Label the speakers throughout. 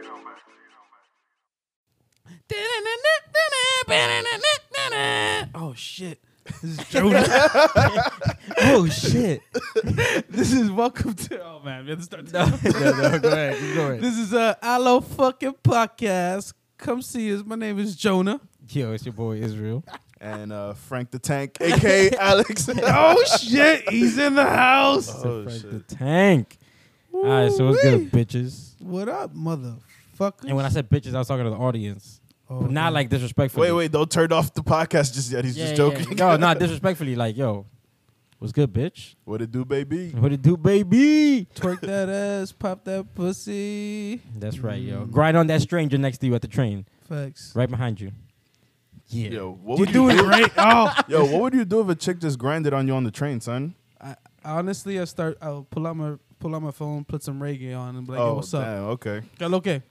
Speaker 1: Oh shit. This is Jonah. oh shit. this is welcome to Oh man, we have to start this. This is a Allo fucking podcast. Come see us. My name is Jonah.
Speaker 2: Yo, it's your boy Israel.
Speaker 3: and uh, Frank the Tank, aka Alex.
Speaker 1: Oh shit, he's in the house.
Speaker 3: Oh,
Speaker 2: Frank
Speaker 3: shit.
Speaker 2: the Tank. All right, so what's good,
Speaker 1: Woo-wee.
Speaker 2: bitches?
Speaker 1: What up, motherfucker?
Speaker 2: And when I said bitches, I was talking to the audience,
Speaker 1: oh,
Speaker 2: but not like disrespectfully.
Speaker 3: wait, wait! Don't turn off the podcast just yet. He's
Speaker 2: Yeah,
Speaker 3: just
Speaker 2: yeah,
Speaker 3: joking.
Speaker 2: yeah. No, not disrespectfully. Like, yo, what's good, bitch?
Speaker 3: What it do, baby?
Speaker 2: What it do, baby?
Speaker 1: twerk that ass, pop that pussy.
Speaker 2: That's right, yo.
Speaker 1: Mm.
Speaker 2: Grind on that stranger next to you at the train,
Speaker 1: Facts.
Speaker 2: right behind you. Yeah.
Speaker 3: Yo, what
Speaker 1: You
Speaker 3: would you
Speaker 1: doing it right? Oh,
Speaker 3: Yo, what would you do if a chick just grinded on you on the train, son?
Speaker 1: I, honestly, I start. I'll pull out my pull out my phone, put some reggae on, and be like, "Yo,
Speaker 3: oh,
Speaker 1: what's up?
Speaker 3: damn, okay.
Speaker 1: Girl, okay,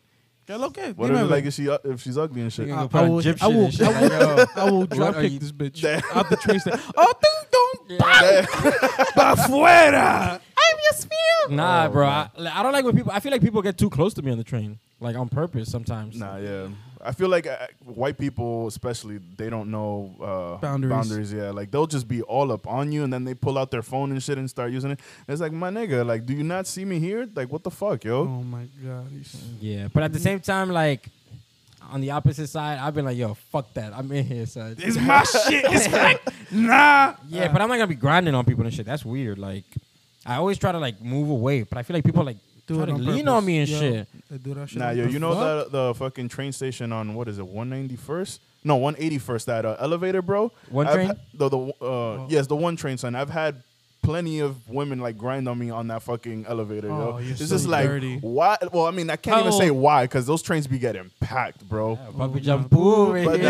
Speaker 1: girl, okay."
Speaker 3: What
Speaker 1: Dime
Speaker 3: if
Speaker 1: a
Speaker 3: like
Speaker 1: ver.
Speaker 3: if she uh, if she's ugly and shit?
Speaker 2: Yeah.
Speaker 1: I, I
Speaker 2: gonna put on
Speaker 1: will, I
Speaker 2: gyp shit
Speaker 1: will,
Speaker 2: and shit,
Speaker 1: I will,
Speaker 2: like,
Speaker 1: I will
Speaker 2: what
Speaker 1: drop
Speaker 2: are
Speaker 1: kick
Speaker 2: you-
Speaker 1: this bitch
Speaker 3: Damn.
Speaker 1: out the train station. Oh, ding dong,
Speaker 3: Damn.
Speaker 1: pa fuera. I'm your spiel.
Speaker 2: Nah,
Speaker 3: Oh,
Speaker 2: bro. I,
Speaker 3: man.
Speaker 2: like, I don't like when people. I feel like people get too close to me on the train, like on purpose sometimes.
Speaker 3: Nah, yeah. I feel like uh, white people, especially, they don't know uh,
Speaker 1: Boundaries.
Speaker 3: Yeah, like they'll just be all up on you, and then they pull out their phone and shit and start using it. And it's like, my nigga, like, do you not see me here? Like, what the fuck, yo?
Speaker 1: Oh my god. he's-
Speaker 2: Yeah, but
Speaker 3: Mm-hmm.
Speaker 2: at the same time, like on the opposite side, I've been like, yo, fuck that. I'm in here, son.
Speaker 1: It's my shit. It's like nah.
Speaker 2: yeah, but I'm not gonna be grinding on people and shit. That's weird. Like, I always try to like move away, but I feel like people like try to lean on me and
Speaker 1: Yo,
Speaker 2: shit.
Speaker 1: they do that shit
Speaker 3: Nah,
Speaker 1: on
Speaker 3: yo,
Speaker 1: the
Speaker 3: you know
Speaker 1: fuck?
Speaker 3: the the fucking train station on what is it, one ninety first? No, one eighty first. That uh, elevator, bro.
Speaker 2: One
Speaker 3: I've
Speaker 2: train?
Speaker 3: ha- the the uh,
Speaker 1: Oh.
Speaker 3: yes, the one train, son. I've had plenty of women like grind on me on that fucking elevator.
Speaker 1: Oh,
Speaker 3: yo.
Speaker 1: you're
Speaker 3: it's
Speaker 1: so
Speaker 3: just like
Speaker 1: dirty.
Speaker 3: why? Well, I mean, I can't even
Speaker 2: Oh.
Speaker 3: say why because those trains be getting packed, bro.
Speaker 2: Papi
Speaker 1: my
Speaker 2: Jampu right
Speaker 3: But
Speaker 2: here.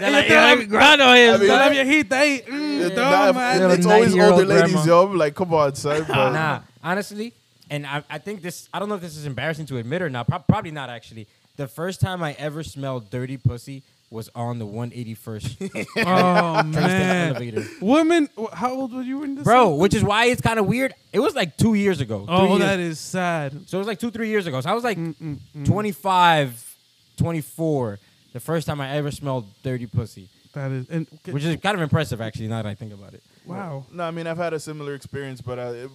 Speaker 2: They're like, yo, let me grind on
Speaker 3: I
Speaker 2: him.
Speaker 3: mean-
Speaker 2: son.
Speaker 1: Tell 'em your heat, they eat. Mm,
Speaker 3: Yeah,
Speaker 1: dog,
Speaker 3: nah,
Speaker 1: man.
Speaker 2: little
Speaker 3: it's always
Speaker 2: 90-year-old
Speaker 3: older ladies,
Speaker 2: grandma.
Speaker 3: yo. I'm like, come on, son. But
Speaker 2: nah, honestly, and I, I think this. I don't know if this is embarrassing to admit or not. prob- probably not actually. The first time I ever smelled dirty pussy was on the 181st
Speaker 1: Oh man.
Speaker 2: elevator.
Speaker 1: Women, wh- how old were you in this?
Speaker 2: bro. Which is why it's kind of weird. It was like two years ago. three
Speaker 1: Oh,
Speaker 2: years-
Speaker 1: that is Mm, sad.
Speaker 2: So it was like two, three years ago. So I was like 25, 24, the first time I ever smelled dirty pussy,
Speaker 1: That is, and
Speaker 2: which is kind of impressive actually. Now that I think about it.
Speaker 1: wow.
Speaker 3: No, I mean I've had a similar experience, but I, it,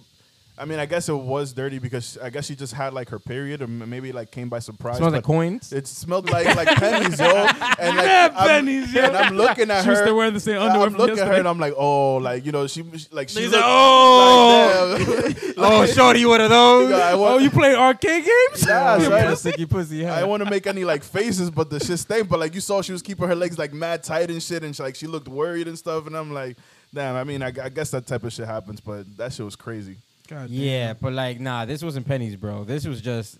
Speaker 3: I mean I guess it was dirty because I guess she just had like her period, or m- maybe like came by surprise.
Speaker 2: smells like
Speaker 3: but
Speaker 2: coins.
Speaker 3: It smelled like like pennies, yo. And like
Speaker 1: Yeah,
Speaker 3: I'm-
Speaker 1: pennies, yo.
Speaker 3: And I'm looking at
Speaker 1: She was
Speaker 3: her.
Speaker 1: still wearing the same underwear
Speaker 3: I'm
Speaker 1: from
Speaker 3: looking at her
Speaker 1: yesterday.
Speaker 3: and I'm like, oh, like you know, she, she like she.
Speaker 2: She's
Speaker 3: look-
Speaker 2: like, oh,
Speaker 3: like, damn.
Speaker 2: oh, shorty, one of
Speaker 3: Yo,
Speaker 2: those.
Speaker 3: I
Speaker 1: Oh,
Speaker 3: want,
Speaker 1: you play arcade games?
Speaker 3: Yeah,
Speaker 1: You
Speaker 3: so I-
Speaker 1: play-
Speaker 2: sticky pussy.
Speaker 3: I want to make any like faces, but the shit stank. But like you saw, she was keeping her legs like mad tight and shit, and she, like she looked worried and stuff. And I'm like, damn. I mean, I, I guess that type of shit happens, but that shit was crazy.
Speaker 1: God damn.
Speaker 2: Yeah, but like, nah, this wasn't pennies, bro. This was just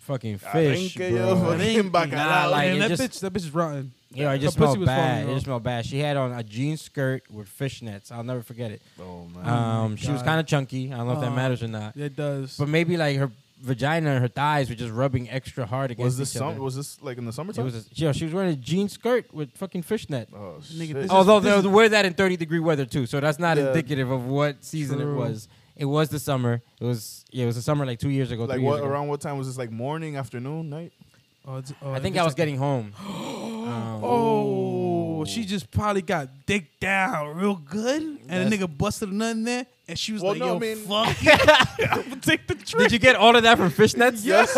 Speaker 2: fucking fish,
Speaker 3: Arenque, yo,
Speaker 2: bro.
Speaker 3: fucking bacalao.
Speaker 2: like,
Speaker 1: Man,
Speaker 2: it
Speaker 1: that
Speaker 2: just-
Speaker 1: bitch, that bitch is rotten.
Speaker 2: Yeah, I just
Speaker 1: Her pussy
Speaker 2: smelled
Speaker 1: was
Speaker 2: bad.
Speaker 1: falling
Speaker 2: It
Speaker 1: off.
Speaker 2: just smelled bad. She had on a jean skirt with fishnets. I'll never forget it.
Speaker 3: Oh man.
Speaker 2: Um, she was
Speaker 1: God.
Speaker 2: kind of chunky. I don't know if that
Speaker 1: Oh.
Speaker 2: matters or not.
Speaker 1: It does.
Speaker 2: But maybe like her vagina and her thighs were just rubbing extra hard against
Speaker 3: Was this
Speaker 2: each
Speaker 3: summer?
Speaker 2: other.
Speaker 3: Was this like in the
Speaker 2: it
Speaker 3: summertime?
Speaker 2: was a, yo, she was wearing a jean skirt with fucking fishnet.
Speaker 3: oh
Speaker 1: Nigga,
Speaker 3: shit.
Speaker 1: this is-
Speaker 2: Although
Speaker 1: this
Speaker 2: they would wear that in 30 degree weather too, so that's not
Speaker 3: Yeah.
Speaker 2: indicative of what season it
Speaker 1: True.
Speaker 2: was. It was the summer. It was yeah, it was the summer like two years ago.
Speaker 3: like
Speaker 2: three
Speaker 3: what?
Speaker 2: years ago.
Speaker 3: Around what time was this? Like morning, afternoon, night?
Speaker 1: oh, it's- oh,
Speaker 2: I
Speaker 1: that
Speaker 2: think
Speaker 1: bitch
Speaker 2: I was
Speaker 1: is-
Speaker 2: getting home. Um,
Speaker 1: Oh, she just probably got dick down real good, and a nigga busted a nut in there, and she was
Speaker 3: Well,
Speaker 1: like,
Speaker 3: no,
Speaker 1: "Yo,
Speaker 3: I mean-
Speaker 1: fuck it. I'm gonna take the trip."
Speaker 2: Did you get all of that from fishnets?
Speaker 3: Yes.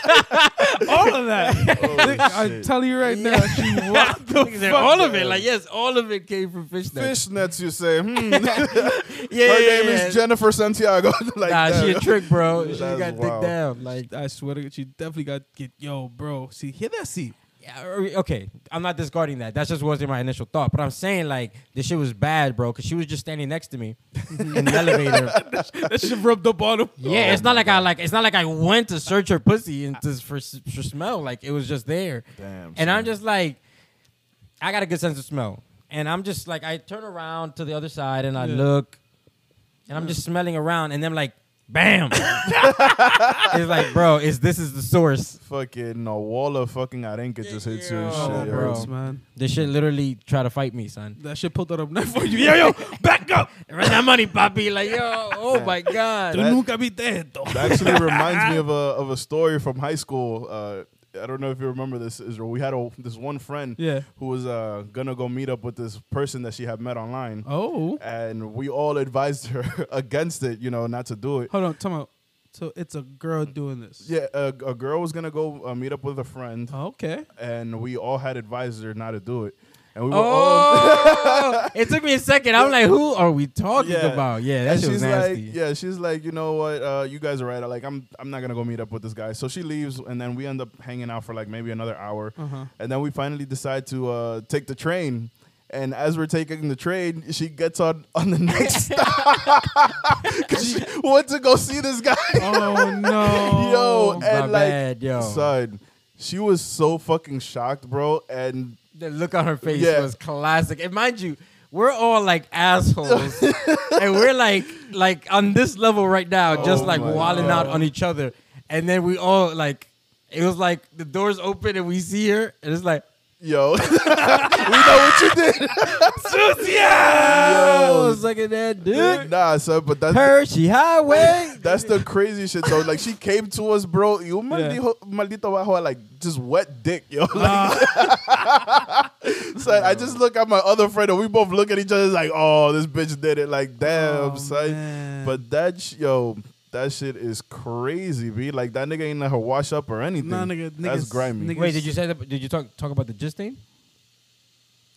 Speaker 1: all of that.
Speaker 3: Oh,
Speaker 1: I'm
Speaker 3: shit.
Speaker 1: telling you right now, she what the fuck?
Speaker 2: all of it. Like yes, all of it came from fishnets.
Speaker 3: Fishnets, you say? Hmm.
Speaker 2: Yeah,
Speaker 3: Her
Speaker 2: yeah,
Speaker 3: name
Speaker 2: yeah.
Speaker 3: is Jennifer Santiago. like
Speaker 2: nah,
Speaker 3: that.
Speaker 2: she a trick, bro. She
Speaker 3: That's
Speaker 2: got dick
Speaker 3: wild.
Speaker 2: down. Like
Speaker 1: I swear to God, she definitely got get yo, bro. See, hear that? See,
Speaker 2: Yeah, or- okay, I'm not discarding that. That just wasn't my initial thought. But I'm saying like this shit was bad, bro, because she was just standing next to me in the elevator.
Speaker 1: that shit rubbed up on him.
Speaker 2: Yeah, it's not like I like. It's not like I went to search her pussy and just for, s- for smell. Like it was just there.
Speaker 3: Damn.
Speaker 2: And I'm
Speaker 3: son.
Speaker 2: just like, I got a good sense of smell, and I'm just like, I turn around to the other side and I
Speaker 1: Yeah.
Speaker 2: look, and I'm just smelling around, and then like Bam. it's like, bro, is this is the source?
Speaker 3: Fucking a wall of fucking arenque just hits you and
Speaker 1: Come on,
Speaker 3: Oh, shit,
Speaker 2: bro.
Speaker 3: yo.
Speaker 1: bros, man.
Speaker 2: This shit literally try to fight me, son.
Speaker 1: That shit pulled out up knife for you. Yo, yo, back up.
Speaker 2: Run that money, papi. Like, yo, oh my god.
Speaker 1: Tu nunca viste esto.
Speaker 3: That actually reminds me of a of a story from high school. Uh, I don't know if you remember this, Israel. We had a, this one friend
Speaker 1: Yeah.
Speaker 3: who was uh, gonna go meet up with this person that she had met online,
Speaker 1: Oh.
Speaker 3: and we all advised her against it. You know, not to do it.
Speaker 1: Hold on, time out. So it's a girl doing this.
Speaker 3: Yeah, a, a girl was gonna go uh, meet up with a friend,
Speaker 1: Okay.
Speaker 3: and we all had advised her not to do it, and we were all.
Speaker 2: Oh, it took me a second. I'm like, who are we talking
Speaker 3: Yeah.
Speaker 2: about? Yeah, that
Speaker 3: And
Speaker 2: shit was
Speaker 3: she's
Speaker 2: nasty.
Speaker 3: like, yeah, she's like, you know what? Uh, you guys are right. I like, I'm, I'm not gonna go meet up with this guy. So she leaves, and then we end up hanging out for like maybe another hour,
Speaker 1: Uh-huh.
Speaker 3: and then we finally decide to uh, take the train. And as we're taking the train, she gets on on the next stop 'Cause she went to go see this guy.
Speaker 1: Oh no.
Speaker 3: yo,
Speaker 2: Oh, My
Speaker 3: and like,
Speaker 2: bad, yo.
Speaker 3: son, she was so fucking shocked, bro. And
Speaker 2: The look on her face
Speaker 3: Yeah.
Speaker 2: was classic. And mind you, we're all like assholes. and we're like like on this level right now, just
Speaker 3: Oh
Speaker 2: like
Speaker 3: my
Speaker 2: wilding out
Speaker 3: God.
Speaker 2: on each other. And then we all like it was like the doors open and we see her and it's like
Speaker 3: yo, we know what you did.
Speaker 2: Oh, look at that dude.
Speaker 3: Nah, son, but that's
Speaker 2: Hershey Highway.
Speaker 3: That's the crazy shit though. Like she came to us, bro. You maldijo, maldito bajo, I, like just wet dick, yo. Like, son, I just look at my other friend and we both look at each other like, oh, this bitch did it. Like, damn,
Speaker 1: Oh,
Speaker 3: son.
Speaker 1: man.
Speaker 3: But that, sh- yo, that shit is crazy, b. Like that nigga ain't let her wash up or anything.
Speaker 1: Nah, nigga,
Speaker 3: That's
Speaker 1: niggas-
Speaker 3: grimy.
Speaker 1: niggas-
Speaker 2: Wait, did you say that did you talk talk about the gist thing?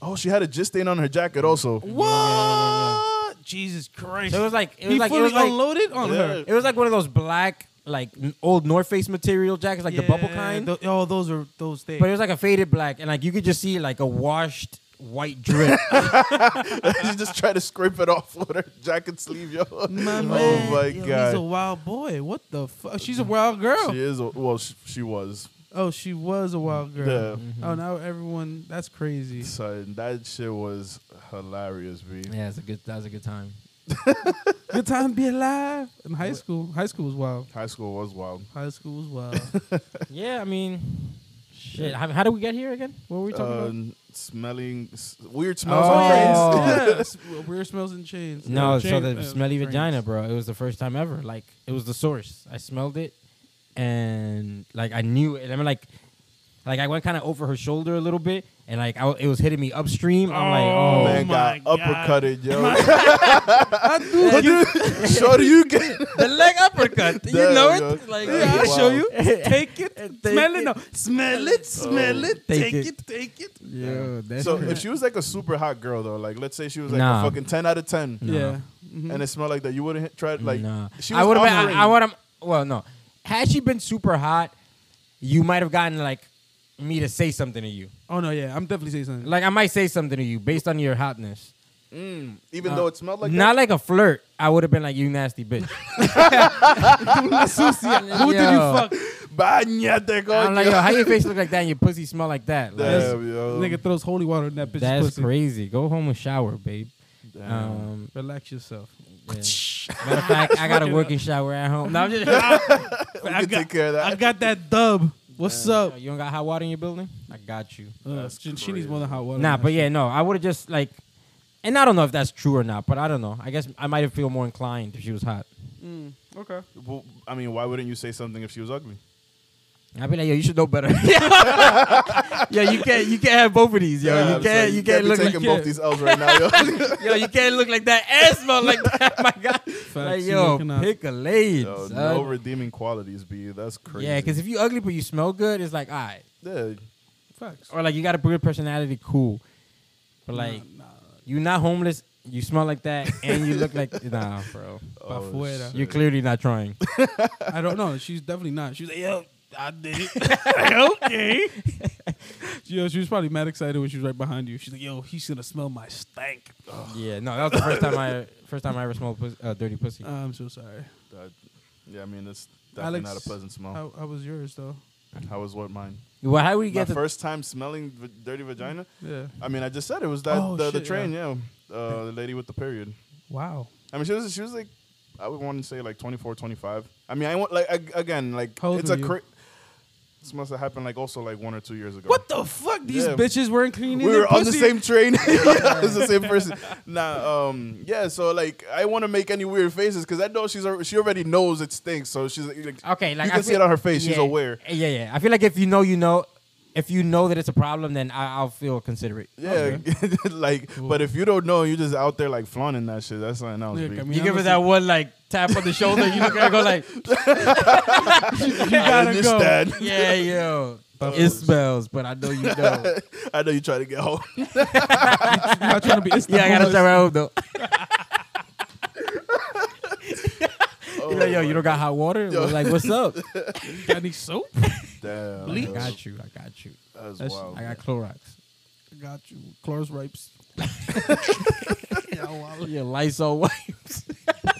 Speaker 3: Oh, she had a gist stain on her jacket also.
Speaker 1: What? Jesus Christ.
Speaker 2: So it was like it was
Speaker 1: he
Speaker 2: like it
Speaker 1: fully
Speaker 2: was like
Speaker 1: unloaded on
Speaker 3: Yeah.
Speaker 1: her.
Speaker 2: it was like one of those black like n- old North Face material jackets, like the bubble
Speaker 1: Yeah,
Speaker 2: kind.
Speaker 1: tho- oh, those are those things.
Speaker 2: But it was like a faded black, and like you could just see like a washed white drip.
Speaker 3: she just tried to scrape it off with her jacket sleeve, yo.
Speaker 1: my
Speaker 3: oh
Speaker 1: man,
Speaker 3: my
Speaker 1: yo,
Speaker 3: god.
Speaker 1: he's a wild boy. What the fuck? She's a wild girl.
Speaker 3: she is. A, well, sh- she was.
Speaker 1: oh, she was a wild girl.
Speaker 3: Yeah.
Speaker 1: Oh, now everyone. That's crazy.
Speaker 3: Son, that shit was hilarious, B.
Speaker 2: yeah, it's a good. That was a good time.
Speaker 1: Good time to be alive in high school. High school was wild.
Speaker 3: High school was wild.
Speaker 1: High school was wild.
Speaker 2: yeah, I mean, shit. How, how did we get here again? What were we talking about?
Speaker 3: Um, smelling s- weird smells
Speaker 2: Oh,
Speaker 3: on
Speaker 2: yeah.
Speaker 3: trains.
Speaker 1: Yes. Weird smells and chains.
Speaker 2: No,
Speaker 1: Uh,
Speaker 2: so
Speaker 1: chain-
Speaker 2: the
Speaker 1: uh,
Speaker 2: smelly
Speaker 1: trains.
Speaker 2: vagina, bro. It was the first time ever. Like it was the source. I smelled it, and like I knew it. I mean, like, like I went kind of over her shoulder a little bit, and like I, w- it was hitting me upstream. I'm like,
Speaker 1: Oh,
Speaker 2: oh,
Speaker 3: Man
Speaker 1: my
Speaker 3: got uppercutted,
Speaker 1: I do.
Speaker 3: yo. Shorty, you get
Speaker 2: the leg uppercut. you
Speaker 3: Damn,
Speaker 2: know
Speaker 3: yo.
Speaker 2: it. Like
Speaker 3: Yeah,
Speaker 1: I'll
Speaker 3: Wow.
Speaker 1: show you. Take it.
Speaker 2: Take
Speaker 1: smell it.
Speaker 2: it.
Speaker 1: No. Smell
Speaker 3: Oh.
Speaker 1: it. Smell it.
Speaker 2: Take
Speaker 1: Take
Speaker 2: it.
Speaker 1: it. Take it.
Speaker 2: Yo, that's
Speaker 3: So if she was like a super hot girl though, like let's say she was like
Speaker 2: Nah.
Speaker 3: a fucking ten out of 10
Speaker 2: Nah. Mm-hmm.
Speaker 1: Yeah. Mhm.
Speaker 3: and it smelled like that, you wouldn't hit- try it, like
Speaker 2: Nah.
Speaker 3: she was
Speaker 2: I would have been.
Speaker 3: honoring-
Speaker 2: I, I would have. Well, no. Had she been super hot, you might have gotten like me to say something to you.
Speaker 1: Oh no. Yeah. I'm definitely saying something.
Speaker 2: Like I might say something to you based on your hotness.
Speaker 3: Mm, even
Speaker 2: Nah.
Speaker 3: though it smelled like
Speaker 2: uh, Not like a flirt. I would have been like, "You nasty bitch."
Speaker 1: Who did you fuck?
Speaker 3: that. Bañate,
Speaker 2: I'm like,
Speaker 3: coño.
Speaker 2: "Yo, how your face look like that and your pussy smell like that?" Like,
Speaker 3: Damn, yo.
Speaker 1: Nigga throws holy water in that bitch's
Speaker 2: that's
Speaker 1: pussy.
Speaker 2: crazy. Go home and shower, babe.
Speaker 3: Damn.
Speaker 2: Um,
Speaker 1: Relax yourself.
Speaker 2: yeah. Matter of fact, I got a working shower at home. No, I'm just.
Speaker 3: we
Speaker 1: I
Speaker 3: can
Speaker 1: got-
Speaker 3: take care of
Speaker 1: I
Speaker 3: that.
Speaker 1: got that dub. What's up?
Speaker 2: Yo, you don't got hot water in your building? I got you.
Speaker 1: Uh,
Speaker 3: That's
Speaker 1: she, she needs more than hot water.
Speaker 2: Nah,
Speaker 1: man.
Speaker 2: but yeah, no, I would have just like, and I don't know if that's true or not, but I don't know. I guess I might have feel more inclined if she was hot.
Speaker 1: Mm, okay.
Speaker 3: Well, I mean, why wouldn't you say something if she was ugly?
Speaker 2: I'd be like, yo, you should know better. yeah, you can't, you can't have both of these, yo.
Speaker 3: Yeah,
Speaker 2: you can't,
Speaker 3: I'm saying,
Speaker 2: you can't
Speaker 3: be
Speaker 2: look like
Speaker 3: taking both
Speaker 2: yeah.
Speaker 3: these L's right now, yo.
Speaker 2: yo, you can't look like that and smell like that. My God, like
Speaker 1: you
Speaker 2: yo,
Speaker 1: looking up.
Speaker 2: pick a lane.
Speaker 3: Yo,
Speaker 2: son.
Speaker 3: no redeeming qualities, B. That's crazy.
Speaker 2: yeah, because if you ugly but you smell good, it's like all right,
Speaker 3: yeah,
Speaker 1: Facts.
Speaker 2: or like you got a good personality, cool. But like, you not homeless, you smell like that, and you look like nah, bro.
Speaker 3: oh,
Speaker 1: Pafuera.
Speaker 3: shit.
Speaker 2: You're clearly not trying.
Speaker 1: I don't know. She's definitely not. She's like, yo, I did it. okay. yo, she was probably mad excited when she was right behind you. She's like, yo, he's gonna smell my stank. Ugh.
Speaker 2: Yeah, no, that was the first time I first time I ever smelled pussy, uh, dirty pussy.
Speaker 1: I'm so sorry.
Speaker 3: That- yeah, I mean, it's definitely
Speaker 1: Alex,
Speaker 3: not a pleasant smell. How,
Speaker 1: How, how was yours though?
Speaker 3: was what mine?
Speaker 2: well, how do we
Speaker 3: My
Speaker 2: get the
Speaker 3: first time smelling v- dirty vagina.
Speaker 1: Yeah.
Speaker 3: I mean, I just said it was that
Speaker 1: Oh,
Speaker 3: the, the
Speaker 1: shit,
Speaker 3: train, yeah. Uh, the lady with the period.
Speaker 1: Wow.
Speaker 3: I mean, she was she was like I would want to say like 24, 25. I mean, I want like ag- again like
Speaker 1: How old
Speaker 3: it's
Speaker 1: were
Speaker 3: a
Speaker 1: you?
Speaker 3: cra- this must have happened like also like one or two years ago.
Speaker 1: What the fuck? These
Speaker 3: Yeah.
Speaker 1: bitches weren't cleaning.
Speaker 3: We were
Speaker 1: their
Speaker 3: on the
Speaker 1: pussy?
Speaker 3: same train. yeah, it's the same person. Nah, um, yeah. So like, I want to make any weird faces because I know she's al- she already knows it stinks. So she's like,
Speaker 2: Okay, like
Speaker 3: you
Speaker 2: I
Speaker 3: can see
Speaker 2: feel-
Speaker 3: it on her face. She's
Speaker 2: yeah,
Speaker 3: aware.
Speaker 2: Yeah, yeah. I feel like if you know, you know. If you know that it's a problem, then I, I'll feel considerate.
Speaker 3: Yeah, like, but if you don't know, you're just out there like flaunting that shit. That's something else.
Speaker 1: Look,
Speaker 3: B.
Speaker 1: I mean,
Speaker 2: You give her
Speaker 1: honestly-
Speaker 2: that one like tap on the shoulder. You look at her, go like,
Speaker 1: You gotta go.
Speaker 3: understand.
Speaker 2: yeah, yo. It smells, but I know you know.
Speaker 3: I know you try to get home.
Speaker 1: I'm not trying to be. It's
Speaker 2: yeah, I gotta stay right home though.
Speaker 3: Oh,
Speaker 2: You're like, yo, you don't got hot water?
Speaker 3: Yo.
Speaker 2: Like, what's up?
Speaker 1: Got any soap?
Speaker 3: damn,
Speaker 2: I
Speaker 1: Bleach?
Speaker 2: got you. I got you.
Speaker 3: That's,
Speaker 1: That's-
Speaker 3: wild.
Speaker 2: I got Clorox.
Speaker 1: Got you. Close ripes.
Speaker 2: Your Lysol wipes.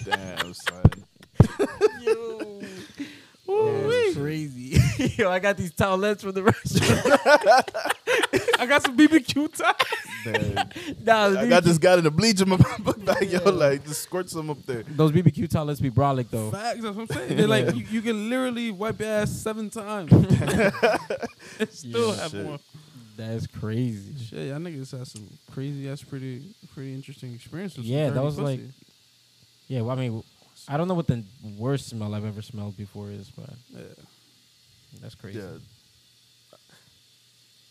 Speaker 3: Damn, son.
Speaker 2: Yo. Ooh, crazy. yo, I got these towelettes from the restaurant.
Speaker 1: I got some BBQ time.
Speaker 3: Damn.
Speaker 2: nah, the
Speaker 3: I got
Speaker 2: BBQ
Speaker 3: this guy in the bleach in my book bag, yo. Like, just squirt some up there.
Speaker 2: Those BBQ towelettes be brolic though.
Speaker 1: Facts. That's what I'm saying. They're like you, you can literally wipe your ass seven times. and still
Speaker 3: Yeah,
Speaker 1: have
Speaker 3: shit.
Speaker 1: one.
Speaker 2: That's crazy.
Speaker 1: Shit, y'all niggas had some crazy ass, pretty, pretty interesting experiences. with
Speaker 2: Yeah, that
Speaker 1: dirty
Speaker 2: was
Speaker 1: pussy.
Speaker 2: like- Yeah, well, I mean, I don't know what the worst smell I've ever smelled before is, but
Speaker 1: Yeah.
Speaker 2: that's crazy.
Speaker 3: Yeah.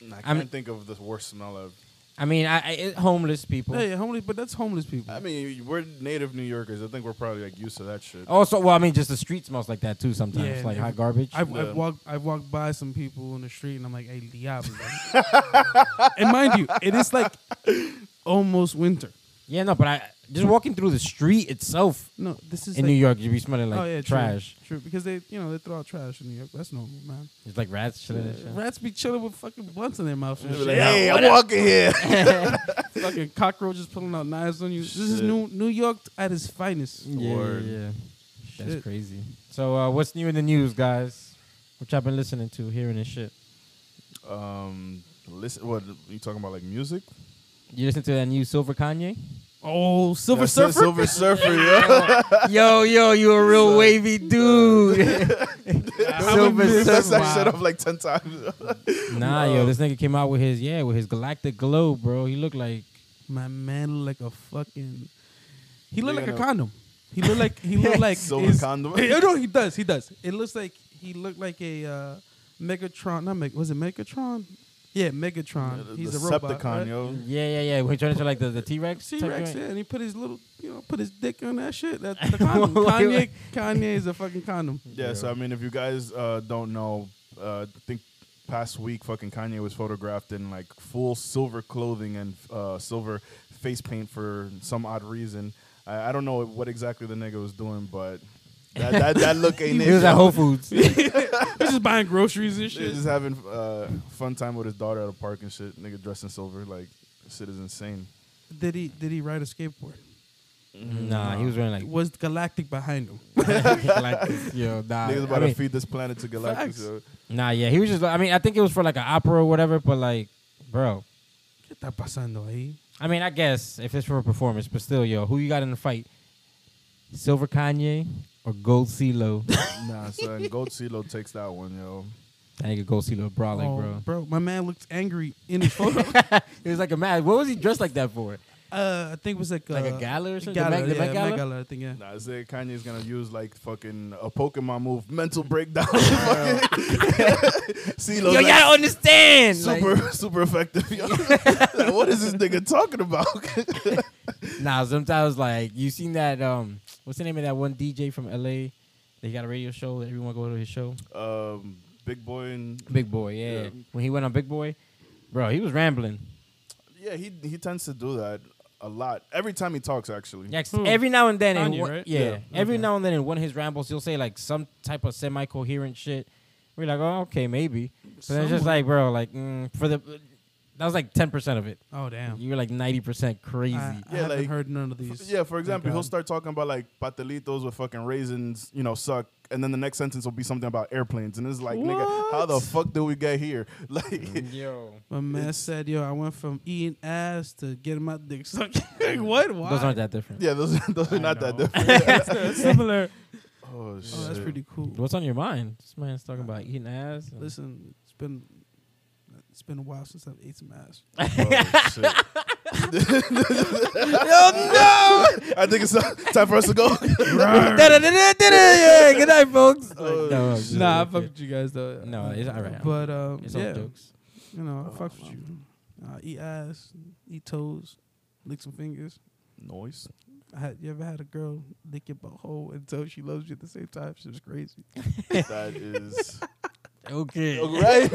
Speaker 3: Nah, I
Speaker 2: I'm-
Speaker 3: can't think of the worst smell of.
Speaker 2: I mean, I, I it, homeless people.
Speaker 1: Hey, homeless, but that's homeless people.
Speaker 3: I mean, we're native New Yorkers. I think we're probably like used to that shit.
Speaker 1: Oh,
Speaker 2: Also, well, I mean, just the street smells like that too sometimes,
Speaker 1: Yeah,
Speaker 2: like
Speaker 1: yeah.
Speaker 2: hot garbage.
Speaker 1: I've,
Speaker 3: Yeah.
Speaker 1: I've walked I've walked by some people in the street and I'm like, hey, diablo. and mind you, it is like almost winter.
Speaker 2: yeah, no, but I just walking through the street itself
Speaker 1: No, this is
Speaker 2: in
Speaker 1: like,
Speaker 2: New York, you be smelling like
Speaker 1: oh yeah, true,
Speaker 2: trash.
Speaker 1: True, because they you know they throw out trash in New York. That's normal, man.
Speaker 2: It's like rats shit. and shit.
Speaker 1: Rats be chilling with fucking blunts in their mouth. And
Speaker 3: They'll be
Speaker 1: shit.
Speaker 3: like, hey, I'm walking here.
Speaker 1: fucking cockroaches pulling out knives on you. This is
Speaker 3: Shit.
Speaker 1: New New York at its finest.
Speaker 2: Yeah,
Speaker 3: Word.
Speaker 2: yeah, yeah. that's
Speaker 1: Shit.
Speaker 2: crazy. So, uh, what's new in the news, guys? Which I've been listening to, hearing this shit.
Speaker 3: um, listen, what you talking about? Like music?
Speaker 2: You listen to that new Silver Kanye?
Speaker 1: Oh, Silver
Speaker 3: Yeah,
Speaker 1: Surfer.
Speaker 3: Silver Surfer, yo.
Speaker 2: yo, yo, you a real wavy dude. Silver
Speaker 3: Silver Surfer.
Speaker 2: Surfer.
Speaker 3: that shit up like 10 times.
Speaker 2: nah, yo, this nigga came out with his yeah, with his galactic globe, bro. He looked like
Speaker 1: My man looked like a fucking. He looked
Speaker 3: They
Speaker 1: like a
Speaker 3: gonna-
Speaker 1: condom. He looked like he looked like
Speaker 3: Silver
Speaker 1: his-
Speaker 3: condom.
Speaker 1: Eh, no, he does. He does. It looks like he looked like a uh, Megatron. Not Meg. Was it Megatron? Yeah, Megatron. He's a robot.
Speaker 3: Decepticon,
Speaker 1: right?
Speaker 3: yo.
Speaker 2: yeah, yeah, yeah. When he turned into like the the T Rex.
Speaker 1: T-Rex, yeah, and he put his little, you know, put his dick on that shit. That the condom.
Speaker 2: Wait,
Speaker 1: Kanye,
Speaker 2: wait.
Speaker 1: Kanye is a fucking condom.
Speaker 3: Yeah, so I mean, if you guys uh, don't know, uh, I think past week fucking Kanye was photographed in like full silver clothing and uh, silver face paint for some odd reason. I, I don't know what exactly the nigga was doing, but that, that, that look ain't
Speaker 2: He was
Speaker 3: it.
Speaker 2: at Whole Foods.
Speaker 1: He's just buying groceries and
Speaker 3: He was
Speaker 1: shit.
Speaker 3: just having uh, fun time with his daughter at a park and shit. Nigga dressed in silver, like shit is insane.
Speaker 1: Did he? Did he ride a skateboard?
Speaker 2: nah, he was wearing like,
Speaker 1: Was Galactic behind him?
Speaker 2: like yo, nah.
Speaker 3: Niggas
Speaker 2: I
Speaker 3: about
Speaker 2: mean,
Speaker 3: to feed this planet to
Speaker 1: Facts.
Speaker 3: Galactus. yo.
Speaker 2: nah, yeah, he was just. like- I mean, I think it was for like an opera or whatever, but like, bro.
Speaker 1: ¿Qué está pasando ahí?
Speaker 2: I mean, I guess if it's for a performance, but still, yo, who you got in the fight? Silver Kanye or Gold CeeLo? that
Speaker 3: Nah, son, Gold CeeLo takes that one, yo.
Speaker 2: nigga Gold CeeLo brolic,
Speaker 1: Oh,
Speaker 2: bro.
Speaker 1: my man looked angry in his photo.
Speaker 2: He was like a mad. What was he dressed like that for?
Speaker 1: uh, I think it was like
Speaker 2: Like a
Speaker 1: uh,
Speaker 2: gala or something?
Speaker 1: Gala,
Speaker 2: The Met- the
Speaker 1: yeah,
Speaker 2: Met Gala?
Speaker 1: Met Gala, I think, yeah.
Speaker 3: Nah, I say Kanye's gonna use like fucking a Pokemon move, mental breakdown. CeeLo,
Speaker 2: Yo,
Speaker 3: like,
Speaker 2: y'all understand.
Speaker 3: super super effective. Yo. Like, what is this nigga talking about?
Speaker 2: Nah, sometimes like you seen that um what's the name of that one DJ from LA? They got a radio show, everyone go to his show.
Speaker 3: um, big boy and
Speaker 2: Big Boy, yeah.
Speaker 3: Yeah.
Speaker 2: When he went on Big Boy, bro, he was rambling.
Speaker 3: yeah, he he tends to do that a lot. Every time he talks, actually.
Speaker 2: Next,
Speaker 1: Who?
Speaker 2: every now and then, in
Speaker 1: Kanye,
Speaker 2: one-
Speaker 1: Hmm. right?
Speaker 2: yeah,
Speaker 1: Yeah,
Speaker 2: every
Speaker 1: okay.
Speaker 2: now and then in one of his rambles, he'll say like some type of semi-coherent shit. We're like, oh, okay, maybe. So then it's just
Speaker 1: Somewhat.
Speaker 2: like, bro, like mm, for the that was like ten percent of it.
Speaker 1: Oh damn.
Speaker 2: You were like ninety percent crazy.
Speaker 1: I, I
Speaker 3: Yeah,
Speaker 1: haven't
Speaker 3: like-
Speaker 1: heard none of these.
Speaker 3: Yeah, for example, he'll
Speaker 1: God.
Speaker 3: start talking about like patelitos with fucking raisins, you know, suck, and then the next sentence will be something about airplanes, and it's like, nigga, how the
Speaker 1: What?
Speaker 3: fuck did we get here? Like,
Speaker 2: Yo,
Speaker 1: My man said, "Yo, I went from eating ass to getting my dick sucked." like, what? Why?
Speaker 2: those aren't that different.
Speaker 3: yeah, those those are
Speaker 1: I
Speaker 3: not that
Speaker 1: know.
Speaker 3: different.
Speaker 1: That's similar.
Speaker 3: Oh shit,
Speaker 1: Oh, that's pretty cool.
Speaker 2: What's on your mind? This man's talking about eating ass. and-
Speaker 1: Listen, it's been it's been a while since I've ate some ass.
Speaker 3: Oh, shit. I think it's uh, time for us to go.
Speaker 2: Da-da-da-da-da-da. Yeah, Good night, folks. Like,
Speaker 3: Oh,
Speaker 2: no,
Speaker 3: shit.
Speaker 1: nah, I
Speaker 2: okay.
Speaker 1: fuck with you guys though.
Speaker 2: No, it's all right.
Speaker 1: But um,
Speaker 2: It's all
Speaker 1: yeah,
Speaker 2: jokes.
Speaker 1: you know, I fuck with you. Uh, eat ass, eat toes, lick some fingers.
Speaker 3: Noise.
Speaker 1: I had, you ever had a girl lick your butthole and tell she loves you at the same time? She was crazy.
Speaker 3: That is
Speaker 2: Okay.
Speaker 3: right.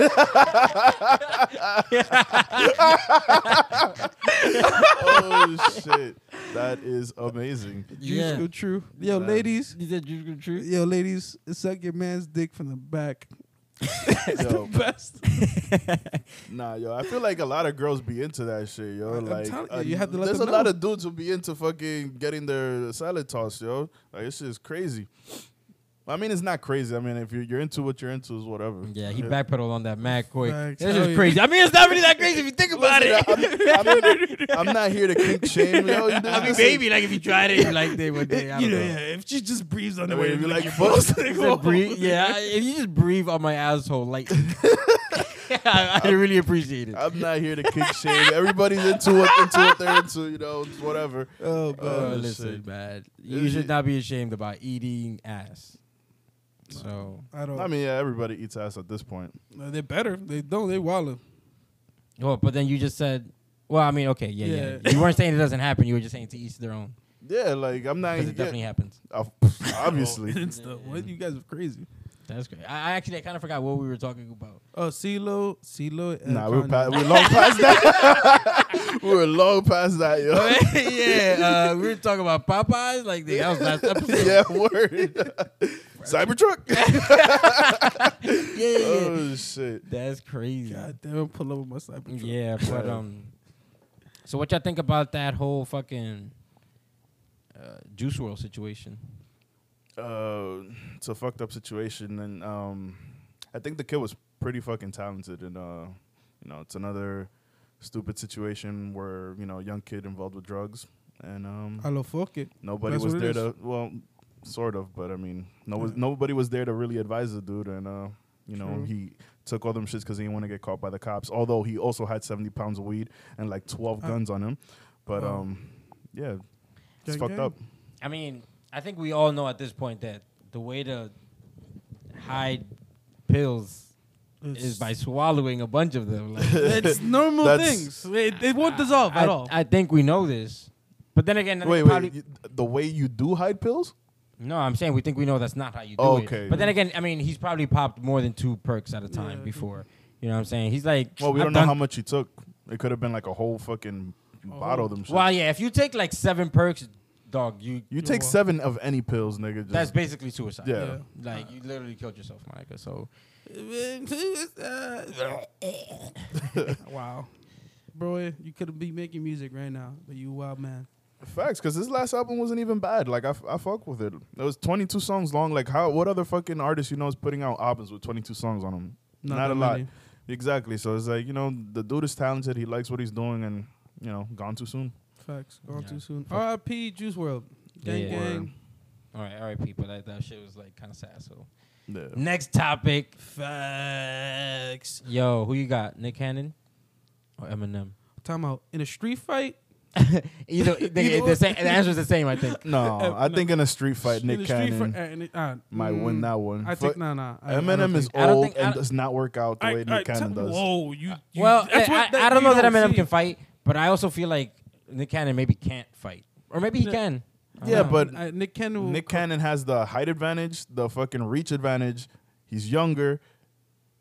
Speaker 3: oh shit, that is amazing.
Speaker 1: Juice
Speaker 2: Yeah.
Speaker 1: go true. Yo,
Speaker 3: Yeah.
Speaker 1: ladies.
Speaker 2: Is that juice truth?
Speaker 1: Yo, ladies, suck your man's dick from the back.
Speaker 3: Yo,
Speaker 1: Best.
Speaker 3: nah, yo, I feel like a lot of girls be into that shit, yo.
Speaker 1: I- I'm
Speaker 3: like,
Speaker 1: telling you,
Speaker 3: uh,
Speaker 1: you have to let
Speaker 3: there's
Speaker 1: them
Speaker 3: a lot
Speaker 1: know.
Speaker 3: of dudes who be into fucking getting their salad tossed, yo. Like, this shit is crazy. I mean, it's not crazy. I mean, if you're, you're into what you're into, is whatever.
Speaker 2: Yeah, he backpedaled on that mad quick.
Speaker 1: Facts.
Speaker 2: This
Speaker 1: Oh,
Speaker 2: is
Speaker 1: yeah.
Speaker 2: crazy. I mean, it's not really that crazy if you think about
Speaker 3: Listen,
Speaker 2: it.
Speaker 3: I'm, I'm- I'm not here to kink shame, yo. You
Speaker 2: I mean,
Speaker 3: listen,
Speaker 2: maybe like if you tried it, you liked it one day. I
Speaker 1: you
Speaker 2: don't
Speaker 1: know,
Speaker 2: know.
Speaker 1: yeah, if she just breathes on the
Speaker 3: I
Speaker 1: way,
Speaker 3: mean,
Speaker 1: you
Speaker 3: you
Speaker 1: like,
Speaker 3: like
Speaker 1: fuck.
Speaker 2: Just breathe- yeah, I- if you just breathe on my asshole, like, I, I really appreciate it.
Speaker 3: I'm not here to kick shame. Everybody's into what, into what they're into, you know, it's whatever.
Speaker 1: Oh,
Speaker 2: Uh,
Speaker 3: Oh,
Speaker 2: listen,
Speaker 3: shit.
Speaker 2: man, you should not be ashamed about eating ass. So
Speaker 1: I don't.
Speaker 3: I mean, yeah, everybody eats ass at this point.
Speaker 1: No, they're better. They don't. They wildin'.
Speaker 2: Well, but then you just said, well, I mean, okay, yeah, yeah.
Speaker 1: Yeah.
Speaker 2: You weren't saying it doesn't happen. You were just saying to each their own.
Speaker 3: Yeah, like, I'm not.
Speaker 2: Because it
Speaker 3: Yeah,
Speaker 2: definitely happens.
Speaker 3: uh, obviously.
Speaker 1: It's the- what you guys are crazy.
Speaker 2: That's great. I, I actually I kind of forgot what we were talking about.
Speaker 1: Oh, CeeLo, CeeLo. and
Speaker 3: Nah, we're,
Speaker 1: Kanye.
Speaker 3: pa- we're long past that. we're long past that, yo.
Speaker 2: yeah, uh, we were talking about Popeyes. Like that was last episode.
Speaker 3: yeah, word. Cybertruck.
Speaker 2: Yeah, yeah, yeah.
Speaker 3: oh shit.
Speaker 2: That's crazy.
Speaker 1: God damn, pull up with my cyber.
Speaker 2: Yeah, but um, so what y'all think about that whole fucking uh, Juice World situation?
Speaker 3: Uh, it's a fucked up situation, and um, I think the kid was pretty fucking talented, and uh, you know, it's another stupid situation where you know, young kid involved with drugs, and um,
Speaker 1: Hello, fuck it.
Speaker 3: nobody
Speaker 1: That's
Speaker 3: was
Speaker 1: what
Speaker 3: there
Speaker 1: it
Speaker 3: to well, sort of, but I mean, no,
Speaker 1: Yeah.
Speaker 3: nobody was there to really advise the dude, and uh, you know,
Speaker 1: True.
Speaker 3: he took all them shits because he didn't want to get caught by the cops. Although he also had seventy pounds of weed and like twelve
Speaker 1: Uh,
Speaker 3: guns on him, but
Speaker 1: wow.
Speaker 3: um, yeah, it's
Speaker 1: Gang,
Speaker 3: fucked
Speaker 1: gang.
Speaker 3: up.
Speaker 2: I mean, I think we all know at this point that the way to hide pills is by swallowing a bunch of them. Like,
Speaker 1: it's normal
Speaker 3: That's-
Speaker 1: things. They, they won't dissolve
Speaker 2: I,
Speaker 1: at all.
Speaker 2: I think we know this. But then again,
Speaker 3: Wait,
Speaker 2: probably-
Speaker 3: wait, you- the way you do hide pills?
Speaker 2: no, I'm saying we think we know that's not how you do
Speaker 3: Okay.
Speaker 2: it. But then again, I mean, he's probably popped more than two perks at a time
Speaker 1: Yeah.
Speaker 2: before. You know what I'm saying? He's like,
Speaker 3: Well, we
Speaker 2: I've
Speaker 3: don't know
Speaker 2: done-
Speaker 3: how much he took. It could have been like a whole fucking bottle of them. Shit.
Speaker 2: Well, yeah, if you take like seven perks, dog, you
Speaker 3: you take
Speaker 1: Well-
Speaker 3: seven of any pills, nigga. Just,
Speaker 2: that's basically suicide.
Speaker 3: yeah.
Speaker 1: Yeah.
Speaker 2: Like you literally killed yourself, Monica. So
Speaker 1: wow, bro, you could be making music right now, but you a wild man.
Speaker 3: Facts, because this last album wasn't even bad. Like I, f- I fuck with it. It was 22 songs long. Like how? What other fucking artist you know is putting out albums with 22 songs on them? Not,
Speaker 1: that
Speaker 3: a lot.
Speaker 1: many.
Speaker 3: Exactly. So it's like you know the dude is talented. He likes what he's doing, and you know, gone too soon.
Speaker 1: Facts gone
Speaker 2: Yeah.
Speaker 1: too soon. R.I.P. Juice World. Gang
Speaker 2: Yeah.
Speaker 1: gang.
Speaker 2: all right, all right, people, that that shit was like kind of sad. So
Speaker 3: Yeah.
Speaker 2: next topic,
Speaker 1: Facts.
Speaker 2: yo, who you got, Nick Cannon or Eminem?
Speaker 1: Time out in a street fight.
Speaker 2: Either, nigga,
Speaker 1: Either
Speaker 2: the,
Speaker 1: one.
Speaker 2: same, the answer's the same, I think.
Speaker 3: No, I think in a street fight,
Speaker 1: in
Speaker 3: Nick
Speaker 1: a street
Speaker 3: Cannon
Speaker 1: fight, uh, in a- uh,
Speaker 3: might win
Speaker 1: mm,
Speaker 3: that one.
Speaker 1: I
Speaker 3: Fuck-
Speaker 1: think nah nah. I- I don't
Speaker 3: Eminem is
Speaker 1: think-
Speaker 2: I don't
Speaker 3: old
Speaker 2: think- I
Speaker 3: and
Speaker 2: don't-
Speaker 3: does not work out the way
Speaker 1: I- I-
Speaker 3: Nick Cannon
Speaker 1: tell-
Speaker 3: does.
Speaker 1: Whoa, you. you-
Speaker 2: Well, eh,
Speaker 1: that's
Speaker 2: I,
Speaker 1: what-
Speaker 2: I- I don't
Speaker 1: you
Speaker 2: know that Eminem
Speaker 1: see.
Speaker 2: can fight, but I also feel like Nick Cannon maybe can't fight, or maybe he
Speaker 1: Yeah.
Speaker 2: can. I
Speaker 3: Yeah,
Speaker 2: don't know.
Speaker 3: but
Speaker 1: Uh, I- Nick Cannon. will
Speaker 3: Nick
Speaker 1: co-
Speaker 3: Cannon has the height advantage, the fucking reach advantage. He's younger,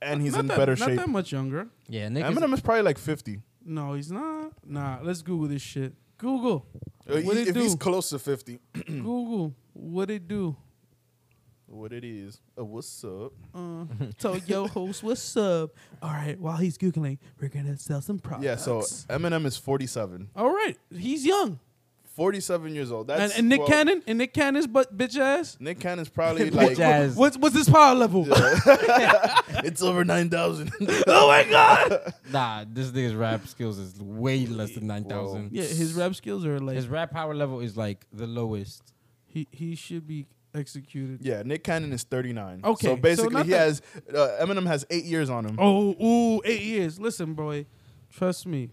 Speaker 3: and he's
Speaker 1: Not
Speaker 3: in
Speaker 1: that-
Speaker 3: better
Speaker 1: not
Speaker 3: shape.
Speaker 1: that much younger.
Speaker 2: yeah, Nick. is-
Speaker 3: Eminem is probably like fifty.
Speaker 1: No, he's not. Nah, let's Google this shit. Google.
Speaker 3: Uh, he-
Speaker 1: What it
Speaker 3: if Hmm.
Speaker 1: do?
Speaker 3: he's close to fifty,
Speaker 1: Google. What it do?
Speaker 3: What it is? Uh, what's up?
Speaker 1: Uh, so yo, host, what's up? All right, while he's googling, we're gonna sell some products.
Speaker 3: Yeah. So Eminem is 47.
Speaker 1: all right, he's young,
Speaker 3: 47 years old. That's
Speaker 1: and, and Nick
Speaker 3: well,
Speaker 1: Cannon, and Nick Cannon's but bitch ass.
Speaker 3: Nick Cannon's probably
Speaker 2: Bitch
Speaker 3: like
Speaker 2: ass.
Speaker 1: What's what's his power level?
Speaker 3: it's over 9,000.
Speaker 1: oh my god!
Speaker 2: Nah, this nigga's rap skills is way less than nine thousand.
Speaker 1: Yeah, his rap skills are like
Speaker 2: His rap power level is like the lowest.
Speaker 1: he he should be executed.
Speaker 3: yeah, Nick Cannon is 39.
Speaker 1: Okay, so
Speaker 3: So basically,
Speaker 1: not
Speaker 3: he
Speaker 1: that-
Speaker 3: has uh, Eminem has eight years on him.
Speaker 1: Oh, ooh, eight years. Listen, boy, trust me,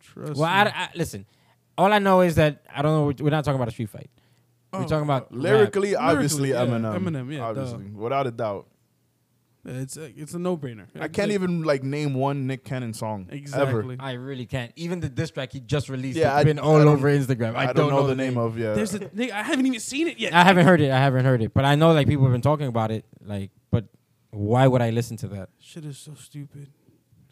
Speaker 1: trust
Speaker 2: Well,
Speaker 1: me.
Speaker 2: I, I- listen. All I know is that I don't know. We're, we're not talking about a street fight.
Speaker 1: Oh,
Speaker 2: we're talking about
Speaker 3: uh,
Speaker 2: rap.
Speaker 3: Lyrically, obviously
Speaker 1: Lyrically, yeah,
Speaker 3: Eminem.
Speaker 1: Eminem, yeah, duh.
Speaker 3: obviously, without a doubt.
Speaker 1: it's a, it's a no brainer.
Speaker 3: I can't even like name one Nick Cannon song
Speaker 1: exactly.
Speaker 3: ever.
Speaker 2: I really can't. Even the diss track he just released,
Speaker 3: Yeah,
Speaker 2: yeah,
Speaker 3: I-
Speaker 2: it's been
Speaker 3: I
Speaker 2: all
Speaker 3: don't-
Speaker 2: over Instagram. I, don't, know,
Speaker 3: the name of yeah.
Speaker 1: uh, There's a nigga, I haven't even seen it yet.
Speaker 2: I haven't heard it. I haven't heard it. But I know like people have been talking about it. Like, but why would I listen to that?
Speaker 1: Shit is so stupid.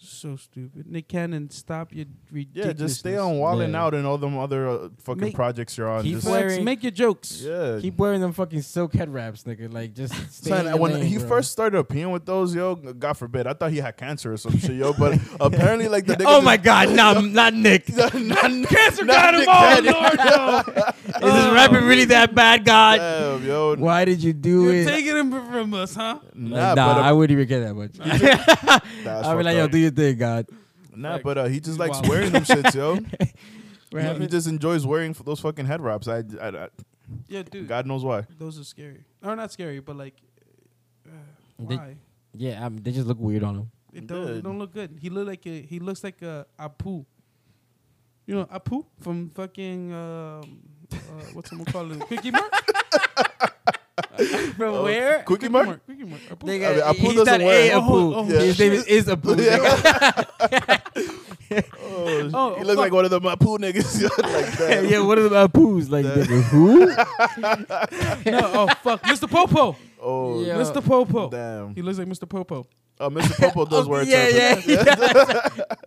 Speaker 1: So stupid. Nick Cannon, stop your ridiculous.
Speaker 3: yeah, just stay on wilding
Speaker 2: Yeah.
Speaker 3: out and all them other uh, fucking
Speaker 1: Make-
Speaker 3: projects you're on.
Speaker 2: Keep
Speaker 3: Just,
Speaker 2: playing. Wearing-
Speaker 1: Make your jokes.
Speaker 3: yeah.
Speaker 2: Keep wearing them fucking silk head wraps, nigga. Like, just stay
Speaker 3: Son,
Speaker 2: in your
Speaker 3: when
Speaker 2: lane,
Speaker 3: he
Speaker 2: bro.
Speaker 3: first started appearing with those, yo, God forbid, I thought he had cancer or some shit, yo. But apparently, like the nigga
Speaker 2: Oh
Speaker 3: just-
Speaker 2: my God, no, not Nick. Is
Speaker 3: not, not, Uh,
Speaker 1: Cancer got him all, Oh, Lord. No.
Speaker 2: this rapping really that bad, God?
Speaker 3: Damn, yo.
Speaker 2: Why did you do
Speaker 1: You're
Speaker 2: it?
Speaker 1: taking him from us, huh?
Speaker 2: nah,
Speaker 3: Nah, but uh,
Speaker 2: I wouldn't even care that much.
Speaker 3: that's
Speaker 2: I'd be
Speaker 3: fucked
Speaker 2: like, yo,
Speaker 3: up.
Speaker 2: do your thing, God.
Speaker 3: nah, but uh, he just
Speaker 1: Like-
Speaker 3: likes wearing them shits, yo.
Speaker 2: We're
Speaker 3: he
Speaker 2: having-
Speaker 3: just enjoys wearing f- those fucking head wraps. I, I,
Speaker 1: Yeah,
Speaker 3: I,
Speaker 1: dude.
Speaker 3: God knows why.
Speaker 1: Those are scary. Or not scary, but like, uh,
Speaker 2: They-
Speaker 1: why?
Speaker 2: yeah, um, they just look weird on him.
Speaker 1: It don't, it
Speaker 3: Dude.
Speaker 1: don't look good. He look like a, he looks like a Apu. You know Apu from fucking um, uh, what's someone call it? Quickie Mart. from
Speaker 3: Oh,
Speaker 1: where?
Speaker 3: Quickie Mart?
Speaker 1: Quickie Mart. Apu.
Speaker 3: I mean,
Speaker 2: Nigga,
Speaker 3: Apu
Speaker 2: he's
Speaker 3: doesn't
Speaker 2: not
Speaker 3: wear
Speaker 2: a
Speaker 3: it.
Speaker 2: Apu.
Speaker 1: Oh,
Speaker 3: oh,
Speaker 2: His
Speaker 3: shit.
Speaker 2: name is, is Apu. nigga.
Speaker 3: Oh,
Speaker 1: Oh,
Speaker 3: he looks
Speaker 1: fuck.
Speaker 3: like one of the Mapu niggas. yo, like that.
Speaker 2: yeah, one of the Apus. Like, nigga, who?
Speaker 1: no, oh fuck, Mr. Popo.
Speaker 3: Oh,
Speaker 2: Yeah.
Speaker 1: Mr. Popo.
Speaker 3: damn.
Speaker 1: He looks like Mr. Popo.
Speaker 3: Uh, Mr. Popo does wear a
Speaker 2: Oh, yeah,
Speaker 3: turban.
Speaker 2: yeah, he does.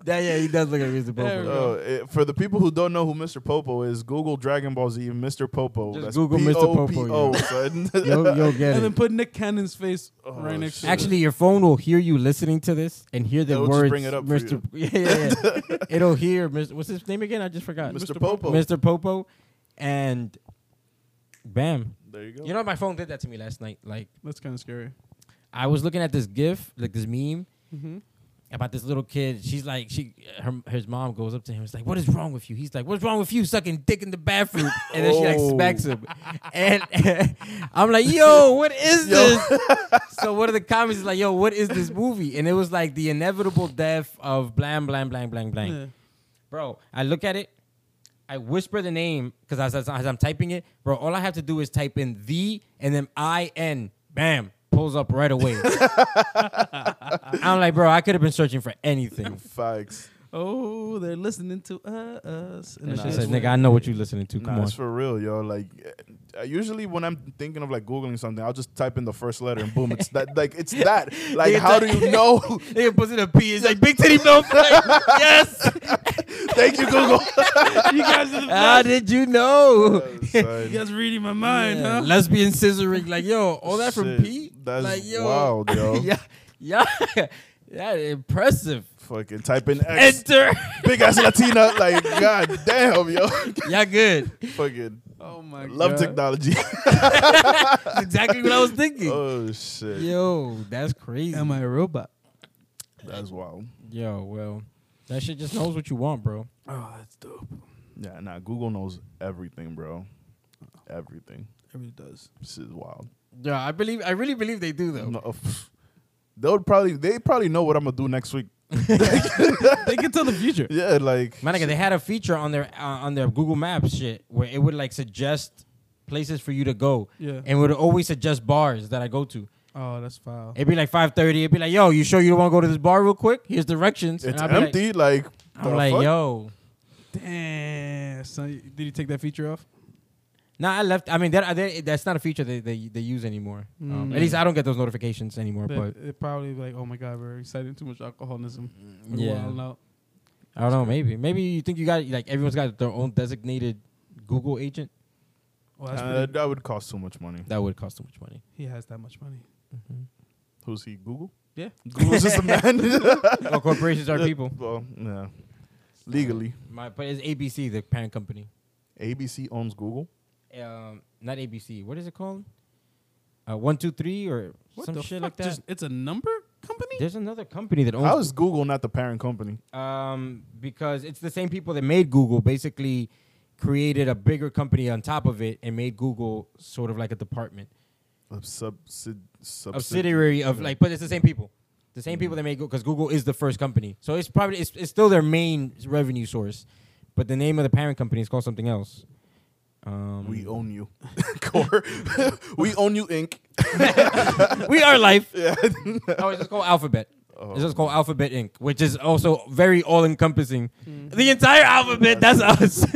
Speaker 2: yeah, yeah, he does look like
Speaker 1: There we
Speaker 2: Mr. Popo.
Speaker 1: go.
Speaker 3: Oh, it, for the people who don't know who Mr. Popo is, Google Dragon Ball Z Mr. Popo.
Speaker 2: Just Google Mr. Popo,
Speaker 3: P-O-P-O, son.
Speaker 2: You'll, you'll get
Speaker 1: And
Speaker 2: it.
Speaker 1: then put Nick Cannon's face
Speaker 3: Oh,
Speaker 1: right next to
Speaker 3: shit.
Speaker 1: it.
Speaker 2: Actually, your phone will hear you listening to this and hear the
Speaker 3: It'll just
Speaker 2: words.
Speaker 3: bring it up for
Speaker 2: Mr. Yeah, yeah, yeah. It'll hear Mr. What's his name again? I just forgot.
Speaker 3: Mr. Popo.
Speaker 2: Mr. Popo, and bam.
Speaker 3: There you go.
Speaker 2: You know, my phone did that to me last night. Like,
Speaker 1: that's kind of scary.
Speaker 2: I was looking at this GIF, like this meme
Speaker 1: Mm-hmm.
Speaker 2: about this little kid. She's like, she, her, his mom goes up to him. and is like, what is wrong with you? He's like, what's wrong with you sucking dick in the bathroom? And then she like
Speaker 3: Oh.
Speaker 2: smacks him. And I'm like, yo, what is this? so one of the comments is like, yo, what is this movie? And it was like the inevitable death of blam, blam, blam, blam, blam.
Speaker 1: Yeah.
Speaker 2: Bro, I look at it. I whisper the name because as, as, as I'm typing it, bro, all I have to do is type in the and then I N. Bam. Pulls up right away. I'm like, bro, I could have been searching for anything.
Speaker 3: Facts.
Speaker 1: Oh, they're listening to uh, us.
Speaker 2: And
Speaker 1: it's
Speaker 2: I
Speaker 1: just
Speaker 2: said,
Speaker 1: like-
Speaker 2: nigga, I know what you're listening to. Come
Speaker 3: Nah,
Speaker 2: on.
Speaker 3: it's for real, yo. Like, uh, usually when I'm thinking of like googling something, I'll just type in the first letter and boom, it's that. Like, it's that. Like,
Speaker 2: Nigga,
Speaker 3: how do
Speaker 2: type-
Speaker 3: you know?
Speaker 2: Nigga puts in a P. It's like, big titty milk. Like, yes.
Speaker 3: Thank you, Google.
Speaker 1: you guys are the
Speaker 2: How
Speaker 1: best.
Speaker 2: did you know?
Speaker 1: You
Speaker 3: Son.
Speaker 1: guys reading my mind,
Speaker 2: Yeah,
Speaker 1: huh?
Speaker 2: Lesbian scissoring. Like, yo, all that from
Speaker 3: Shit,
Speaker 2: P?
Speaker 3: That's
Speaker 2: like, yo.
Speaker 3: wild, yo.
Speaker 2: yeah. Yeah. Yeah. Impressive.
Speaker 3: Fucking type in X.
Speaker 2: Enter.
Speaker 3: Big ass Latina. Like, god damn, yo.
Speaker 2: Y'all good.
Speaker 3: Fucking
Speaker 1: Oh my
Speaker 3: love technology.
Speaker 2: That's exactly what I was thinking.
Speaker 3: oh, shit.
Speaker 2: Yo, that's crazy.
Speaker 1: Am I a robot?
Speaker 3: That's wild.
Speaker 2: Yo, well, that shit just knows what you want, bro.
Speaker 1: Oh, that's dope.
Speaker 3: Yeah, nah, Google knows everything, bro. Everything.
Speaker 1: It really does.
Speaker 3: This is wild.
Speaker 2: Yeah, I believe. I really believe they do though.
Speaker 3: No, uh, pff. they would probably they probably know what I'm gonna do next week.
Speaker 1: they can tell the future.
Speaker 3: Yeah, like
Speaker 2: My nigga, they had a feature on their uh, on their Google Maps shit where it would like suggest places for you to go,
Speaker 1: Yeah.
Speaker 2: and would always suggest bars that I go to.
Speaker 1: Oh, that's foul.
Speaker 2: It'd be like five thirty. It'd be like, yo, you sure you don't want to go to this bar real quick? Here's directions.
Speaker 3: it's
Speaker 2: I'd be like-
Speaker 3: empty. Like,
Speaker 2: I'm
Speaker 3: the
Speaker 2: like,
Speaker 3: fuck? Uh,
Speaker 2: yo.
Speaker 1: Damn. Son, did he take that feature off?
Speaker 2: Nah, I left. I mean, that, that that's not a feature they they, they use anymore. Um,
Speaker 1: Mm.
Speaker 2: at least I don't get those notifications anymore.
Speaker 1: They-
Speaker 2: But
Speaker 1: it probably be like, oh my god, we're exciting too much alcoholism. We're
Speaker 2: yeah,
Speaker 1: wilding out.
Speaker 2: I don't know. Maybe. Maybe you think you got like everyone's got their own designated Google agent.
Speaker 1: Well, that's
Speaker 3: Uh,
Speaker 1: pretty-
Speaker 3: that would cost so much money.
Speaker 2: That would cost too much money.
Speaker 1: he has that much money. Mm-hmm.
Speaker 3: Who's he? Google?
Speaker 1: Yeah.
Speaker 3: Google's just a man.
Speaker 2: well, corporations are people.
Speaker 3: well, yeah. Legally,
Speaker 2: My, but it's ABC, the parent company.
Speaker 3: ABC owns Google.
Speaker 2: Um, not ABC. What is it called? Uh, one two three or
Speaker 1: What
Speaker 2: some
Speaker 1: the
Speaker 2: shit
Speaker 1: fuck?
Speaker 2: like that.
Speaker 1: Just, it's a number company.
Speaker 2: There's another company that owns.
Speaker 3: How is Google not the parent company?
Speaker 2: um, because it's the same people that made Google basically created a bigger company on top of it and made Google sort of like a department,
Speaker 3: A subsid, subsid-
Speaker 2: subsidiary of
Speaker 3: yeah. Mm-hmm.
Speaker 2: like, but it's the same people. The same people that made Google, because Google is the first company, so it's probably it's, it's still their main revenue source, but the name of the parent company is called something else. Um,
Speaker 3: We own you, Core. we own you, Inc.
Speaker 2: we are life. oh, it's just called Alphabet.
Speaker 3: Oh.
Speaker 2: It's just called Alphabet Inc., which is also very all encompassing. The entire alphabet, that's us.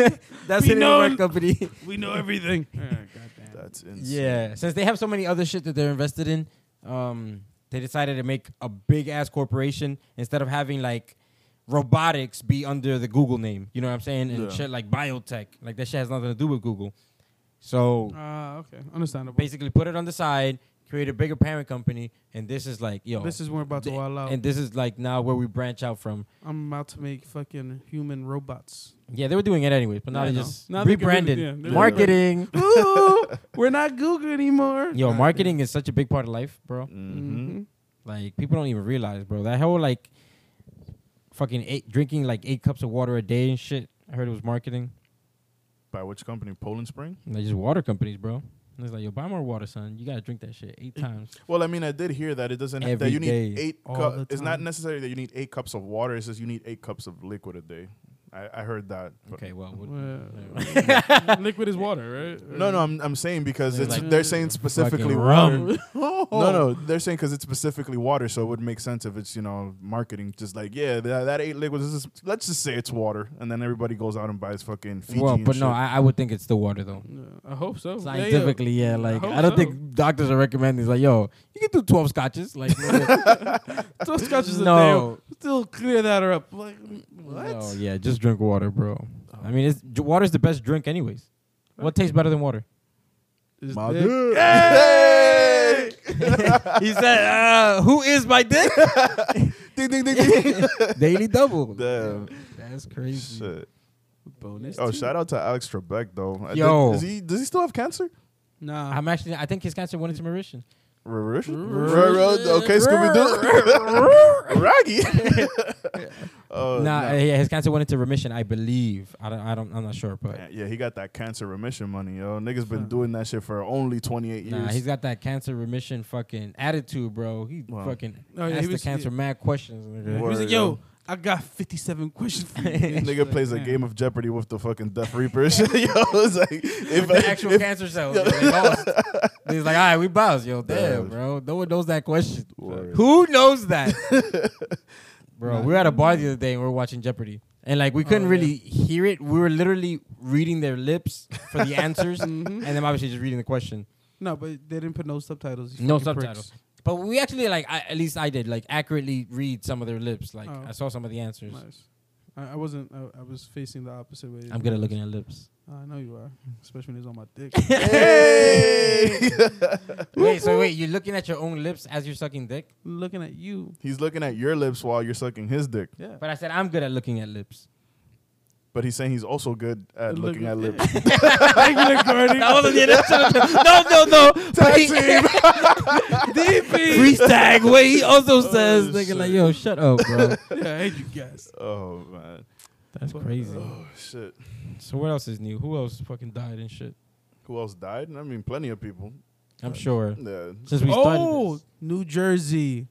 Speaker 2: that's
Speaker 1: We
Speaker 2: an
Speaker 1: know-
Speaker 2: our company.
Speaker 1: We know everything. oh, goddamn.
Speaker 3: That's insane.
Speaker 2: yeah. Since they have so many other shit that they're invested in, um, they decided to make a big ass corporation instead of having like robotics be under the Google name. You know what I'm saying? And
Speaker 3: Yeah.
Speaker 2: shit like biotech. Like that shit has nothing to do with Google. So
Speaker 1: Ah, okay, understandable.
Speaker 2: basically put it on the side, create a bigger parent company, and this is like, yo.
Speaker 1: This is where we're about to
Speaker 2: Th-
Speaker 1: wild out.
Speaker 2: And this is like now where we branch out from.
Speaker 1: I'm about to make fucking human robots.
Speaker 2: Yeah, they were doing it anyways, but now
Speaker 1: Yeah, I
Speaker 2: they
Speaker 1: know.
Speaker 2: just
Speaker 1: Now they can do it,
Speaker 2: rebranded.
Speaker 1: yeah, they're
Speaker 2: marketing.
Speaker 1: Ooh, we're not Google anymore.
Speaker 2: Yo, marketing is such a big part of life, bro.
Speaker 3: Mm-hmm.
Speaker 2: Like people don't even realize, bro. That whole like fucking eight, drinking like eight cups of water a day and shit. I heard it was marketing.
Speaker 3: By which company? Poland Spring.
Speaker 2: Like just water companies, bro. And it's like, yo, buy more water, son. You gotta drink that shit eight times.
Speaker 3: Well, I mean, I did hear that it doesn't that
Speaker 2: Every
Speaker 3: you need
Speaker 2: day.
Speaker 3: eight.
Speaker 1: All
Speaker 3: Cu-
Speaker 1: the
Speaker 3: it's not
Speaker 1: time.
Speaker 3: necessary that you need eight cups of water. It's just you need eight cups of liquid a day. I, I heard that. but-
Speaker 2: Okay, well, what-
Speaker 1: Well, liquid is water, right?
Speaker 3: No, no, I'm, I'm saying because
Speaker 2: They're
Speaker 3: it's
Speaker 2: like,
Speaker 3: they're saying
Speaker 2: fucking
Speaker 3: specifically water.
Speaker 2: rum.
Speaker 3: No, no, they're saying because it's specifically water, so it would make sense if it's you know marketing, just like yeah, that, that eight liquids. Is just, let's just say it's water, and then everybody goes out and buys fucking Fiji.
Speaker 2: well,
Speaker 3: and
Speaker 2: but no,
Speaker 3: shit.
Speaker 2: I, I would think it's the water though.
Speaker 1: Yeah, I hope so. Oh, Yeah, yeah.
Speaker 2: Scientifically, yeah, like
Speaker 1: hope
Speaker 2: I, don't
Speaker 1: so.
Speaker 2: think doctors are recommending. It's like, yo, you can do twelve scotches, like
Speaker 1: Two scotches a day.
Speaker 2: no,
Speaker 1: Still clear that up. Like what?
Speaker 2: no, yeah, just drink water, bro. I mean, it's j- water's the best drink, anyways. What tastes better than water?
Speaker 1: Is
Speaker 3: My
Speaker 1: dick-
Speaker 3: dick.
Speaker 1: Hey!
Speaker 2: he said, uh, "Who is my dick?"
Speaker 3: Ding, ding, ding, ding.
Speaker 2: Daily double.
Speaker 3: Damn.
Speaker 2: That's crazy.
Speaker 3: Shit.
Speaker 1: Bonus.
Speaker 3: Oh,
Speaker 1: too.
Speaker 3: shout out to Alex Trebek though. I did-
Speaker 2: Yo.
Speaker 3: is he does he still have cancer?
Speaker 1: Nah.
Speaker 2: I'm actually. I think his cancer went into Mauritian.
Speaker 3: Rororish?
Speaker 1: Rororish.
Speaker 3: Rororish? Okay, Scooby Doo. Raggy. Oh,
Speaker 2: nah,
Speaker 3: nah.
Speaker 2: uh, yeah, his cancer went into remission, I believe. I don't. I don't. I'm not sure, but
Speaker 3: Yeah, he got that cancer remission money, yo. Niggas been doing that shit for only 28 years.
Speaker 2: nah, he's got that cancer remission fucking attitude, bro. He
Speaker 3: Wow.
Speaker 2: fucking
Speaker 1: Oh, yeah, he
Speaker 2: asked the
Speaker 1: was-
Speaker 2: cancer mad questions. nigga.
Speaker 1: He was
Speaker 3: Word,
Speaker 1: like, yo, I got 57 questions for you. bitch."
Speaker 3: Nigga plays a
Speaker 1: Like,
Speaker 3: game of Jeopardy with the fucking Death Reaper. and shit, yo, it's like if,
Speaker 2: the actual
Speaker 3: if-
Speaker 2: cancer cells. They lost. He's like, all right, we bounce. Yo, damn,
Speaker 3: Yeah.
Speaker 2: bro. No one knows that question.
Speaker 3: Word.
Speaker 2: Who knows that? bro, we were at a bar the other day and we were watching Jeopardy. And like we
Speaker 3: Oh,
Speaker 2: couldn't
Speaker 1: yeah.
Speaker 2: really hear it. We were literally reading their lips for the answers and then obviously just reading the question.
Speaker 1: Mm-hmm. No, but they didn't put no subtitles. you
Speaker 2: No
Speaker 1: fucking pricks.
Speaker 2: subtitles. But we actually like I, at least I did like accurately read some of their lips. Like
Speaker 1: Oh.
Speaker 2: I saw some of the answers.
Speaker 1: Nice. I, I wasn't. I, I was facing the opposite way.
Speaker 2: I'm good at looking at lips.
Speaker 1: I know you are, especially when it's on my dick.
Speaker 3: Hey!
Speaker 2: wait, so wait, you're looking at your own lips as you're sucking dick?
Speaker 1: Looking at you.
Speaker 3: he's looking at your lips while you're sucking his dick,
Speaker 1: Yeah.
Speaker 2: But I said I'm good at looking at lips.
Speaker 3: but he's saying he's also good at
Speaker 1: Look
Speaker 3: looking at lips.
Speaker 1: Thank you, Nick Cardi.
Speaker 2: That wasn't the initial. No, no, no. But he-
Speaker 1: DP.
Speaker 2: freeze tag where he also says,
Speaker 3: Oh,
Speaker 2: nigga, like,
Speaker 3: shit.
Speaker 2: yo, shut up, bro.
Speaker 1: Yeah, I hate you guys.
Speaker 3: Oh man,
Speaker 2: That's crazy.
Speaker 3: oh shit.
Speaker 2: So what else is new? Who else fucking died and shit?
Speaker 3: Who else died? I mean, plenty of people.
Speaker 2: I'm sure.
Speaker 3: Yeah.
Speaker 2: Since we started.
Speaker 1: oh, New Jersey.
Speaker 2: this-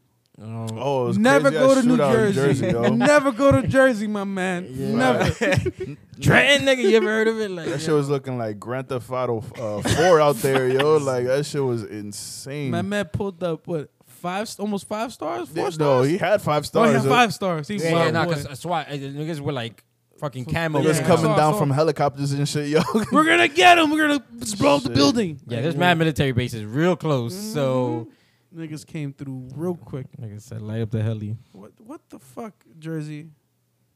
Speaker 2: oh,
Speaker 3: Oh, it was
Speaker 1: Never
Speaker 3: crazy-ass
Speaker 1: go to New
Speaker 3: shootout in
Speaker 1: Jersey.
Speaker 3: yo.
Speaker 1: Never go to Jersey, my man. Never.
Speaker 2: Trent, nigga, you ever heard of it? Like,
Speaker 3: That shit was looking like Grand Theft Auto uh, 4 out there, yo. Like, that shit was insane.
Speaker 2: Mm.
Speaker 1: My man pulled up what five, st- almost five stars, four
Speaker 3: No,
Speaker 1: stars.
Speaker 3: he had five
Speaker 1: Oh,
Speaker 3: stars.
Speaker 1: yeah, five stars. He
Speaker 2: yeah,
Speaker 1: wild
Speaker 2: yeah, nah,
Speaker 1: boy.
Speaker 2: cause uh, SWAT uh, the niggas were like fucking
Speaker 1: F-
Speaker 2: camo.
Speaker 1: yeah.
Speaker 3: Niggas
Speaker 2: right now.
Speaker 3: coming
Speaker 1: Saw,
Speaker 3: down
Speaker 1: saw.
Speaker 3: from helicopters and shit, yo.
Speaker 1: We're gonna get him. We're gonna blow up the
Speaker 3: Shit.
Speaker 1: building.
Speaker 2: Yeah, there's mad military bases real close. So
Speaker 1: Niggas came through real quick.
Speaker 2: nigga said, light up the heli.
Speaker 1: What what the fuck, Jersey?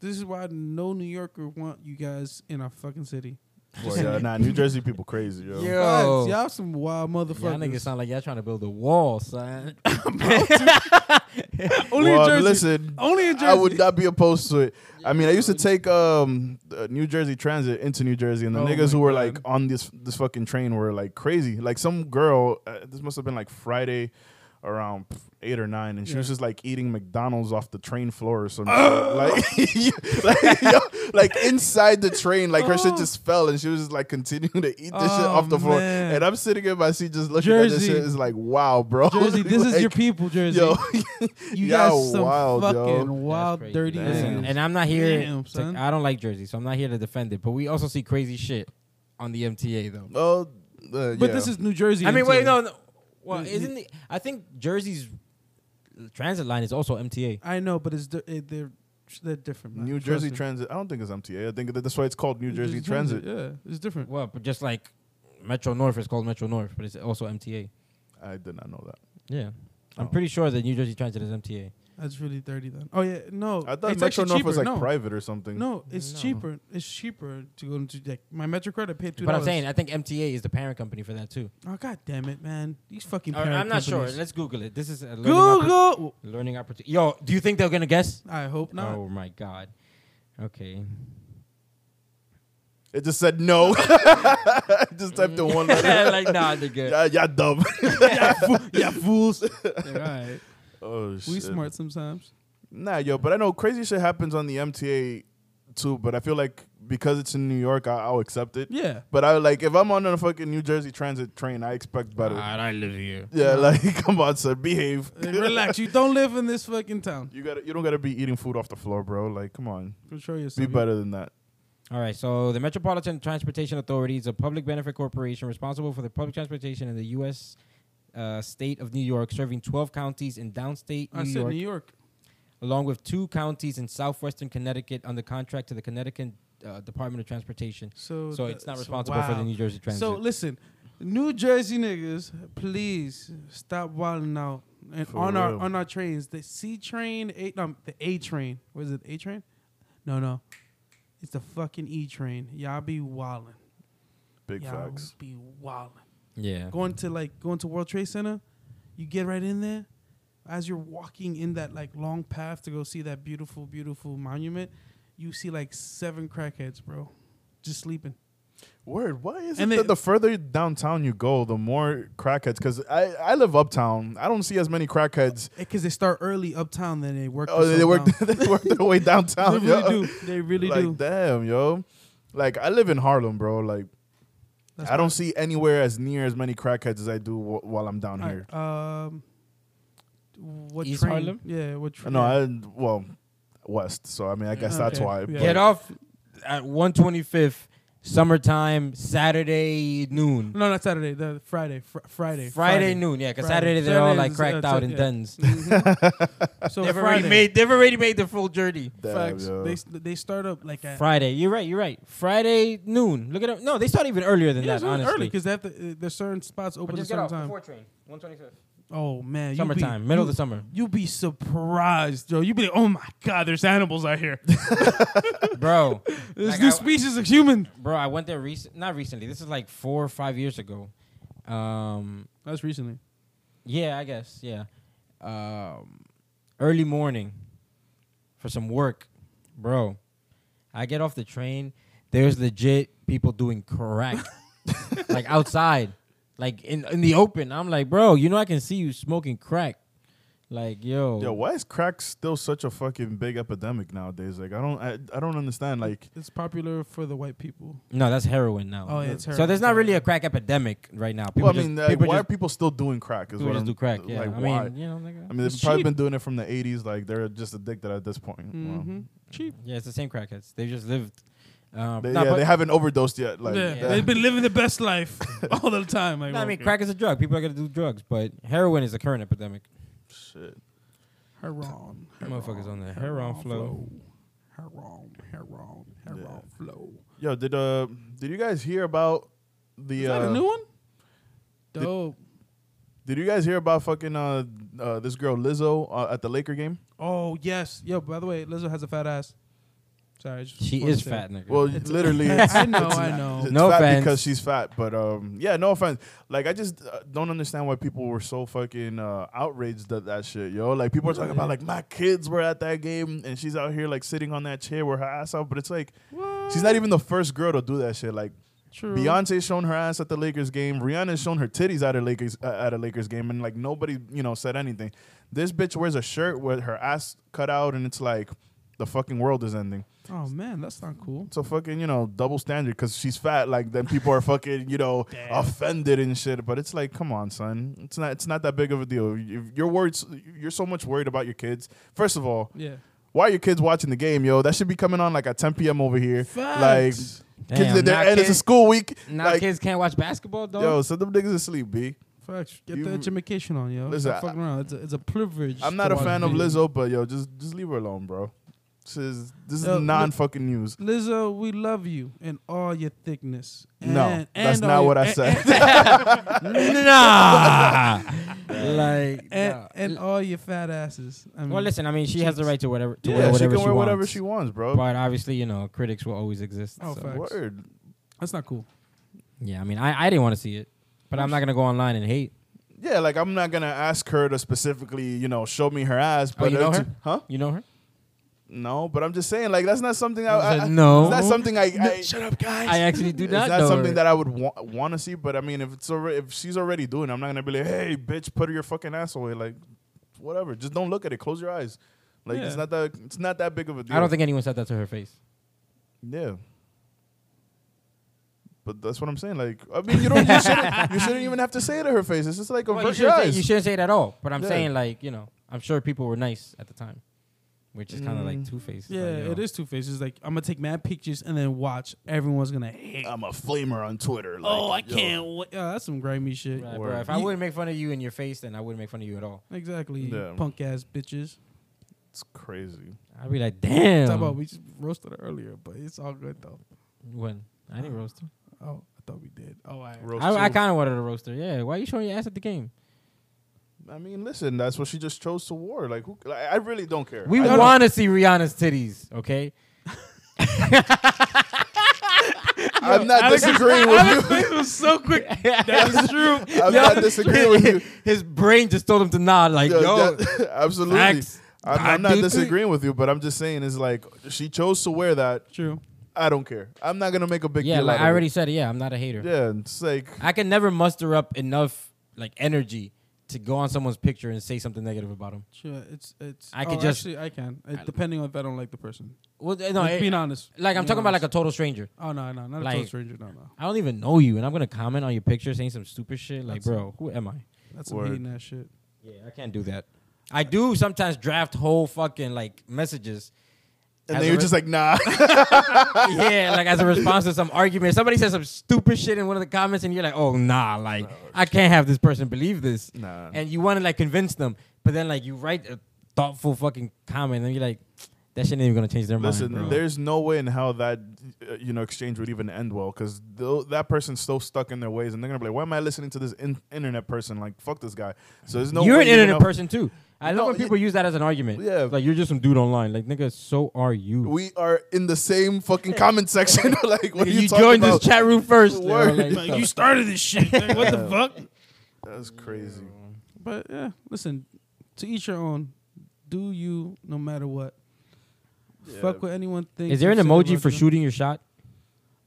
Speaker 1: This is why no New Yorker want you guys in our fucking city.
Speaker 3: Boy, yeah, nah, New Jersey people crazy, yo.
Speaker 2: Yeah.
Speaker 1: Facts,
Speaker 2: Yo.
Speaker 1: y'all some wild
Speaker 2: Y'all
Speaker 1: motherfuckers.
Speaker 2: niggas sound like y'all trying to build a wall, son.
Speaker 1: only
Speaker 3: Well,
Speaker 1: in Jersey.
Speaker 3: listen,
Speaker 1: Only in Jersey.
Speaker 3: I would not be opposed to it. I mean, I used to take um uh, New Jersey Transit into New Jersey, and the
Speaker 1: Oh
Speaker 3: niggas
Speaker 1: my
Speaker 3: who were
Speaker 1: God.
Speaker 3: like on this this fucking train were like crazy. Like some girl, uh, this must have been like Friday, around pff, eight or nine, and she
Speaker 1: Yeah.
Speaker 3: was just like eating McDonald's off the train floor or something. like, like, yo, like inside the train, like her shit
Speaker 1: Oh.
Speaker 3: just fell, and she was just like continuing to eat this shit
Speaker 1: Oh,
Speaker 3: off the floor.
Speaker 1: man.
Speaker 3: And I'm sitting in my seat just looking at this
Speaker 1: Jersey.
Speaker 3: shit. It's like, wow, bro.
Speaker 1: Jersey, this is
Speaker 3: Like,
Speaker 1: your people, Jersey.
Speaker 3: Yo,
Speaker 1: you
Speaker 3: y'all
Speaker 1: guys some
Speaker 3: wild, yo.
Speaker 1: fucking
Speaker 2: That's
Speaker 1: wild,
Speaker 2: crazy.
Speaker 1: dirty.
Speaker 3: Damn.
Speaker 1: niggas.
Speaker 2: Listen, and I'm not here.
Speaker 1: Damn,
Speaker 2: to-
Speaker 1: son.
Speaker 2: I don't like Jersey, so I'm not here to defend it. But we also see crazy shit on the MTA, though.
Speaker 3: Oh, uh,
Speaker 1: But
Speaker 3: yeah.
Speaker 1: this is New Jersey.
Speaker 2: I mean, wait,
Speaker 1: MTA.
Speaker 2: no, no. Well,
Speaker 1: Mm,
Speaker 2: isn't the, I think Jersey's transit line is also MTA.
Speaker 1: I know, but it's di- it, they're they're different. man.
Speaker 3: New
Speaker 1: Trust
Speaker 3: Jersey
Speaker 1: me.
Speaker 3: Transit. I don't think it's MTA. I think that that's why it's called New Jersey Transit.
Speaker 1: Yeah, it's different.
Speaker 2: Well, but just like Metro North is called Metro North, but it's also MTA.
Speaker 3: I did not know that.
Speaker 2: Yeah,
Speaker 3: Oh.
Speaker 2: I'm pretty sure that New Jersey Transit is MTA.
Speaker 1: That's really dirty then. Oh yeah, no.
Speaker 3: I thought
Speaker 1: it's
Speaker 3: Metro
Speaker 1: actually
Speaker 3: North
Speaker 1: cheaper.
Speaker 3: was like
Speaker 1: no.
Speaker 3: private or something.
Speaker 1: No, it's
Speaker 2: No.
Speaker 1: cheaper. It's cheaper to go into like my Metro card. I paid two.
Speaker 2: But I'm saying I think MTA is the parent company for that too.
Speaker 1: oh god damn it, man! These fucking.
Speaker 2: Or-
Speaker 1: parent
Speaker 2: I'm not sure.
Speaker 1: companies.
Speaker 2: Let's Google it. This is a learning oppor-
Speaker 1: Google.
Speaker 2: learning opportunity. Yo, do you think they're gonna guess?
Speaker 1: I hope not.
Speaker 2: Oh my god. Okay.
Speaker 3: It just said no. just typed in one letter.
Speaker 2: like nah, nigga.
Speaker 3: y'all, y'all dumb.
Speaker 1: yeah, fools.
Speaker 3: oh shit.
Speaker 1: We smart sometimes.
Speaker 3: Nah, yo, but I know crazy shit happens on the MTA too. But I feel like because it's in New York, I, I'll accept it.
Speaker 1: Yeah.
Speaker 3: But I like if I'm on a fucking New Jersey Transit train, I expect better.
Speaker 2: I live here.
Speaker 3: yeah, like come on, sir, behave.
Speaker 1: And relax. You don't live in this fucking town.
Speaker 3: You gotta, you don't gotta be eating food off the floor, bro. Like, come on,
Speaker 1: Control
Speaker 3: be
Speaker 1: yourself.
Speaker 3: better than that.
Speaker 2: All right, so the Metropolitan Transportation Authority is a public benefit corporation responsible for the public transportation in the U.S. Uh, state of New York, serving 12 counties in downstate New
Speaker 1: I said
Speaker 2: York,
Speaker 1: New York.
Speaker 2: along with two counties in southwestern Connecticut under contract to the Connecticut uh, Department of Transportation.
Speaker 1: So
Speaker 2: So
Speaker 1: the-
Speaker 2: it's not
Speaker 1: so
Speaker 2: responsible for the
Speaker 1: wow.
Speaker 2: New Jersey Transit.
Speaker 1: So listen, New Jersey niggas, please stop wilding out and
Speaker 3: For
Speaker 1: on our
Speaker 3: real.
Speaker 1: on our trains. The C train, a, no, the A train. Was it A train? No, no, it's the fucking E train. Y'all be wilding.
Speaker 3: Big
Speaker 1: Y'all
Speaker 3: facts.
Speaker 1: be wilding.
Speaker 2: yeah.
Speaker 1: Going to like going to World Trade Center, you get right in there. As you're walking in that like long path to go see that beautiful, beautiful monument, you see like seven crackheads, bro, just sleeping.
Speaker 3: Word. Why is
Speaker 1: And
Speaker 3: it
Speaker 1: they-
Speaker 3: that the further downtown you go, the more crackheads? Because I, I live uptown. I don't see as many crackheads.
Speaker 1: Because they start early uptown, then they work.
Speaker 3: Oh, they work.
Speaker 1: themselves down.
Speaker 3: they work their way downtown.
Speaker 1: They
Speaker 3: yo.
Speaker 1: really do. They really
Speaker 3: like,
Speaker 1: do.
Speaker 3: damn, yo. Like I live in Harlem, bro. Like
Speaker 1: That's
Speaker 3: I
Speaker 1: why-
Speaker 3: don't see anywhere as near as many crackheads as I do wh- while I'm down here.
Speaker 1: Alright, Um, what
Speaker 2: East
Speaker 1: train?
Speaker 2: Harlem?
Speaker 1: Yeah, what train?
Speaker 3: No, I well, west. So I mean, I guess that's
Speaker 1: Okay.
Speaker 3: why.
Speaker 1: Yeah.
Speaker 2: Get off at 125th, summertime, Saturday noon.
Speaker 1: no, not Saturday. The Friday, fr- Friday,
Speaker 2: Friday, noon, yeah, because
Speaker 1: Friday.
Speaker 2: Saturday they're all
Speaker 1: Saturday
Speaker 2: like
Speaker 1: is,
Speaker 2: cracked
Speaker 1: uh,
Speaker 2: out
Speaker 1: so-
Speaker 2: in
Speaker 1: yeah.
Speaker 2: dens.
Speaker 1: Mhm. so
Speaker 2: They've
Speaker 1: Friday,
Speaker 2: already Mm-hmm. made. They've already made the full journey.
Speaker 3: Damn,
Speaker 1: facts.
Speaker 3: yo.
Speaker 1: They s- they start up like at
Speaker 2: Friday, you're right. You're right. Friday noon. Look at them. No, they start even earlier than
Speaker 1: yeah,
Speaker 2: that.
Speaker 1: so it's
Speaker 2: Honestly,
Speaker 1: early because they have to. Uh, there's certain spots open at a certain time.
Speaker 2: train, 125th.
Speaker 1: Oh man, you be,
Speaker 2: Summertime, middle
Speaker 1: you,
Speaker 2: of the summer,
Speaker 1: You be surprised, Joe. You be like, oh my god, there's animals out here.
Speaker 2: bro.
Speaker 1: There's
Speaker 2: Like,
Speaker 1: new
Speaker 2: I-
Speaker 1: species of human.
Speaker 2: Bro, I went there recent. Not recently. This is like four or five years ago. Um,
Speaker 1: That's recently.
Speaker 2: yeah, I guess. Yeah. Um, early morning for some work, bro. I get off the train. There's legit people doing crack, like outside, like in in the open. I'm like, bro, you know I can see you smoking crack. Like, yo,
Speaker 3: Yo, why is crack still such a fucking big epidemic nowadays? Like, I don't, I, I don't understand. Like,
Speaker 1: It's popular for the white people.
Speaker 2: no, that's heroin now.
Speaker 1: Oh, yeah, it's
Speaker 2: So
Speaker 1: heroin.
Speaker 2: there's not really a crack epidemic right now. People
Speaker 3: well, I
Speaker 2: just-
Speaker 3: mean, like,
Speaker 2: people
Speaker 3: why
Speaker 2: just,
Speaker 3: are people still doing crack? Is
Speaker 2: people
Speaker 3: what
Speaker 2: just
Speaker 3: I'm-
Speaker 2: do crack. Yeah,
Speaker 3: Like,
Speaker 2: I
Speaker 3: why?
Speaker 2: mean, you know, nigga.
Speaker 3: I mean, they've
Speaker 1: It's
Speaker 3: probably
Speaker 1: cheap.
Speaker 3: been doing it from the '80s. Like they're just addicted at this point.
Speaker 2: Mm-hmm.
Speaker 1: Mhm. Cheap.
Speaker 2: yeah, it's the same crackheads. They just lived. Um,
Speaker 3: Well, they,
Speaker 2: nah,
Speaker 3: yeah,
Speaker 2: but-
Speaker 3: they haven't overdosed yet. Like,
Speaker 1: yeah,
Speaker 2: Yeah.
Speaker 1: they've been living the best life all the time. Like,
Speaker 2: No, I mean,
Speaker 1: okay.
Speaker 2: crack is a drug. People are gonna do drugs, but heroin is the current epidemic.
Speaker 3: shit.
Speaker 1: Heron.
Speaker 2: Motherfuckers on the heron flow.
Speaker 1: Heron, heron, heron
Speaker 3: Yeah.
Speaker 1: flow.
Speaker 3: Yo, did uh, did you guys hear about the?
Speaker 1: Is
Speaker 3: uh,
Speaker 1: that a new one?
Speaker 3: the-
Speaker 1: Dope.
Speaker 3: Did you guys hear about fucking uh, uh this girl Lizzo uh, at the Laker game?
Speaker 1: oh, yes. Yo, by the way, Lizzo has a fat ass. Sorry, I just
Speaker 2: She
Speaker 1: wanted
Speaker 2: is
Speaker 1: to-
Speaker 2: fat, nigga.
Speaker 3: Well,
Speaker 1: It's-
Speaker 3: literally, it's,
Speaker 1: I know,
Speaker 3: it's
Speaker 1: I
Speaker 3: not-
Speaker 1: know.
Speaker 3: it's
Speaker 2: No
Speaker 3: fat
Speaker 2: offense.
Speaker 3: because she's fat, but um, yeah, no offense. Like, I just uh, don't understand why people were so fucking uh, outraged at that shit, yo. Like, people are talking about like my kids were at that game and she's out here like sitting on that chair with her ass out, but it's like she's not even the first girl to do that shit. Like,
Speaker 1: True.
Speaker 3: Beyonce's shown her ass at the Lakers game. Rihanna's shown her titties at a Lakers uh, at a Lakers game, and like nobody, you know, said anything. This bitch wears a shirt with her ass cut out, and it's like the fucking world is ending.
Speaker 1: Oh man, that's not cool.
Speaker 3: It's a fucking you know double standard because she's fat. Like then people are fucking you know offended and shit. But it's like, come on, son. It's not. It's not that big of a deal. You- You're worried. You're so much worried about your kids. First of all,
Speaker 1: Yeah.
Speaker 3: why are your kids watching the game, yo? That should be coming on like at 10 p.m. over here.
Speaker 1: Facts.
Speaker 2: Damn,
Speaker 3: Like kids, in there,
Speaker 2: now
Speaker 3: and it's a
Speaker 2: kids-
Speaker 3: school week.
Speaker 2: Now
Speaker 3: like,
Speaker 2: kids can't watch basketball, dog.
Speaker 3: Yo, so them niggas asleep, B.
Speaker 1: Facts. Get
Speaker 3: You-
Speaker 1: the education on, yo.
Speaker 3: Listen,
Speaker 1: Stop
Speaker 3: I-
Speaker 1: fucking around. It's a, it's a privilege.
Speaker 3: I'm not
Speaker 1: to
Speaker 3: a
Speaker 1: watch
Speaker 3: fan of
Speaker 1: videos.
Speaker 3: Lizzo, but yo, just just leave her alone, bro. This is this is
Speaker 1: Yo, li-
Speaker 3: non fucking news.
Speaker 1: Lizzo, we love you in all your thickness.
Speaker 3: No,
Speaker 1: And-
Speaker 3: that's
Speaker 1: and
Speaker 3: not
Speaker 1: all
Speaker 3: what
Speaker 1: your-
Speaker 3: I
Speaker 1: and-
Speaker 3: said.
Speaker 2: nah. like,
Speaker 1: And,
Speaker 2: nah.
Speaker 1: and all your fat asses. I mean,
Speaker 2: well, listen. I mean, she has the right to whatever to
Speaker 3: yeah,
Speaker 2: wear
Speaker 3: she can
Speaker 2: whatever she,
Speaker 3: wear
Speaker 2: wants.
Speaker 3: whatever she wants, bro.
Speaker 2: But obviously, you know, critics will always exist.
Speaker 1: Oh,
Speaker 2: so.
Speaker 1: fuck. Facts.
Speaker 3: Word.
Speaker 1: that's not cool.
Speaker 2: Yeah, I mean, I, I didn't want to see it, but I'm not gonna go online and hate.
Speaker 3: Yeah, like I'm not gonna ask her to specifically, you know, show me her ass. But
Speaker 2: Oh, you know
Speaker 3: it's-
Speaker 2: her?
Speaker 3: Huh?
Speaker 2: You know her?
Speaker 3: No, but I'm just saying, like that's not something I.
Speaker 2: I
Speaker 3: I,
Speaker 2: said,
Speaker 3: I
Speaker 2: no.
Speaker 3: It's not something I. I
Speaker 1: up, guys.
Speaker 2: I actually do
Speaker 3: it's
Speaker 2: not
Speaker 3: not
Speaker 2: know
Speaker 3: something
Speaker 2: her.
Speaker 3: that I would wa- want to see, but I mean, if it's already, if she's already doing, it, I'm not gonna be like, hey, bitch, put your fucking ass away, like, whatever. Just don't look at it. Close your eyes. Like
Speaker 1: Yeah.
Speaker 3: it's not that it's not that big of a deal.
Speaker 2: I don't think anyone said that to her face.
Speaker 3: Yeah. But that's what I'm saying. Like, I mean, you don't. You shouldn't, you shouldn't even have to say it to her face. It's just like avert
Speaker 2: Well, you,
Speaker 3: your
Speaker 2: shouldn't say,
Speaker 3: eyes.
Speaker 2: you shouldn't say it at all. But I'm
Speaker 3: Yeah.
Speaker 2: saying, like, you know, I'm sure people were nice at the time, which is kind of like
Speaker 3: Mm.
Speaker 2: two faced.
Speaker 1: yeah, it is two faces. Like I'm gonna take mad pictures and then watch. Everyone's gonna hate.
Speaker 3: I'm a flamer on Twitter. Like,
Speaker 1: oh, I
Speaker 3: yo.
Speaker 1: can't. wait. Yeah, that's some grimy shit.
Speaker 2: Right,
Speaker 3: Word.
Speaker 2: bro. If I
Speaker 1: You-
Speaker 2: wouldn't make fun of you in your face, then I wouldn't make fun of you at all.
Speaker 1: Exactly. you
Speaker 3: Yeah.
Speaker 1: Punk ass bitches.
Speaker 3: It's crazy.
Speaker 2: I'd be like, damn.
Speaker 1: Talk about we just roasted her earlier, but it's all good though.
Speaker 2: When? I didn't roast her.
Speaker 1: Oh, I thought we did. Oh, I.
Speaker 3: Roast
Speaker 2: I, I
Speaker 3: too.
Speaker 2: kind of wanted to roast her. Yeah. Why you showing your ass at the game?
Speaker 3: I mean, listen, that's what she just chose to wear. Like, who, like I really don't care.
Speaker 2: We
Speaker 3: I don't-
Speaker 2: want to see Rihanna's titties, okay?
Speaker 3: I'm not disagreeing with you.
Speaker 1: It was so quick. That is true.
Speaker 3: I'm
Speaker 2: Yo,
Speaker 3: not disagreeing with you.
Speaker 2: His brain just told him to nod, like,
Speaker 3: Yo,
Speaker 2: yo.
Speaker 3: that- absolutely.
Speaker 2: facts.
Speaker 3: I'm,
Speaker 2: I
Speaker 3: I'm not
Speaker 2: do
Speaker 3: disagreeing with you, but I'm just saying, it's like she chose to wear that.
Speaker 1: True.
Speaker 3: I don't care. I'm not gonna make a big
Speaker 2: yeah,
Speaker 3: deal.
Speaker 2: like
Speaker 3: out
Speaker 2: I
Speaker 3: of
Speaker 2: already said, it. yeah, I'm not a hater.
Speaker 3: It. Yeah, it's like
Speaker 2: I can never muster up enough like energy to go on someone's picture and say something negative about them.
Speaker 1: Sure. It's it's.
Speaker 2: I
Speaker 1: I
Speaker 2: could
Speaker 1: can
Speaker 2: just-
Speaker 1: actually I can. It, depending on if I don't like the person.
Speaker 2: Well, no,
Speaker 1: like,
Speaker 2: it-
Speaker 1: being honest.
Speaker 2: like I'm
Speaker 1: Being
Speaker 2: talking about like
Speaker 1: honest.
Speaker 2: a total stranger.
Speaker 1: Oh no no not a
Speaker 2: like-
Speaker 1: total stranger no no.
Speaker 2: I don't even know you, and I'm gonna comment on your picture saying some stupid shit. Like,
Speaker 1: That's-
Speaker 2: bro, who am I?
Speaker 1: That's some
Speaker 3: Word.
Speaker 1: hating ass shit.
Speaker 2: Yeah, I can't do that. I do sometimes draft whole fucking like messages.
Speaker 3: And
Speaker 2: as
Speaker 3: then
Speaker 2: a
Speaker 3: you're
Speaker 2: re-
Speaker 3: just like, nah.
Speaker 2: yeah, like as a response to some argument. Somebody says some stupid shit in one of the comments, and you're like, oh nah, like I can't have this person believe this.
Speaker 3: nah.
Speaker 2: and you want to like convince them, but then like you write a thoughtful fucking comment, and you're like, that shit ain't even gonna change their
Speaker 3: Listen,
Speaker 2: mind. bro.
Speaker 3: there's no way in how that uh, you know exchange would even end well because that person's still stuck in their ways, and they're gonna be like, "Why am I listening to this in- internet person? Like, fuck this guy." So there's no.
Speaker 2: you're
Speaker 3: way
Speaker 2: an internet
Speaker 3: gonna-
Speaker 2: person too. I
Speaker 3: No,
Speaker 2: love when people use that as an argument.
Speaker 3: Yeah.
Speaker 2: like you're just some dude online. Like nigga, so are you.
Speaker 3: We are in the same fucking comment section. like, what are
Speaker 2: you
Speaker 3: you, talking
Speaker 2: joined
Speaker 3: about?
Speaker 2: this chat room first. yo,
Speaker 3: Word.
Speaker 2: like,
Speaker 1: Like, you started this shit. Like, what the fuck?
Speaker 3: That's crazy.
Speaker 1: But yeah, listen, to each your own. Do you no matter what.
Speaker 3: Yeah.
Speaker 1: Fuck what anyone thinks.
Speaker 2: is there an
Speaker 1: and shit
Speaker 2: emoji
Speaker 1: about
Speaker 2: for
Speaker 1: you.
Speaker 2: shooting your shot?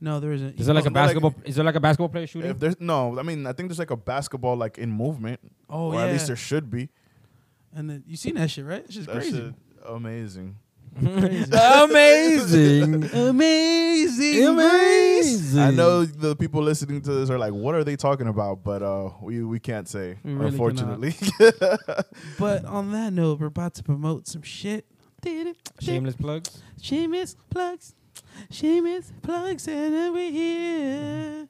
Speaker 1: No, there isn't. Oh,
Speaker 2: Is there like
Speaker 3: No,
Speaker 2: a
Speaker 3: no, like-
Speaker 2: basketball? is there like a basketball player shooting?
Speaker 3: If there's no, I mean, I think there's like a basketball like in movement,
Speaker 1: oh
Speaker 3: or
Speaker 1: yeah,
Speaker 3: at least there should be.
Speaker 1: and then you seen that shit right? It's just
Speaker 3: That
Speaker 1: crazy.
Speaker 3: shit, amazing.
Speaker 2: Amazing.
Speaker 1: Amazing,
Speaker 2: Amazing.
Speaker 3: I know the people listening to this are like, "What are they talking about?" But uh, we we can't say,
Speaker 1: We really cannot.
Speaker 3: unfortunately.
Speaker 1: But on that note, we're about to promote some shit. Did it?
Speaker 2: Shameless plugs.
Speaker 1: Seamus plugs. Seamus plugs, and then we're here.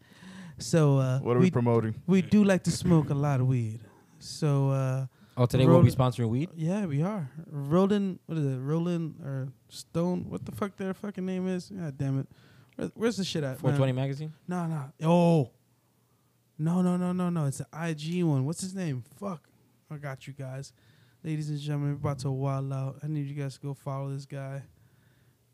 Speaker 1: So uh,
Speaker 3: what are we
Speaker 1: we
Speaker 3: promoting?
Speaker 1: we do like to smoke a lot of weed. So uh,
Speaker 2: Oh, today we'll be
Speaker 1: Roll-
Speaker 2: sponsoring weed.
Speaker 1: yeah, we are Roland. What is it? Roland or Stone? What the fuck their fucking name is? God damn it. Where, where's the shit at?
Speaker 2: 420 magazine.
Speaker 1: No, no. Oh. No, no, no, no, no. It's the IG one. What's his name? Fuck. I got you guys. Ladies and gentlemen, we're about to wild out. I need you guys to go follow this guy.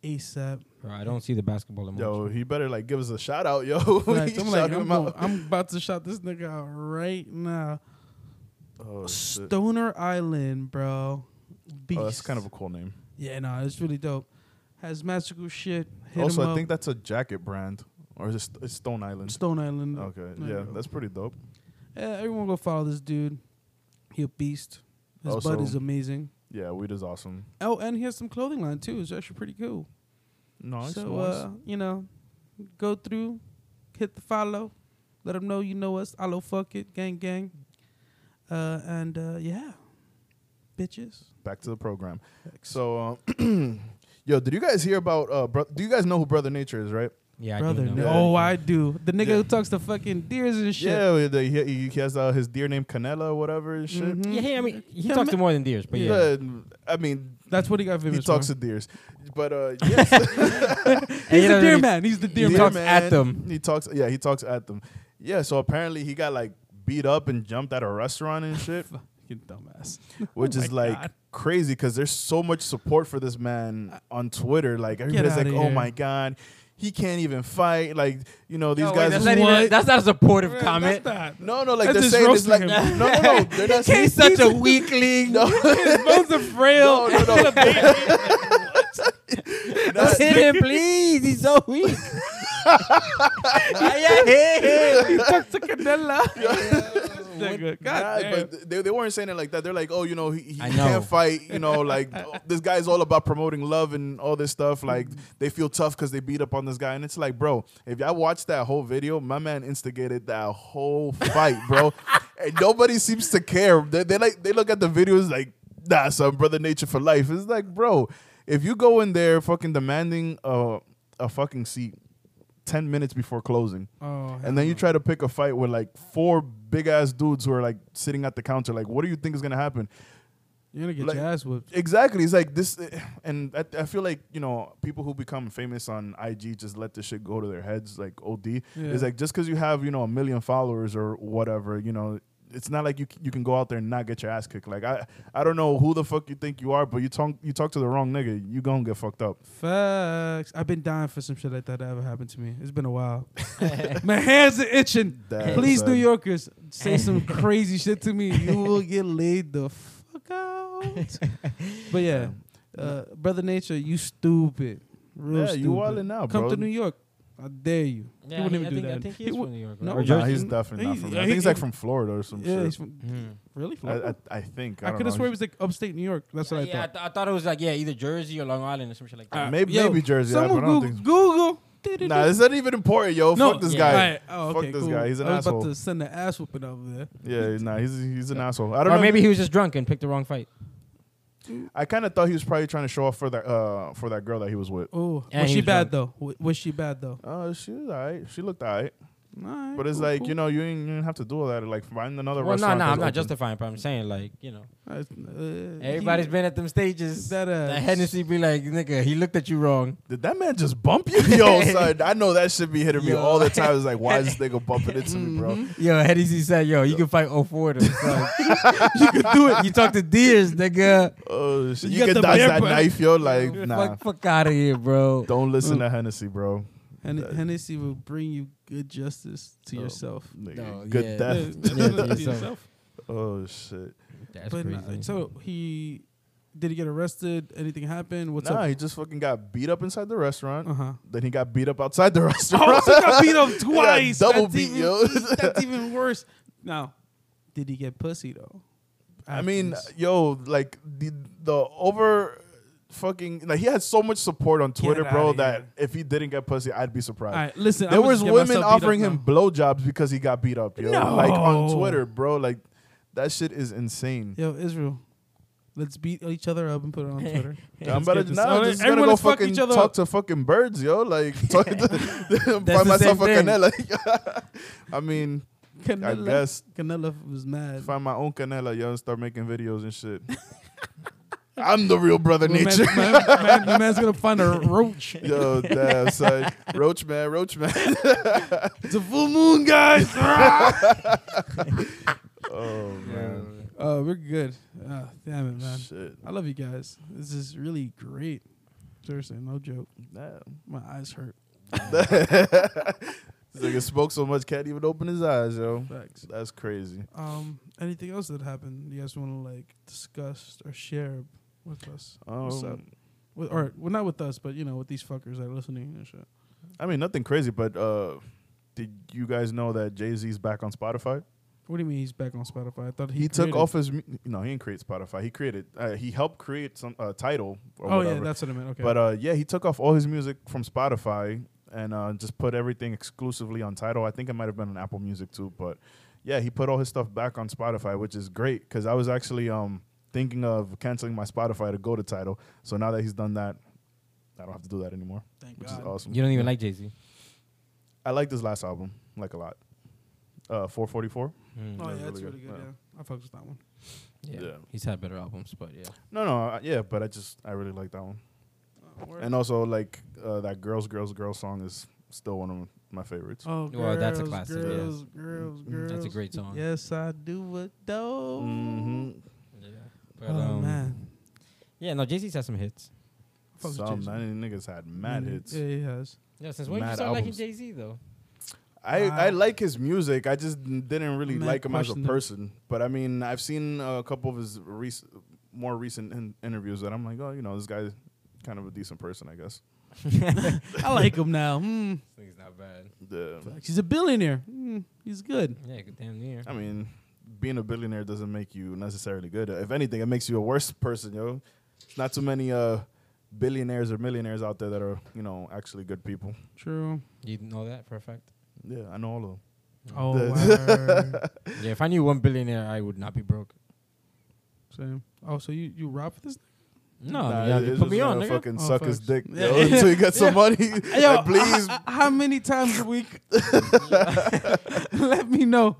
Speaker 1: ASAP.
Speaker 2: Bro, I don't see the basketball emoji.
Speaker 3: Yo, he better like give us a shout out, yo. We
Speaker 1: Like, I'm
Speaker 3: shout
Speaker 1: like, I'm,
Speaker 3: him
Speaker 1: go-
Speaker 3: out.
Speaker 1: I'm about to shout this nigga out right now.
Speaker 3: Oh, shit.
Speaker 1: Stoner Island, bro. Beast.
Speaker 3: Oh, that's kind of a cool name.
Speaker 1: yeah, no, it's really dope. Has magical shit. Hit
Speaker 3: also,
Speaker 1: him
Speaker 3: I
Speaker 1: up.
Speaker 3: think that's a jacket brand, or is it St- it's Stone Island?
Speaker 1: Stone Island.
Speaker 3: Okay,
Speaker 1: There you
Speaker 3: yeah,
Speaker 1: go.
Speaker 3: that's pretty dope.
Speaker 1: Yeah, everyone go follow this dude. He a beast. His butt
Speaker 3: Also-
Speaker 1: is amazing.
Speaker 3: Yeah, weed is awesome.
Speaker 1: Oh, and he has some clothing line too. It's actually pretty cool.
Speaker 3: Nice.
Speaker 1: so uh, you know, go through, hit the follow, let them know you know us. Allo fuck it, gang gang, uh, and uh, yeah, bitches.
Speaker 3: Back to the program. So, um, yo, did you guys hear about? Uh, bro- do you guys know who Brother Nature is, right?
Speaker 2: yeah, I
Speaker 1: Brother,
Speaker 2: do
Speaker 1: no.
Speaker 2: know.
Speaker 3: Yeah.
Speaker 1: oh I do. The nigga
Speaker 3: Yeah.
Speaker 1: who talks to fucking deers and shit.
Speaker 3: Yeah, the, he, he has uh, his deer named Canela or whatever and shit.
Speaker 1: Mhm.
Speaker 2: Yeah, hey, I mean, he
Speaker 1: Yeah,
Speaker 2: talks
Speaker 1: ma-
Speaker 2: to more than deers, but yeah.
Speaker 3: I mean,
Speaker 1: That's what he got
Speaker 3: he
Speaker 1: famous
Speaker 3: talks
Speaker 1: for.
Speaker 3: to deers, but uh, yes,
Speaker 2: And
Speaker 1: He's the
Speaker 2: you know,
Speaker 1: deer
Speaker 2: he-
Speaker 1: man. He's the deer
Speaker 2: he
Speaker 1: man.
Speaker 2: talks at them.
Speaker 3: he talks. Yeah, he talks at them. Yeah, so apparently he got like beat up and jumped at a restaurant and shit.
Speaker 2: Oh
Speaker 1: Fucking dumbass.
Speaker 3: which
Speaker 1: Oh
Speaker 3: is
Speaker 1: my
Speaker 3: like
Speaker 1: God.
Speaker 3: crazy because there's so much support for this man on Twitter. Like everybody's like,
Speaker 1: outta
Speaker 3: "Oh
Speaker 1: here."
Speaker 3: my god, he can't even fight!" Like you know these
Speaker 2: No, wait,
Speaker 3: guys.
Speaker 2: that's, not even-
Speaker 1: What?
Speaker 2: that's not a supportive
Speaker 1: Man,
Speaker 2: comment.
Speaker 1: that's not-
Speaker 3: no, no, like
Speaker 1: That's
Speaker 3: they're
Speaker 1: just
Speaker 3: saying it's like
Speaker 1: roasting
Speaker 3: no, no, no. They're not
Speaker 2: He's such a weakling.
Speaker 3: no,
Speaker 1: His bones are frail.
Speaker 3: no, no, no.
Speaker 2: Don't hit him, please. He's so weak. yeah, hit him.
Speaker 1: he talks to Canela. Nigga,
Speaker 3: Nah,
Speaker 1: God damn.
Speaker 3: but they, they weren't saying it like that. They're like, oh, you know, he, he
Speaker 2: I know.
Speaker 3: can't fight. You know, like this guy's all about promoting love and all this stuff. Like they feel tough because they beat up on this guy, and it's like, bro, if y'all watch that whole video, my man instigated that whole fight, bro, and nobody seems to care. They, they like they look at the videos like, nah, son, brother nature for life. It's like, bro, if you go in there fucking demanding a a fucking seat. 10 minutes before closing
Speaker 1: Oh,
Speaker 3: and then you try to pick a fight with like four big ass dudes who are like sitting at the counter. Like, what do you think is gonna happen?
Speaker 1: you're gonna get
Speaker 3: like-
Speaker 1: your ass whipped.
Speaker 3: Exactly. It's like this, and I, I feel like you know people who become famous on IG just let this shit go to their heads. Like OD,
Speaker 1: Yeah.
Speaker 3: it's like just because you have you know a million followers or whatever, you know. It's not like you c- you can go out there and not get your ass kicked. Like I I don't know who the fuck you think you are, but you talk you talk to the wrong nigga, you gonna get fucked up.
Speaker 1: Facts. I've been dying for some shit like that that ever happened to me. It's been a while. My hands are itching.
Speaker 3: Damn,
Speaker 1: Please,
Speaker 3: son.
Speaker 1: New Yorkers, say some crazy shit to me. You will get laid the fuck out. But yeah, uh, brother nature, you stupid. Real
Speaker 3: Yeah, you
Speaker 1: stupid.
Speaker 3: wildin' out,
Speaker 1: Come
Speaker 3: bro.
Speaker 1: to New York. I dare you. he wouldn't even do that. wou-
Speaker 2: New York.
Speaker 1: No.
Speaker 2: No,
Speaker 1: Or
Speaker 3: Nah, he's definitely not
Speaker 1: He-
Speaker 3: from.
Speaker 1: he-
Speaker 3: I think he's
Speaker 1: he-
Speaker 3: like from Florida or some
Speaker 1: yeah, he's
Speaker 3: shit.
Speaker 1: from,
Speaker 2: Mm.
Speaker 1: really? Florida?
Speaker 3: I, I, I think
Speaker 1: I,
Speaker 3: don't
Speaker 1: could have
Speaker 3: know.
Speaker 1: sworn it was like upstate New York. That's what I
Speaker 2: yeah,
Speaker 1: thought.
Speaker 2: I, th- I thought it was like yeah, either Jersey or Long Island or some shit like that.
Speaker 1: Uh,
Speaker 3: Maybe-
Speaker 1: yo,
Speaker 3: maybe Jersey,
Speaker 1: Someone
Speaker 3: but I don't
Speaker 1: Google.
Speaker 3: think-
Speaker 1: Google.
Speaker 3: Nah, this isn't even important, yo.
Speaker 1: No,
Speaker 3: Fuck this
Speaker 2: yeah.
Speaker 3: guy.
Speaker 1: Alright, oh,
Speaker 3: Fuck
Speaker 1: okay,
Speaker 3: this
Speaker 1: cool.
Speaker 3: guy. He's an
Speaker 1: I was
Speaker 3: asshole.
Speaker 1: about to send an ass whooping over there.
Speaker 3: Yeah, nah, he's he's an asshole. I
Speaker 2: or
Speaker 3: don't know.
Speaker 2: maybe he was just drunk and picked the wrong fight.
Speaker 3: I kind of thought he was probably trying to show off for that uh for that girl that he was with.
Speaker 1: Oh,
Speaker 2: And
Speaker 1: was
Speaker 2: he
Speaker 1: she
Speaker 2: was
Speaker 1: bad though? W- Was she bad though?
Speaker 3: Oh, she was alright. She looked alright,
Speaker 1: Alright,
Speaker 3: but it's
Speaker 1: cool,
Speaker 3: like
Speaker 1: cool.
Speaker 3: you know you ain't, you didn't have to do all that. Like find another
Speaker 2: well, no,
Speaker 3: restaurant.
Speaker 2: no,
Speaker 3: that's
Speaker 2: I'm not
Speaker 3: open.
Speaker 2: justifying, but I'm saying like you know,
Speaker 1: That's, uh,
Speaker 2: everybody's
Speaker 1: he-
Speaker 2: been at them stages.
Speaker 1: that uh,
Speaker 2: that Hennessy be like, nigga, he looked at you wrong.
Speaker 3: Did that man just bump you, yo, son? I know that should be hitting me
Speaker 2: Yo.
Speaker 3: all the time. It's like why is this nigga bumping into me, bro?
Speaker 2: Yo, Hennessy said, yo, you can fight 04 to You can do it. Mm-hmm. You talk to deers, nigga.
Speaker 3: Oh shit!
Speaker 1: You
Speaker 3: You,
Speaker 1: got the
Speaker 3: can dodge
Speaker 1: bear
Speaker 3: that
Speaker 1: button.
Speaker 3: knife, yo. Like nah,
Speaker 2: Fuck, Mm. fuck out of here, bro.
Speaker 3: don't listen to Hennessy, bro.
Speaker 1: Hen- Hennessy will bring you good justice to
Speaker 3: No.
Speaker 1: yourself.
Speaker 3: Nigga,
Speaker 2: No,
Speaker 3: good
Speaker 2: yeah.
Speaker 1: Yeah,
Speaker 3: death.
Speaker 1: that's
Speaker 2: Yeah,
Speaker 1: what it is
Speaker 2: yourself.
Speaker 3: Oh shit!
Speaker 2: That's
Speaker 1: But nah,
Speaker 2: crazy.
Speaker 1: so he did he get arrested? Anything happened? What's
Speaker 3: nah,
Speaker 1: up?
Speaker 3: he just fucking got beat up inside the restaurant.
Speaker 1: Uh huh.
Speaker 3: Then he got beat up outside the restaurant.
Speaker 1: Oh, so he got beat up
Speaker 3: got
Speaker 1: twice.
Speaker 3: double
Speaker 1: that's
Speaker 3: beat,
Speaker 1: even,
Speaker 3: yo.
Speaker 1: that's even worse. Now, did he get pussy though?
Speaker 3: I mean,
Speaker 1: Afterwards.
Speaker 3: yo, like the the over fucking like he had so much support on Twitter,
Speaker 1: outta
Speaker 3: bro,
Speaker 1: here.
Speaker 3: that if he didn't get pussy, I'd be surprised.
Speaker 1: all right. Listen,
Speaker 3: uh, There
Speaker 1: I'ma
Speaker 3: was
Speaker 1: just get
Speaker 3: women
Speaker 1: myself beat
Speaker 3: offering
Speaker 1: up
Speaker 3: him blowjobs because he got beat up, yo. Like on
Speaker 1: No.
Speaker 3: Twitter, bro. Like that shit is insane.
Speaker 1: now. Yo, Israel, let's beat each other up and put it on Twitter. Let's
Speaker 3: I'm about
Speaker 1: get
Speaker 3: to
Speaker 1: this-
Speaker 3: nah,
Speaker 1: Oh,
Speaker 3: I'm just gonna
Speaker 1: everyone
Speaker 3: go
Speaker 1: let's fuck
Speaker 3: fucking
Speaker 1: each other
Speaker 3: talk
Speaker 1: up.
Speaker 3: to fucking birds, yo. Like talk to, find myself a
Speaker 2: same thing.
Speaker 3: canela. I mean, I
Speaker 1: Canelo,
Speaker 3: guess
Speaker 1: Canelo was mad.
Speaker 3: find my own canela, yo, and start making videos and shit. I'm the real brother
Speaker 1: My
Speaker 3: nature.
Speaker 1: man, my man- my man's gonna find a roach.
Speaker 3: Yo, damn, son. Roach man, Roach man.
Speaker 1: It's a full moon, guys.
Speaker 3: Oh man,
Speaker 1: Oh, uh, we're good. Uh, damn it, man.
Speaker 3: shit.
Speaker 1: I love you guys. This is really great. Seriously, no joke. My eyes hurt.
Speaker 3: This nigga smoked so much, can't even open his eyes, yo.
Speaker 1: Facts.
Speaker 3: That's crazy.
Speaker 1: Um, anything else that happened? You guys want to like discuss or share with us? What's up?
Speaker 3: Um,
Speaker 1: With, or well, not with us, but you know, with these fuckers that are listening and shit.
Speaker 3: I mean, nothing crazy, but uh, did you guys know that Jay Z's back on Spotify?
Speaker 1: What do you mean he's back on Spotify? I thought he,
Speaker 3: He, took
Speaker 1: created-
Speaker 3: off his. mu- No, he didn't create Spotify. He created. Uh, he helped create some uh, title. Or
Speaker 1: oh
Speaker 3: whatever.
Speaker 1: yeah, that's what I meant. Okay,
Speaker 3: But uh, yeah, he took off all his music from Spotify and uh, just put everything exclusively on Title. I think it might have been on Apple Music too, but yeah, he put all his stuff back on Spotify, which is great because I was actually um, thinking of canceling my Spotify to go to Title. So now that he's done that, I don't have to do that anymore,
Speaker 1: thank
Speaker 3: which
Speaker 1: God.
Speaker 3: is awesome.
Speaker 2: You don't even like Jay Z.
Speaker 3: I like this last album like a lot. Uh, 444.
Speaker 1: Oh
Speaker 3: That's
Speaker 1: yeah, that's
Speaker 3: really
Speaker 1: really
Speaker 3: good.
Speaker 1: good. Yeah, I fucked with that one.
Speaker 2: Hmm. Yeah.
Speaker 3: Yeah.
Speaker 2: he's had better albums, but yeah.
Speaker 3: No, no, uh, yeah, but I just I really like that one.
Speaker 1: Uh, word.
Speaker 3: And also like uh, that girls, girls, girls song is still one of my favorites.
Speaker 1: oh,
Speaker 2: Well, that's a
Speaker 1: girls,
Speaker 2: classic, yeah.
Speaker 1: Girls, girls,
Speaker 3: Mhm.
Speaker 1: girls.
Speaker 2: That's a great song.
Speaker 1: Yes, I do it though.
Speaker 3: hmm
Speaker 2: Yeah.
Speaker 1: oh
Speaker 2: um,
Speaker 1: man,
Speaker 2: Yeah, no, Jay Z's had some hits.
Speaker 1: I fucks with
Speaker 3: Some
Speaker 1: Jay-Z.
Speaker 3: man, niggas had mad
Speaker 1: Yeah,
Speaker 3: hits.
Speaker 1: Yeah, he has.
Speaker 2: Yeah, since
Speaker 3: when
Speaker 2: when did you start
Speaker 3: did you Mad start liking
Speaker 2: liking
Speaker 3: albums.
Speaker 2: Jay Z though?
Speaker 3: I, I
Speaker 1: Wow.
Speaker 3: like his music. I just n- didn't really
Speaker 1: Mad
Speaker 3: like him as a
Speaker 1: question, though.
Speaker 3: person. But I mean, I've seen uh, a couple of his rec- more recent in- interviews that I'm like, oh, you know, this guy's kind of a decent person, I guess.
Speaker 1: I like him now. Hmm.
Speaker 2: This thing's not bad.
Speaker 3: The,
Speaker 1: Facts. He's a billionaire. Mm, he's good.
Speaker 2: Yeah, good damn near.
Speaker 3: I mean, being a billionaire doesn't make you necessarily good. If anything, it makes you a worse person, yo. Not too many uh, billionaires or millionaires out there that are, you know, actually good people.
Speaker 1: True.
Speaker 2: You know that for a fact.
Speaker 3: Yeah, I know all of them.
Speaker 1: Oh, word.
Speaker 2: yeah, if I knew one billionaire, I would not be broke.
Speaker 1: Same. Oh, so you you rob for this?
Speaker 2: No,
Speaker 3: Nah,
Speaker 2: yeah,
Speaker 3: it's
Speaker 2: you
Speaker 3: just
Speaker 2: put me on,
Speaker 3: gonna
Speaker 2: nigga.
Speaker 3: fucking
Speaker 1: Oh,
Speaker 3: suck his
Speaker 1: facts.
Speaker 3: dick
Speaker 1: Yeah.
Speaker 3: yo, until you get some money.
Speaker 1: Yo,
Speaker 3: Like, please,
Speaker 1: h- h- how many times a week? Let me know.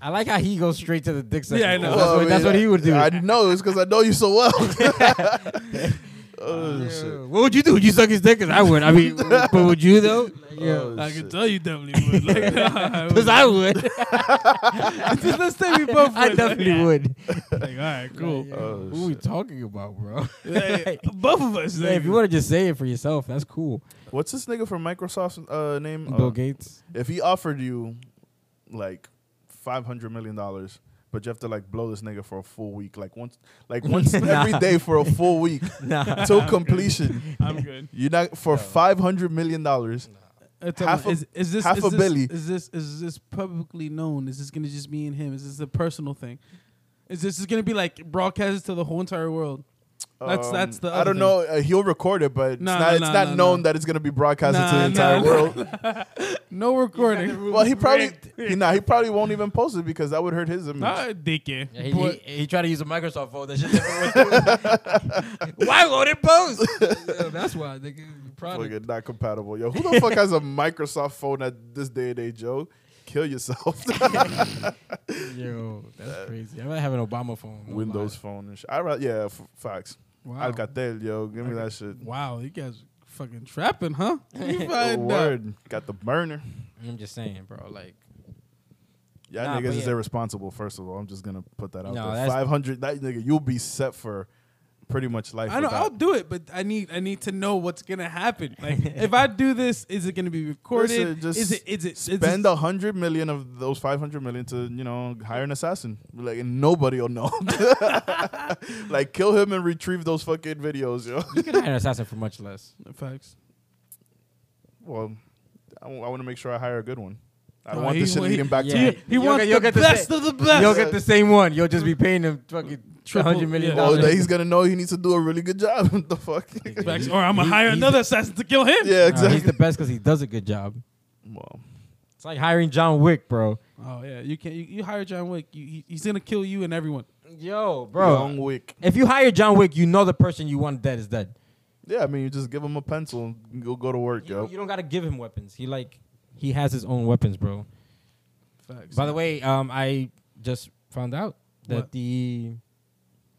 Speaker 2: I like how he goes straight to the dick section.
Speaker 1: Yeah, I know.
Speaker 2: That's,
Speaker 3: Well, I
Speaker 2: what,
Speaker 3: mean,
Speaker 2: that's what he would do.
Speaker 3: I know it's because I know you so well. oh
Speaker 2: Yeah.
Speaker 3: shit!
Speaker 2: What would you do? Would you suck his dick? Cause I would. I mean, but would you though?
Speaker 3: Oh,
Speaker 1: I
Speaker 3: shit.
Speaker 1: can tell you definitely would. Like, nah,
Speaker 2: Cause I would.
Speaker 1: just let's say we both would.
Speaker 2: I definitely would.
Speaker 1: Like, all right, cool.
Speaker 2: Yeah.
Speaker 3: Oh,
Speaker 2: what we talking about, bro?
Speaker 1: Like, both of us.
Speaker 2: Hey, if you
Speaker 1: nigga.
Speaker 2: want to just say it for yourself, that's cool.
Speaker 3: What's this nigga from Microsoft's uh, name? Uh,
Speaker 2: Bill Gates.
Speaker 3: If he offered you like five hundred million dollars, but you have to like blow this nigga for a full week, like once, like once every day for a full week
Speaker 2: Nah.
Speaker 3: till completion.
Speaker 1: I'm good.
Speaker 3: You're not for five hundred million dollars.
Speaker 1: It's
Speaker 3: Half
Speaker 1: all-
Speaker 3: a-
Speaker 1: Uh, is, is this,
Speaker 3: half
Speaker 1: is
Speaker 3: a
Speaker 1: this,
Speaker 3: belly.
Speaker 1: Is this is this publicly known? Is this gonna just be in him? Is this a personal thing? Is this just gonna be like broadcasted to the whole entire world? That's- that's the
Speaker 3: Um, I
Speaker 1: other
Speaker 3: don't
Speaker 1: thing.
Speaker 3: know. Uh, he'll record it, but
Speaker 1: Nah,
Speaker 3: it's not,
Speaker 1: nah,
Speaker 3: it's
Speaker 1: nah,
Speaker 3: not
Speaker 1: nah,
Speaker 3: known
Speaker 1: nah.
Speaker 3: that it's gonna be broadcasted to the
Speaker 1: Nah,
Speaker 3: entire
Speaker 1: nah,
Speaker 3: world.
Speaker 1: No recording.
Speaker 3: Well, he probably he, nah, he probably won't even post it because that would hurt his image.
Speaker 1: Ah, dickhead.
Speaker 2: Yeah, he,
Speaker 1: Boy,
Speaker 2: he, he tried to use a Microsoft phone. That shit never went through. Why won't it post? Yeah, that's why. They product.
Speaker 3: Fucking not compatible. Yo, who the fuck has a Microsoft phone at this day and age, Joe? Kill yourself.
Speaker 2: Yo, that's crazy. I might have an Obama phone. no
Speaker 3: Windows phone and shit. I ra- yeah, f- facts.
Speaker 1: Wow.
Speaker 3: Alcatel, yo, give me that shit.
Speaker 1: Wow, you guys are fucking trapping, huh? You
Speaker 3: Good
Speaker 1: find out.
Speaker 3: word. Got the burner.
Speaker 2: lie. I'm just saying, bro. Like,
Speaker 3: Y'all
Speaker 2: Nah,
Speaker 3: niggas
Speaker 2: but
Speaker 3: is
Speaker 2: yeah.
Speaker 3: irresponsible. First of all, I'm just gonna put that out
Speaker 2: No,
Speaker 3: there.
Speaker 2: that's-
Speaker 3: Five hundred. That nigga, you'll be set for pretty much life.
Speaker 1: I know
Speaker 3: without-
Speaker 1: I'll do it, but I need I need to know what's gonna happen. Like if I do this, is it gonna be recorded?
Speaker 3: Listen, just
Speaker 1: is it is it is it-
Speaker 3: Spend a hundred million of those five hundred million to you know hire an assassin. Like and nobody will know. like kill him and retrieve those fucking videos, yo.
Speaker 2: you can hire an assassin for much less.
Speaker 1: facts?
Speaker 3: Well, I, want to make sure I hire a good one. I
Speaker 1: No,
Speaker 3: don't want
Speaker 1: he-
Speaker 3: this shit
Speaker 1: he-
Speaker 3: leading back
Speaker 2: Yeah.
Speaker 3: to
Speaker 1: He, he
Speaker 2: You'll
Speaker 1: wants
Speaker 2: get- you'll
Speaker 1: the
Speaker 2: get the
Speaker 1: best
Speaker 2: sa-
Speaker 1: of the best.
Speaker 2: You'll get the same one. You'll just be paying him fucking
Speaker 1: Triple-
Speaker 2: $100 million.
Speaker 1: yeah.
Speaker 3: Oh, that he's gonna know he needs to do a really good job. What the fuck?
Speaker 1: Facts, or I'm gonna
Speaker 2: He-
Speaker 1: hire
Speaker 2: he's-
Speaker 1: another assassin to kill him.
Speaker 3: yeah,
Speaker 2: Nah, he's
Speaker 3: exactly.
Speaker 2: the best because he does a good job.
Speaker 3: well,
Speaker 2: It's like hiring John Wick, bro.
Speaker 1: Oh yeah, you can't. You, you hire John Wick. You, he, he's gonna kill you and everyone.
Speaker 2: Yo,
Speaker 3: Long Wick.
Speaker 2: If you hire John Wick, you know the person you want dead is dead.
Speaker 3: Yeah, I mean, you just give him a pencil and go go to work,
Speaker 2: You,
Speaker 3: yo.
Speaker 2: you don't gotta give him weapons. He like he has his own weapons, bro.
Speaker 1: Facts.
Speaker 2: By the way, um, I just found out that
Speaker 1: What?
Speaker 2: the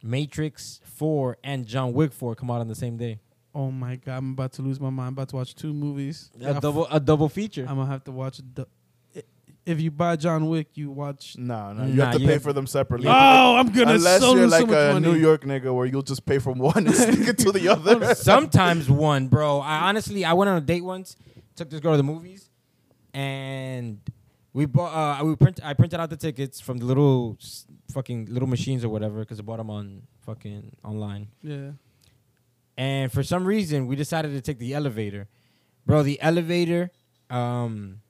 Speaker 2: Matrix Four and John Wick Four come out on the same day.
Speaker 1: oh my god, I'm about to lose my mind. I'm about to watch two movies.
Speaker 2: A double a double feature.
Speaker 1: I'm gonna have to watch. The, if you buy John Wick, you watch.
Speaker 3: No, no, you
Speaker 2: Nah,
Speaker 3: have to
Speaker 2: you
Speaker 3: pay
Speaker 2: have-
Speaker 3: for them separately.
Speaker 1: Oh, I'm gonna
Speaker 3: Unless
Speaker 1: so
Speaker 3: you're
Speaker 1: lose so
Speaker 3: like
Speaker 1: much
Speaker 3: a
Speaker 1: money.
Speaker 3: New York nigga where you'll just pay from one and stick it to the other.
Speaker 2: Sometimes one, bro. I honestly, I went on a date once, took this girl to the movies, and we bought. Uh, we print. I printed out the tickets from the little s- fucking little machines or whatever because I bought them on fucking online.
Speaker 1: yeah.
Speaker 2: And for some reason, we decided to take the elevator, bro. The elevator um,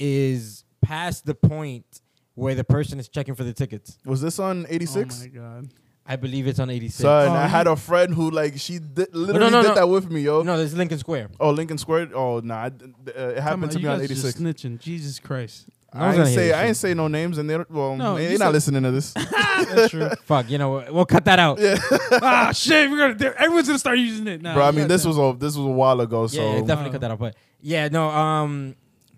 Speaker 2: is past the point where the person is checking for the tickets.
Speaker 3: Was this on
Speaker 1: Oh
Speaker 3: 86?
Speaker 1: my god.
Speaker 2: I believe it's on eighty six.
Speaker 3: Son,
Speaker 1: Oh,
Speaker 3: I
Speaker 1: you-
Speaker 3: had a friend who like she did, literally
Speaker 2: no,
Speaker 3: did
Speaker 2: no.
Speaker 3: that with me, yo.
Speaker 2: No, this is Lincoln Square.
Speaker 3: Oh, Lincoln Square. Oh, nah, I d- uh, it
Speaker 1: Come
Speaker 3: happened to
Speaker 1: you
Speaker 3: me on
Speaker 1: guys just
Speaker 3: 86.
Speaker 1: Snitching. Jesus Christ.
Speaker 2: I
Speaker 3: I
Speaker 2: was
Speaker 3: ain't
Speaker 2: gonna hear
Speaker 3: say
Speaker 2: this
Speaker 3: I
Speaker 2: shit.
Speaker 3: ain't say no names, and they don't- well,
Speaker 1: No,
Speaker 3: they
Speaker 1: you
Speaker 3: they not
Speaker 1: said-
Speaker 3: listening to this.
Speaker 1: That's true.
Speaker 2: Fuck, you know what? We'll cut that out.
Speaker 1: ah, shit. We're gonna. they're- Everyone's gonna start using it now.
Speaker 3: Bro, I mean,
Speaker 1: God
Speaker 3: this
Speaker 1: damn.
Speaker 3: was a this was a while ago, so
Speaker 2: yeah, yeah, definitely
Speaker 1: Wow.
Speaker 2: cut that out. But yeah, no, um,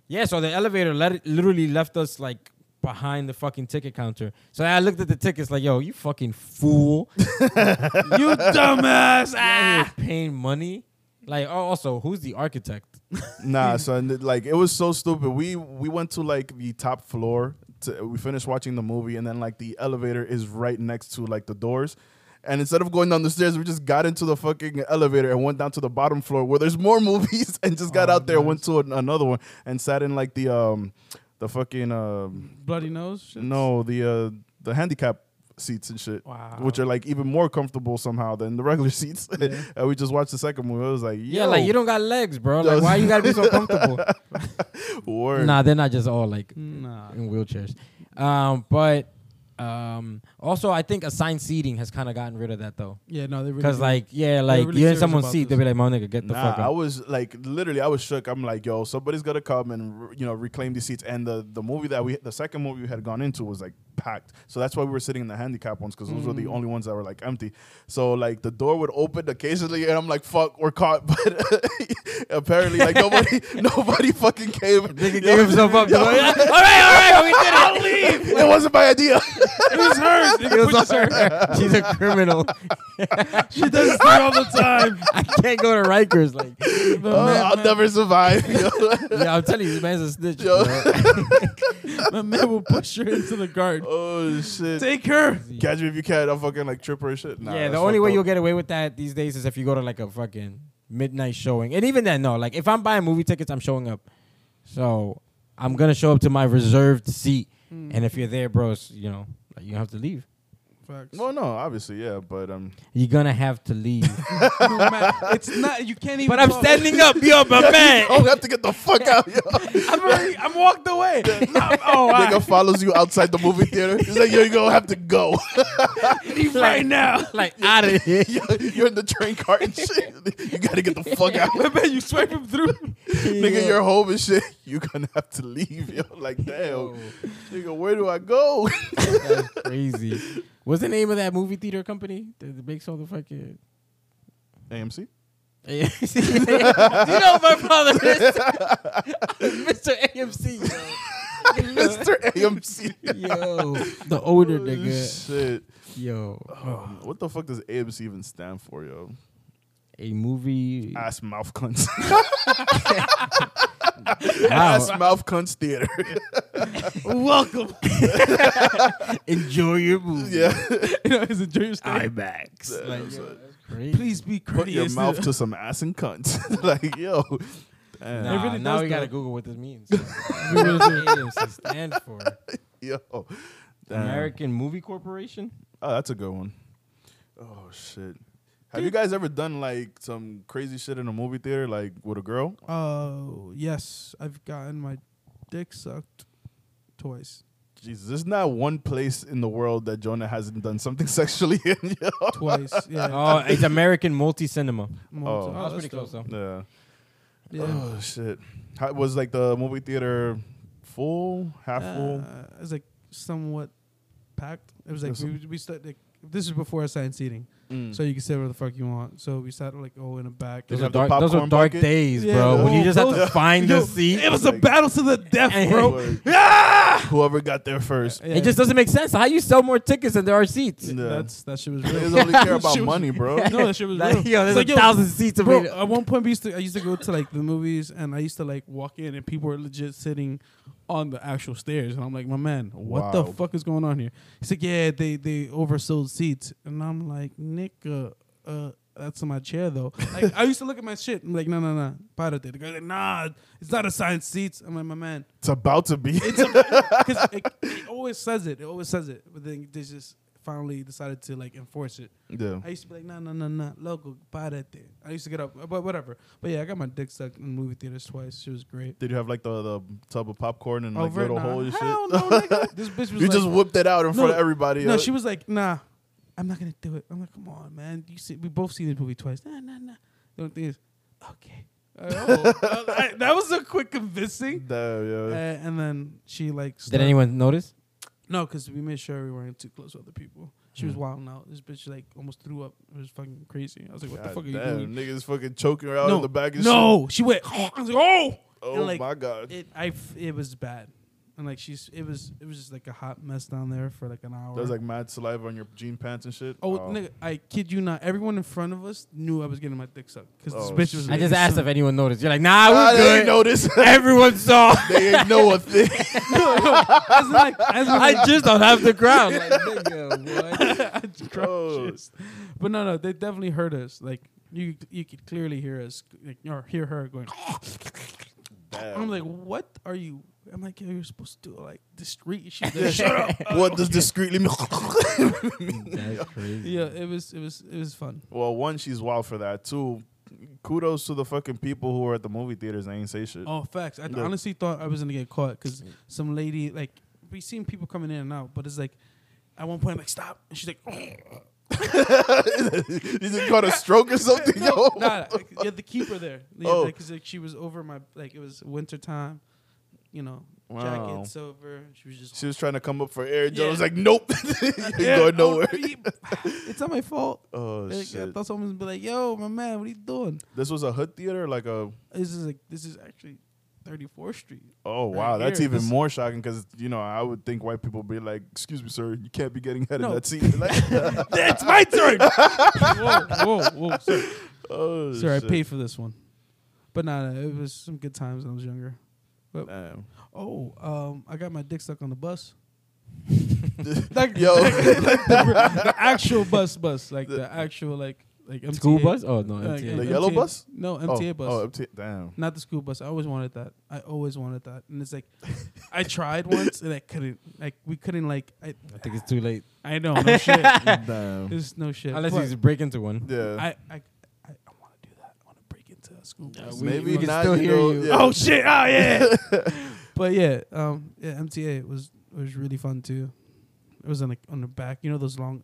Speaker 2: yeah. So the elevator let, literally left us like behind the fucking ticket counter. So I looked at the tickets like, yo, you fucking fool, you
Speaker 1: you dumbass.
Speaker 2: out
Speaker 1: ah.
Speaker 2: here paying money. Like, oh, also, who's the architect?
Speaker 3: Nah, son, th- like it was so stupid. We we went to like the top floor. To, we finished watching the movie, and then like the elevator is right next to like the doors. And instead of going down the stairs, we just got into the fucking elevator and went down to the bottom floor where there's more movies, and just got
Speaker 1: Oh,
Speaker 3: out there,
Speaker 1: nice.
Speaker 3: went to an, another one, and sat in like the um, the fucking um,
Speaker 1: Bloody nose. Shit.
Speaker 3: no, the uh, the handicap seats and shit.
Speaker 1: Wow.
Speaker 3: Which are like even more comfortable somehow than the regular seats.
Speaker 1: Yeah.
Speaker 3: and we just watched the second movie. I was like,
Speaker 2: Yeah, like you don't got legs, bro. Like, why you gotta be so comfortable?
Speaker 3: don't word.
Speaker 2: nah, they're not just all like
Speaker 1: Nah.
Speaker 2: in wheelchairs. Um, but um, also, I think assigned seating has kind of gotten rid of that though.
Speaker 1: Yeah. No. They really.
Speaker 2: Cause
Speaker 1: do.
Speaker 2: like yeah, like
Speaker 1: Mm-hmm. really
Speaker 2: you're in
Speaker 1: serious
Speaker 2: someone's
Speaker 1: about
Speaker 2: seat,
Speaker 1: this.
Speaker 2: they'll be like, "My nigga, get the
Speaker 3: nah,
Speaker 2: fuck
Speaker 3: I
Speaker 2: out."
Speaker 3: was like literally, I was shook. I'm like, yo, somebody's gonna come and r- you know reclaim these seats. And the the movie that we, the second movie we had gone into was like packed. So that's why we were sitting in the handicap ones because those were the
Speaker 2: Mm.
Speaker 3: only ones that were like empty. So like the door would open occasionally, and I'm like, fuck, we're caught. But apparently, like nobody, nobody fucking came.
Speaker 2: Nigga gave himself up. all right, all right, we did it.
Speaker 1: I'll leave.
Speaker 3: It wasn't my idea.
Speaker 1: It was hers. It
Speaker 2: It was
Speaker 1: was her.
Speaker 2: her. She's a criminal.
Speaker 1: She does this thing all the time.
Speaker 2: I can't go to Rikers. Like,
Speaker 1: But
Speaker 3: Oh,
Speaker 1: man,
Speaker 3: I'll
Speaker 1: man,
Speaker 3: never survive. yo.
Speaker 2: yeah, I'm telling you, this man's a snitch.
Speaker 3: Yo.
Speaker 2: bro.
Speaker 1: My man will push her into the guard.
Speaker 3: oh shit.
Speaker 1: Take her.
Speaker 3: Catch me if you can. I'll fucking like trip her and shit. Nah,
Speaker 2: yeah, the
Speaker 3: that's
Speaker 2: only
Speaker 3: fucked
Speaker 2: way
Speaker 3: up.
Speaker 2: you'll get away with that these days is if you go to like a fucking midnight showing, and even then, no. Like, if I'm buying movie tickets, I'm showing up. So I'm gonna show up to my reserved seat, and if you're there, bro, it's, you know, like, you have to leave.
Speaker 1: Facts.
Speaker 3: Well, no, obviously, yeah, but um,
Speaker 2: You're gonna have to leave.
Speaker 1: Man, it's not. You can't even.
Speaker 2: but I'm
Speaker 1: talk.
Speaker 2: standing up, yo, my man.
Speaker 3: oh, we have to get the fuck out, yo.
Speaker 1: I'm already. I'm walked away. No, oh,
Speaker 3: Nigga follows you outside the movie theater. He's like, yo, you're gonna have to go.
Speaker 1: I leave right now.
Speaker 2: Like out of here.
Speaker 3: you're in the train car and shit. You gotta get the fuck out.
Speaker 1: My man, you swipe him through.
Speaker 3: Nigga, you're home and shit. You're gonna have to leave, yo. Like, damn. Nigga, where do I go?
Speaker 2: That's crazy. What's the name of that movie theater company that makes all the fucking?
Speaker 3: AMC?
Speaker 2: Do you know my brother, is? Mr. AMC,
Speaker 3: Mr. AMC.
Speaker 2: yo, yo, the older nigga,
Speaker 3: Shit.
Speaker 2: yo,
Speaker 3: What the fuck does AMC even stand for, yo?
Speaker 2: a movie.
Speaker 3: Ass mouth cunts.
Speaker 2: Wow.
Speaker 3: Ass mouth cunts theater.
Speaker 1: Welcome.
Speaker 2: Enjoy your movie.
Speaker 3: yeah.
Speaker 1: you know, it's a dream story.
Speaker 3: IMAX.
Speaker 2: Like, yo, that's crazy.
Speaker 1: Please be
Speaker 3: Put your
Speaker 1: courteous.
Speaker 3: mouth to some ass and cunts. like, yo. Damn.
Speaker 2: Nah,
Speaker 1: It really
Speaker 2: now
Speaker 1: does
Speaker 2: we
Speaker 1: though.
Speaker 2: gotta Google what this means. what does AMC stand for?
Speaker 3: Yo. Damn.
Speaker 2: American Movie Corporation.
Speaker 3: Oh, that's a good one. Oh shit. Have you guys ever done like some crazy shit in a movie theater, like with a girl?
Speaker 1: Oh yes, I've gotten my dick sucked twice.
Speaker 3: Jesus, there's not one place in the world that Jonah hasn't done something sexually in. Yo.
Speaker 1: Twice. Yeah.
Speaker 2: Oh, it's American Multi Cinema.
Speaker 1: Multi-
Speaker 2: That
Speaker 3: oh.
Speaker 2: was pretty
Speaker 1: that's
Speaker 2: close though.
Speaker 3: Yeah.
Speaker 1: dope. Yeah.
Speaker 3: Oh shit. How, was like the movie theater full, half full?
Speaker 1: Uh, it was like somewhat packed. It was like
Speaker 3: There's
Speaker 1: we, we sat like this is before assigned seating,
Speaker 2: Hmm.
Speaker 3: Mm.
Speaker 1: so you can sit where the fuck you want. So we sat like oh in the back.
Speaker 2: Those
Speaker 3: Did you
Speaker 2: are
Speaker 3: have the
Speaker 2: dark, those are
Speaker 3: popcorn
Speaker 2: dark
Speaker 3: bucket?
Speaker 2: days,
Speaker 1: Yeah,
Speaker 2: bro. When you
Speaker 1: those-
Speaker 2: just have to
Speaker 1: those-
Speaker 2: find
Speaker 1: Yo,
Speaker 2: a seat.
Speaker 1: It was a battle to the death,
Speaker 2: And-
Speaker 1: bro.
Speaker 3: Word.
Speaker 1: Yeah,
Speaker 3: Whoever got there first.
Speaker 1: Yeah.
Speaker 2: It just doesn't make sense. How you sell more tickets than there are seats?
Speaker 3: Yeah.
Speaker 1: That's that shit was
Speaker 3: They
Speaker 1: real.
Speaker 3: only care about
Speaker 1: Shoot.
Speaker 3: money, bro.
Speaker 1: no, that shit was
Speaker 2: Like,
Speaker 1: real.
Speaker 2: yo,
Speaker 1: It's
Speaker 2: there's
Speaker 1: like,
Speaker 2: a
Speaker 1: yo,
Speaker 2: thousand seats.
Speaker 1: Bro,
Speaker 2: available.
Speaker 1: at one point, we used to I used to go to like the movies, and I used to like walk in, and people were legit sitting on the actual stairs, and I'm like, my man, what the
Speaker 3: Wow.
Speaker 1: fuck is going on here? He's like, yeah, they they oversold seats, and I'm like, nigga, uh, that's my chair though. like, I used to look at my shit, I'm like, no, no, no, párate. The guy's like, nah, it's not assigned seats. I'm like, my man,
Speaker 3: It's about to be.
Speaker 1: it's because it, it always says it, it always says it, but then they just finally decided to like enforce it.
Speaker 3: yeah.
Speaker 1: I used to be like, no, no, no, no, local, parate. I used to get up, but whatever. But yeah, I got my dick sucked in movie theaters twice. She was great.
Speaker 3: Did you have like the, the tub of popcorn and like
Speaker 1: Over it,
Speaker 3: little
Speaker 1: nah.
Speaker 3: hole and shit?
Speaker 1: Hell no, nigga. This bitch was
Speaker 3: you
Speaker 1: like,
Speaker 3: just whipped it out in
Speaker 1: No,
Speaker 3: front of everybody.
Speaker 1: no,
Speaker 3: Uh,
Speaker 1: she was like, nah, I'm not gonna do it. I'm like, come on, man. You see, we both seen this movie twice. Nah, nah, nah. The only thing is, okay. Like, oh. Uh, I- that was a quick convincing.
Speaker 3: Damn,
Speaker 1: Uh,
Speaker 3: yeah.
Speaker 1: and then she like.
Speaker 2: Did
Speaker 1: started-
Speaker 2: anyone notice?
Speaker 1: No, because we made sure we weren't too close to other people. She was
Speaker 2: Hmm.
Speaker 1: wild out. This bitch like almost threw up. It was fucking crazy. I was like, what the
Speaker 3: God
Speaker 1: fuck are you doing?
Speaker 3: damn, Niggas fucking choking her out in the back and shit.
Speaker 1: no, she went. I was like, oh,
Speaker 3: Oh
Speaker 1: And, like,
Speaker 3: my god.
Speaker 1: it. I. f- It was bad, and like she's. It was. It was just like a hot mess down there for like an hour.
Speaker 3: There's like mad saliva on your jean pants and shit.
Speaker 1: oh, nigga, I kid you not. Everyone in front of us knew I was getting my dick sucked because
Speaker 3: Oh,
Speaker 1: this bitch was.
Speaker 2: I
Speaker 1: making
Speaker 2: just asked
Speaker 1: some-
Speaker 2: if anyone noticed. You're like, nah,
Speaker 3: Ah,
Speaker 2: we're
Speaker 3: they ain't
Speaker 2: good.
Speaker 3: notice.
Speaker 2: Everyone saw.
Speaker 3: they ain't know a thing.
Speaker 1: As in, like, as in, like,
Speaker 2: I just don't have the ground. Like, nigga, what?
Speaker 1: I just grabbed
Speaker 3: Oh.
Speaker 1: shits. But no, no, they definitely heard us. Like you, you could clearly hear us, like, or hear her going.
Speaker 3: Damn.
Speaker 1: I'm like, what are you? I'm like, yo, you're supposed to do like discreet shit. Like, Shut up.
Speaker 3: what does discreetly mean?
Speaker 2: That's crazy.
Speaker 1: Yeah, it was, it was, it was fun.
Speaker 3: well, one, she's wild for that. Two, kudos to the fucking people who are at the movie theaters and ain't say shit.
Speaker 1: Oh, facts. I
Speaker 3: Yeah.
Speaker 1: honestly thought I was gonna get caught because
Speaker 3: Mm.
Speaker 1: some lady like we seen people coming in and out, but it's like at one point I'm like stop, and she's like, "Oh,
Speaker 3: you just caught a stroke or something, yo.
Speaker 1: no, nah, like, yeah, the keeper there, because
Speaker 3: Oh.
Speaker 1: like, 'cause, like, she was over my like it was winter time, you know,
Speaker 3: Wow.
Speaker 1: jackets over, and she was just
Speaker 3: She was trying to come up for air. Joe
Speaker 1: Yeah.
Speaker 3: was like, nope. You're
Speaker 1: Yeah,
Speaker 3: going
Speaker 1: I was-
Speaker 3: nowhere.
Speaker 1: it's not my fault.
Speaker 3: Oh,
Speaker 1: Like, I
Speaker 3: shit.
Speaker 1: thought someone would be like, yo, my man, what are you doing?
Speaker 3: This was a hood theater? Like a.
Speaker 1: This is like this is actually 34th Street.
Speaker 3: Oh,
Speaker 1: Right
Speaker 3: wow. That's
Speaker 1: here,
Speaker 3: even
Speaker 1: this-
Speaker 3: more shocking because, you know, I would think white people would be like, excuse me, sir, you can't be getting out of
Speaker 1: No.
Speaker 3: that seat. Like,
Speaker 1: That's my turn. whoa, whoa, whoa, sir.
Speaker 3: oh,
Speaker 1: Sir, I
Speaker 3: shit.
Speaker 1: paid for this one. But nah, nah, it was some good times when I was younger.
Speaker 3: Damn.
Speaker 1: Oh, um, I got my dick stuck on the bus.
Speaker 3: Yo.
Speaker 1: The actual bus, bus, like the actual like like MTA.
Speaker 2: School bus? Oh no,
Speaker 1: Like,
Speaker 2: MTA.
Speaker 1: uh,
Speaker 3: The yellow
Speaker 1: MTA
Speaker 3: bus?
Speaker 1: No, MTA
Speaker 3: oh,
Speaker 1: bus.
Speaker 3: Oh, MTA. Damn.
Speaker 1: Not the school bus. I always wanted that. I always wanted that. And it's like, I tried once and I couldn't. Like we couldn't. Like I,
Speaker 2: I think it's too late.
Speaker 1: I know no shit.
Speaker 3: Damn.
Speaker 1: There's no shit.
Speaker 2: Unless
Speaker 1: But
Speaker 2: you just break into one.
Speaker 3: Yeah.
Speaker 1: I, I, I, I want to do that. I want to break into a school bus.
Speaker 2: we-
Speaker 3: Maybe
Speaker 2: we can
Speaker 3: not,
Speaker 2: still
Speaker 3: you
Speaker 2: hear
Speaker 3: know,
Speaker 2: you.
Speaker 3: yeah.
Speaker 1: Oh shit! Oh yeah. but yeah, um, yeah, MTA was was really fun too. It was on the on the back. You know those long,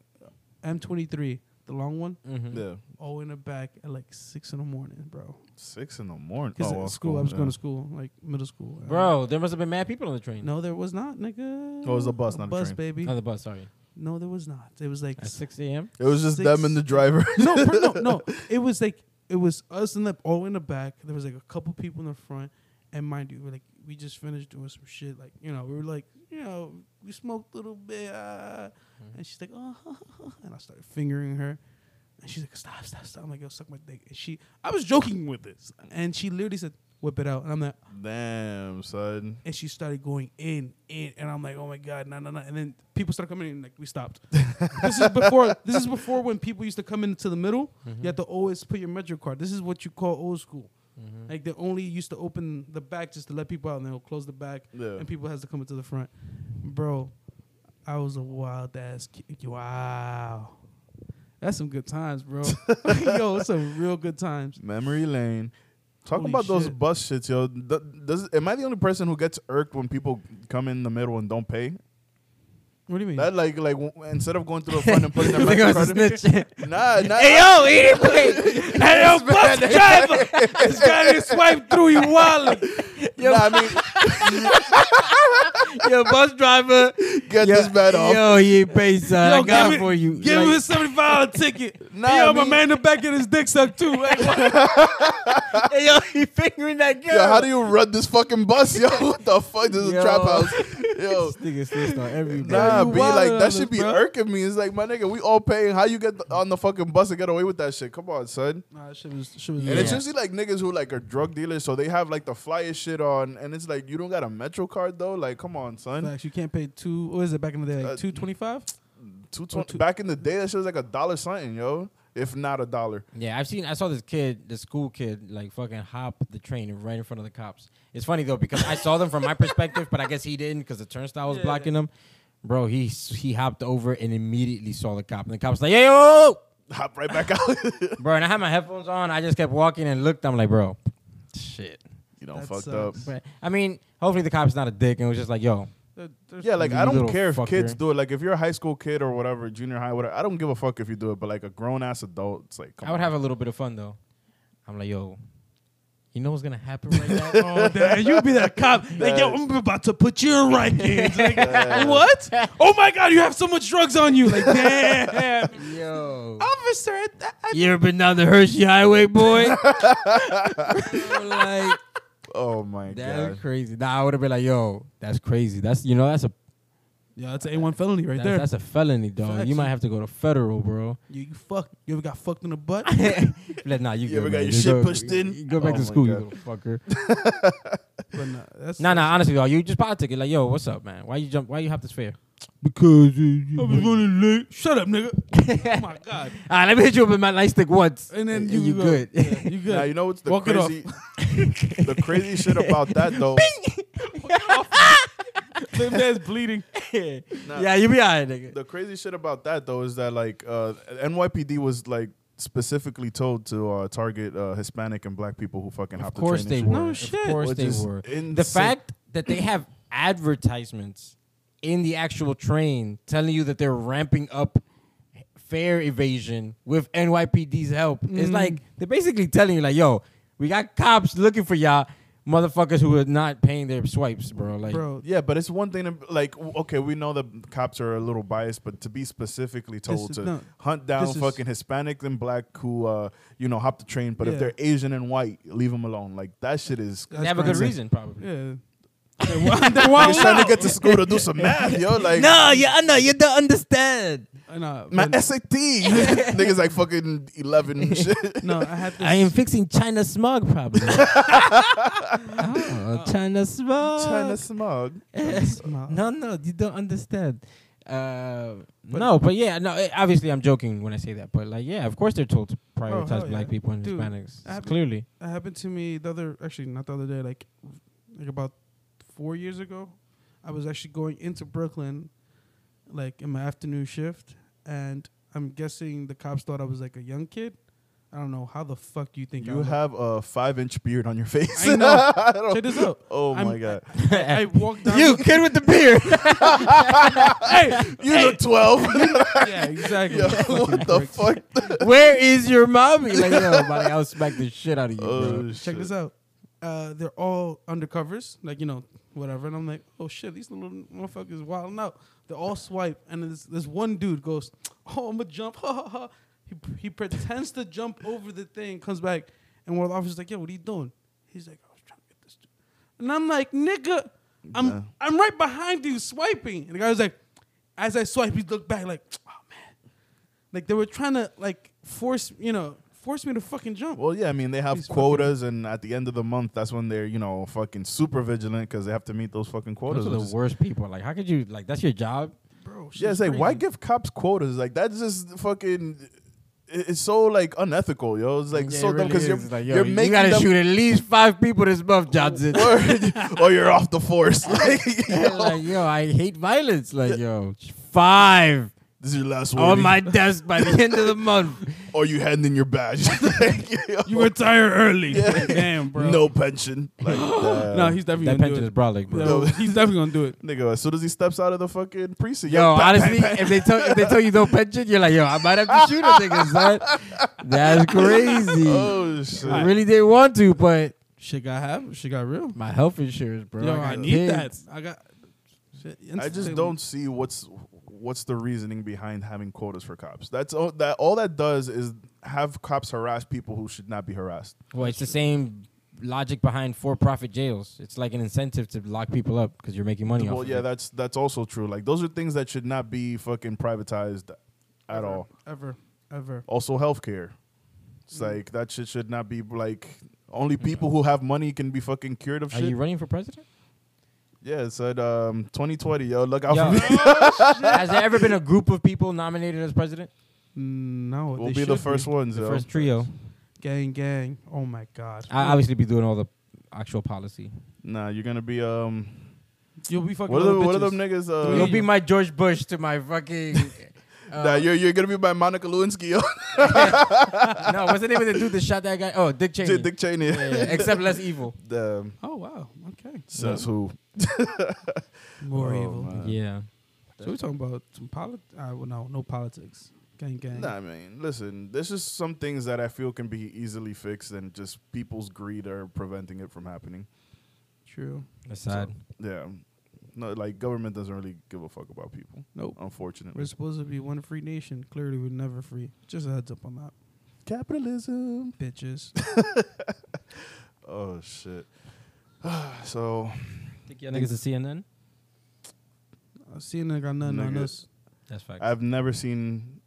Speaker 1: M twenty three, the long one.
Speaker 2: Mm-hmm.
Speaker 3: Yeah.
Speaker 1: All in the back at like six in the morning, bro.
Speaker 3: Six in the morning. Oh,
Speaker 1: Because
Speaker 3: well,
Speaker 1: school, I was
Speaker 3: yeah.
Speaker 1: going to school, like middle school. Uh,
Speaker 2: Bro, there must have been mad people on the train.
Speaker 1: No, there was not, nigga.
Speaker 3: Oh, it was a bus, not a
Speaker 1: bus,
Speaker 3: train.
Speaker 1: baby.
Speaker 2: on the bus. Sorry,
Speaker 1: No, there was not. It was like
Speaker 2: at 6 a.m.
Speaker 3: It was just
Speaker 1: Six-
Speaker 3: them and the driver.
Speaker 1: no, bro, no, no. It was like it was us in the all in the back. There was like a couple people in the front, and mind you, we're like we just finished doing some shit. Like you know, we were like you know we smoked a little bit, uh, and she's like oh, and I started fingering her, and she's like stop, stop, stop. I'm like yo, suck my dick. And she, I was joking with this, and she literally said whip it out, and I'm like.
Speaker 3: Damn, son.
Speaker 1: And she started going in, in, and I'm like, oh my god, no, no, no. And then people started coming in, and like we stopped. this is before. This is before when people used to come into the middle. You had
Speaker 3: Mm-hmm.
Speaker 1: to always put your metro card. This is what you call old school.
Speaker 3: Mm-hmm.
Speaker 1: Like they only used to open the back just to let people out, and they'll close the back,
Speaker 3: Yeah.
Speaker 1: and people has to come into the front. Bro, I was a wild ass kid. Wow, that's some good times, bro. Yo, it's some real good times.
Speaker 3: Memory lane. Talk
Speaker 1: Holy
Speaker 3: about those
Speaker 1: shit.
Speaker 3: bus shits, yo. Th- Does, am I the only person who gets irked when people come in the middle and don't pay?
Speaker 1: What do you mean?
Speaker 3: That like like w- instead of going to the front and putting their
Speaker 2: They
Speaker 3: Mastercard
Speaker 2: gonna
Speaker 3: in-
Speaker 2: snitch.
Speaker 3: Nah, nah.
Speaker 2: Hey yo, anyway, hey yo, bus driver,
Speaker 1: this guy just swiped through your wallet.
Speaker 2: yo,
Speaker 3: nah, I mean,
Speaker 2: yo, bus driver,
Speaker 3: get
Speaker 2: yo,
Speaker 3: this man off.
Speaker 2: Yo, he ain't paid, son.
Speaker 1: Yo,
Speaker 2: I got
Speaker 1: give
Speaker 2: it,
Speaker 1: me-
Speaker 2: for you.
Speaker 1: Give
Speaker 2: Like,
Speaker 1: him a seventy five dollar ticket.
Speaker 3: Nah,
Speaker 1: yo, my
Speaker 3: I mean-
Speaker 1: man in the back of his dick sucked too. Like, what?
Speaker 2: hey, yo, he fingering that girl.
Speaker 3: Yo, how do you run this fucking bus, yo? What the fuck? This is a trap
Speaker 2: Yo.
Speaker 3: house. Yo,
Speaker 4: This nigga snitched on everybody.
Speaker 3: Nah,
Speaker 1: you
Speaker 3: be
Speaker 1: wildin'
Speaker 3: like
Speaker 1: on
Speaker 3: that should
Speaker 1: this,
Speaker 3: be
Speaker 1: bro.
Speaker 3: irking me. It's like my nigga, we all paying. How you get th- on the fucking bus and get away with that shit? Come on, son.
Speaker 1: Nah, that shit was shit was.
Speaker 3: And it's
Speaker 2: Yeah.
Speaker 3: usually like niggas who like are drug dealers, so they have like the flyest shit on, and it's like you don't got a metro card though. Like, come on, son.
Speaker 1: Facts, you can't pay two. What is it back in the day?
Speaker 3: Uh,
Speaker 1: Like two twenty five.
Speaker 3: Two
Speaker 1: Or
Speaker 3: twenty
Speaker 1: two-
Speaker 3: back in the day, that shit was like a dollar something, yo. If not a dollar,
Speaker 2: Yeah, I've seen. I saw this kid, the school kid, like fucking hop the train right in front of the cops. It's funny though because I saw them from my perspective, but I guess he didn't because the turnstile was
Speaker 1: Yeah.
Speaker 2: blocking him. Bro, he s- he hopped over and immediately saw the cop, and the cop's like, "Hey, yo,
Speaker 3: hop right back out. you
Speaker 2: bro!" And I had my headphones on. I just kept walking and looked. I'm like, "Bro, shit."
Speaker 3: know,
Speaker 1: That
Speaker 3: fucked
Speaker 1: sucks.
Speaker 3: up.
Speaker 2: But, I mean, hopefully the cop's not a dick and was just like, "Yo,
Speaker 3: Yeah, like
Speaker 2: You
Speaker 3: I don't
Speaker 2: little
Speaker 3: care if
Speaker 2: fucker.
Speaker 3: kids do it. Like if you're a high school kid or whatever, junior high, whatever, I don't give a fuck if you do it. But like a grown ass adult, it's like come
Speaker 2: I would
Speaker 3: on.
Speaker 2: have a little bit of fun though." I'm like, "Yo, you know what's gonna happen right now?"
Speaker 1: Oh, damn, you be that cop. Like, yo, I'm about to put you in right kids. Like, what? Oh my God, you have so much drugs on you. Like, damn.
Speaker 2: Yo.
Speaker 1: Officer, I, I,
Speaker 2: You ever been down the Hershey Highway, boy? like
Speaker 3: Oh my
Speaker 2: that's
Speaker 3: god.
Speaker 2: crazy. Nah, I would have been like, yo, that's crazy. That's you know, that's a
Speaker 1: yeah, that's an A1 felony right
Speaker 2: that's,
Speaker 1: there.
Speaker 2: that's a felony, dog.
Speaker 1: Facts.
Speaker 2: You might have to go to federal, bro.
Speaker 1: you, you fuck. You ever got fucked in the butt?
Speaker 2: Like, nah, you,
Speaker 3: You ever
Speaker 2: good,
Speaker 3: got
Speaker 2: man. You
Speaker 3: your shit
Speaker 2: go-
Speaker 3: pushed in?
Speaker 2: you Go back
Speaker 3: Oh
Speaker 2: to
Speaker 3: my
Speaker 2: school, you
Speaker 3: God.
Speaker 2: little fucker.
Speaker 1: but nah, that's
Speaker 2: nah, nah. Honestly, dog, you just politic it. Like, yo, what's up, man? Why you jump? Why you have this fare? Because.
Speaker 1: I
Speaker 2: All
Speaker 1: was running late. Shut up, nigga. oh my God.
Speaker 2: right, let me hit you up with my light stick once,
Speaker 1: And then
Speaker 2: and
Speaker 1: you,
Speaker 2: you
Speaker 1: go,
Speaker 2: good.
Speaker 1: Yeah, you good.
Speaker 3: Now you know what's the
Speaker 1: Walk it off.
Speaker 3: crazy, the crazy shit about that though.
Speaker 1: Slim man's bleeding.
Speaker 3: Nah.
Speaker 2: yeah, you be alright, nigga.
Speaker 3: The crazy shit about that though is that like uh, NYPD was like specifically told to uh, target uh, Hispanic and Black people who fucking
Speaker 2: Of
Speaker 3: hop the
Speaker 2: course
Speaker 3: train
Speaker 2: they
Speaker 3: and shit.
Speaker 2: were.
Speaker 1: No shit.
Speaker 2: of course
Speaker 3: Which
Speaker 2: they
Speaker 3: is
Speaker 2: were. The
Speaker 3: insane.
Speaker 2: fact that they have advertisements in the actual train telling you that they're ramping up fare evasion with NYPD's help
Speaker 1: Mm.
Speaker 2: is like they're basically telling you like, yo, we got cops looking for y'all motherfuckers who are not paying their swipes, bro. Like
Speaker 1: Bro,
Speaker 3: Yeah, but it's one thing to like. w- Okay, we know the cops are a little biased, but to be specifically told
Speaker 1: is-
Speaker 3: to
Speaker 1: no.
Speaker 3: hunt down
Speaker 1: This is-
Speaker 3: fucking Hispanic and Black who uh, you know hop the train, but
Speaker 1: Yeah.
Speaker 3: if they're Asian and white, leave them alone. Like that shit is.
Speaker 2: they have a good
Speaker 1: crazy.
Speaker 2: reason probably.
Speaker 1: yeah.
Speaker 3: You're trying to get to school to do some math, yo. Like
Speaker 2: No, yeah, no, you don't understand.
Speaker 1: Nah,
Speaker 3: My
Speaker 1: but-
Speaker 3: SAT niggas like fucking eleven and shit.
Speaker 1: no, I had this.
Speaker 2: I am fixing China smog problem. oh, China smog.
Speaker 3: China smog.
Speaker 1: smile.
Speaker 2: No, no, you don't understand. Uh, no, but yeah, no. eh, Obviously, I'm joking when I say that, but like, yeah, of course they're told to
Speaker 1: Oh,
Speaker 2: prioritize
Speaker 1: hell
Speaker 2: black
Speaker 1: yeah.
Speaker 2: people and
Speaker 1: Dude,
Speaker 2: Hispanics.
Speaker 1: I have-
Speaker 2: Clearly,
Speaker 1: That happened to me the other, actually not the other day, like, like about four years ago. I was actually going into Brooklyn, like in my afternoon shift, and I'm guessing the cops thought I was like a young kid. I don't know how the fuck you think I
Speaker 3: You
Speaker 1: look.
Speaker 3: have a five-inch beard on your face.
Speaker 1: I know.
Speaker 3: I don't-
Speaker 1: Check this out.
Speaker 3: oh
Speaker 1: I'm-
Speaker 3: my god!
Speaker 1: I, I walked down.
Speaker 2: you kid with the beard.
Speaker 3: You look twelve.
Speaker 1: yeah, exactly.
Speaker 3: Yo,
Speaker 1: Fucking
Speaker 3: what the
Speaker 1: pricks.
Speaker 3: fuck?
Speaker 2: Where is your mommy? Like, yo, buddy, I'll smack the shit out of you.
Speaker 3: Oh,
Speaker 2: bro.
Speaker 1: Check
Speaker 3: shit.
Speaker 1: this out. Uh, they're all undercovers, like you know, whatever. And I'm like, oh shit, these little motherfuckers wilding out. They all swipe, and this this one dude goes, oh, I'm gonna jump. Ha ha ha. He he pretends to jump over the thing, comes back, and one of the officers like, yeah, what are you doing? He's like, I was trying to get this. Dude. And I'm like, nigga, I'm
Speaker 3: Yeah.
Speaker 1: I'm right behind you swiping. And the guy was like, as I swipe, he looked back like, oh man, like they were trying to like force you know force me to fucking jump.
Speaker 3: Well, yeah, I mean they have
Speaker 1: He's fucking-
Speaker 3: quotas, and at the end of the month, that's when they're you know fucking super vigilant because they have to meet those fucking quotas.
Speaker 2: Those are
Speaker 3: which
Speaker 2: the
Speaker 3: is-
Speaker 2: worst people. Like, how could you? Like, that's your job.
Speaker 1: Bro, shit's
Speaker 3: Yeah, it's like why
Speaker 1: crazy.
Speaker 3: give cops quotas? Like that's just fucking. it- It's so like unethical, yo. It's like
Speaker 2: Yeah,
Speaker 3: so
Speaker 2: it
Speaker 3: dumb
Speaker 2: really
Speaker 3: because
Speaker 2: is.
Speaker 3: you're,
Speaker 2: It's like, yo,
Speaker 3: you're
Speaker 2: you
Speaker 3: making
Speaker 2: gotta
Speaker 3: them
Speaker 2: shoot at least five people this month, Johnson.
Speaker 3: word, or you're off the force. Like, yo,
Speaker 2: like, yo, I hate violence. Like, yo, five.
Speaker 3: this is your last
Speaker 2: on
Speaker 3: warning,
Speaker 2: Oh my desk by the end of the month.
Speaker 3: or you hand in your badge. Like, yo,
Speaker 1: You retire early. Damn, bro.
Speaker 3: No pension. Like, damn.
Speaker 1: No, he's definitely gonna
Speaker 2: That pension
Speaker 1: do
Speaker 2: is
Speaker 1: it.
Speaker 2: brolic, bro.
Speaker 1: No, he's definitely gonna do it.
Speaker 3: Nigga, as soon as he steps out of the fucking precinct,
Speaker 2: Yo,
Speaker 3: bang, bang,
Speaker 2: honestly,
Speaker 3: bang.
Speaker 2: if they tell if they tell you no pension, you're like, yo, I might have to shoot a nigga, son. That's crazy.
Speaker 3: oh shit.
Speaker 2: I really didn't want to, but
Speaker 1: Shit got have. Shit got real.
Speaker 2: my health insurance, bro.
Speaker 1: Yo,
Speaker 2: got
Speaker 1: I, need
Speaker 2: kids.
Speaker 1: that. I got. Shit,
Speaker 3: I just
Speaker 1: instantly.
Speaker 3: don't see what's what's the reasoning behind having quotas for cops. That's all that all that does is have cops harass people who should not be harassed.
Speaker 2: Well, it's the same logic behind for-profit jails. It's like an incentive to lock people up because you're making money off.
Speaker 3: Well,
Speaker 2: of
Speaker 3: yeah,
Speaker 2: it.
Speaker 3: that's that's also true. Like those are things that should not be fucking privatized at
Speaker 1: Ever,
Speaker 3: all.
Speaker 1: Ever, ever.
Speaker 3: Also, healthcare. It's
Speaker 2: Mm.
Speaker 3: like that shit should not be like only people who have money can be fucking cured of
Speaker 2: Are
Speaker 3: shit.
Speaker 2: you running for president?
Speaker 3: yeah, it said um, 2020. Yo, look out
Speaker 2: Yo.
Speaker 3: for me.
Speaker 2: Has there ever been a group of people nominated as president?
Speaker 1: No,
Speaker 3: We'll
Speaker 1: they
Speaker 3: be the
Speaker 1: should
Speaker 3: first ones.
Speaker 2: The
Speaker 3: yo.
Speaker 2: first trio.
Speaker 1: Gang, gang. Oh my God.
Speaker 2: I obviously be doing all the actual policy.
Speaker 3: Nah, you're gonna be um.
Speaker 1: You'll be fucking.
Speaker 3: What are,
Speaker 1: little
Speaker 3: the, what are
Speaker 1: bitches.
Speaker 3: them niggas?
Speaker 1: Three.
Speaker 2: You'll
Speaker 3: Uh,
Speaker 2: be my George Bush to my fucking. uh,
Speaker 3: nah, you're you're gonna be by Monica Lewinsky. Yo.
Speaker 2: no, what's the name of the dude that shot that guy? Oh, Dick Cheney.
Speaker 3: Dick Cheney.
Speaker 2: Yeah, yeah, except less evil.
Speaker 3: Damn.
Speaker 1: Oh wow. Okay.
Speaker 3: Says um, who?
Speaker 1: More
Speaker 3: Oh,
Speaker 1: evil.
Speaker 3: man.
Speaker 2: Uh, Yeah.
Speaker 1: So we're talking about some politics. Uh, well, no, no politics. Gang, gang.
Speaker 3: Nah, I mean, listen, there's just some things that I feel can be easily fixed, and just people's greed are preventing it from happening.
Speaker 1: True.
Speaker 2: That's sad.
Speaker 3: Yeah. No, like, government doesn't really give a fuck about people,
Speaker 1: Nope.
Speaker 3: unfortunately.
Speaker 1: We're supposed to be one free nation. Clearly, we're never free. Just a heads up on that,
Speaker 3: Capitalism.
Speaker 1: bitches.
Speaker 3: Oh, shit. so,
Speaker 2: Think y'all niggas a CNN?
Speaker 1: I seen I got nothing on
Speaker 3: Nigga.
Speaker 1: us.
Speaker 2: That's fact. I've,
Speaker 3: I've never seen.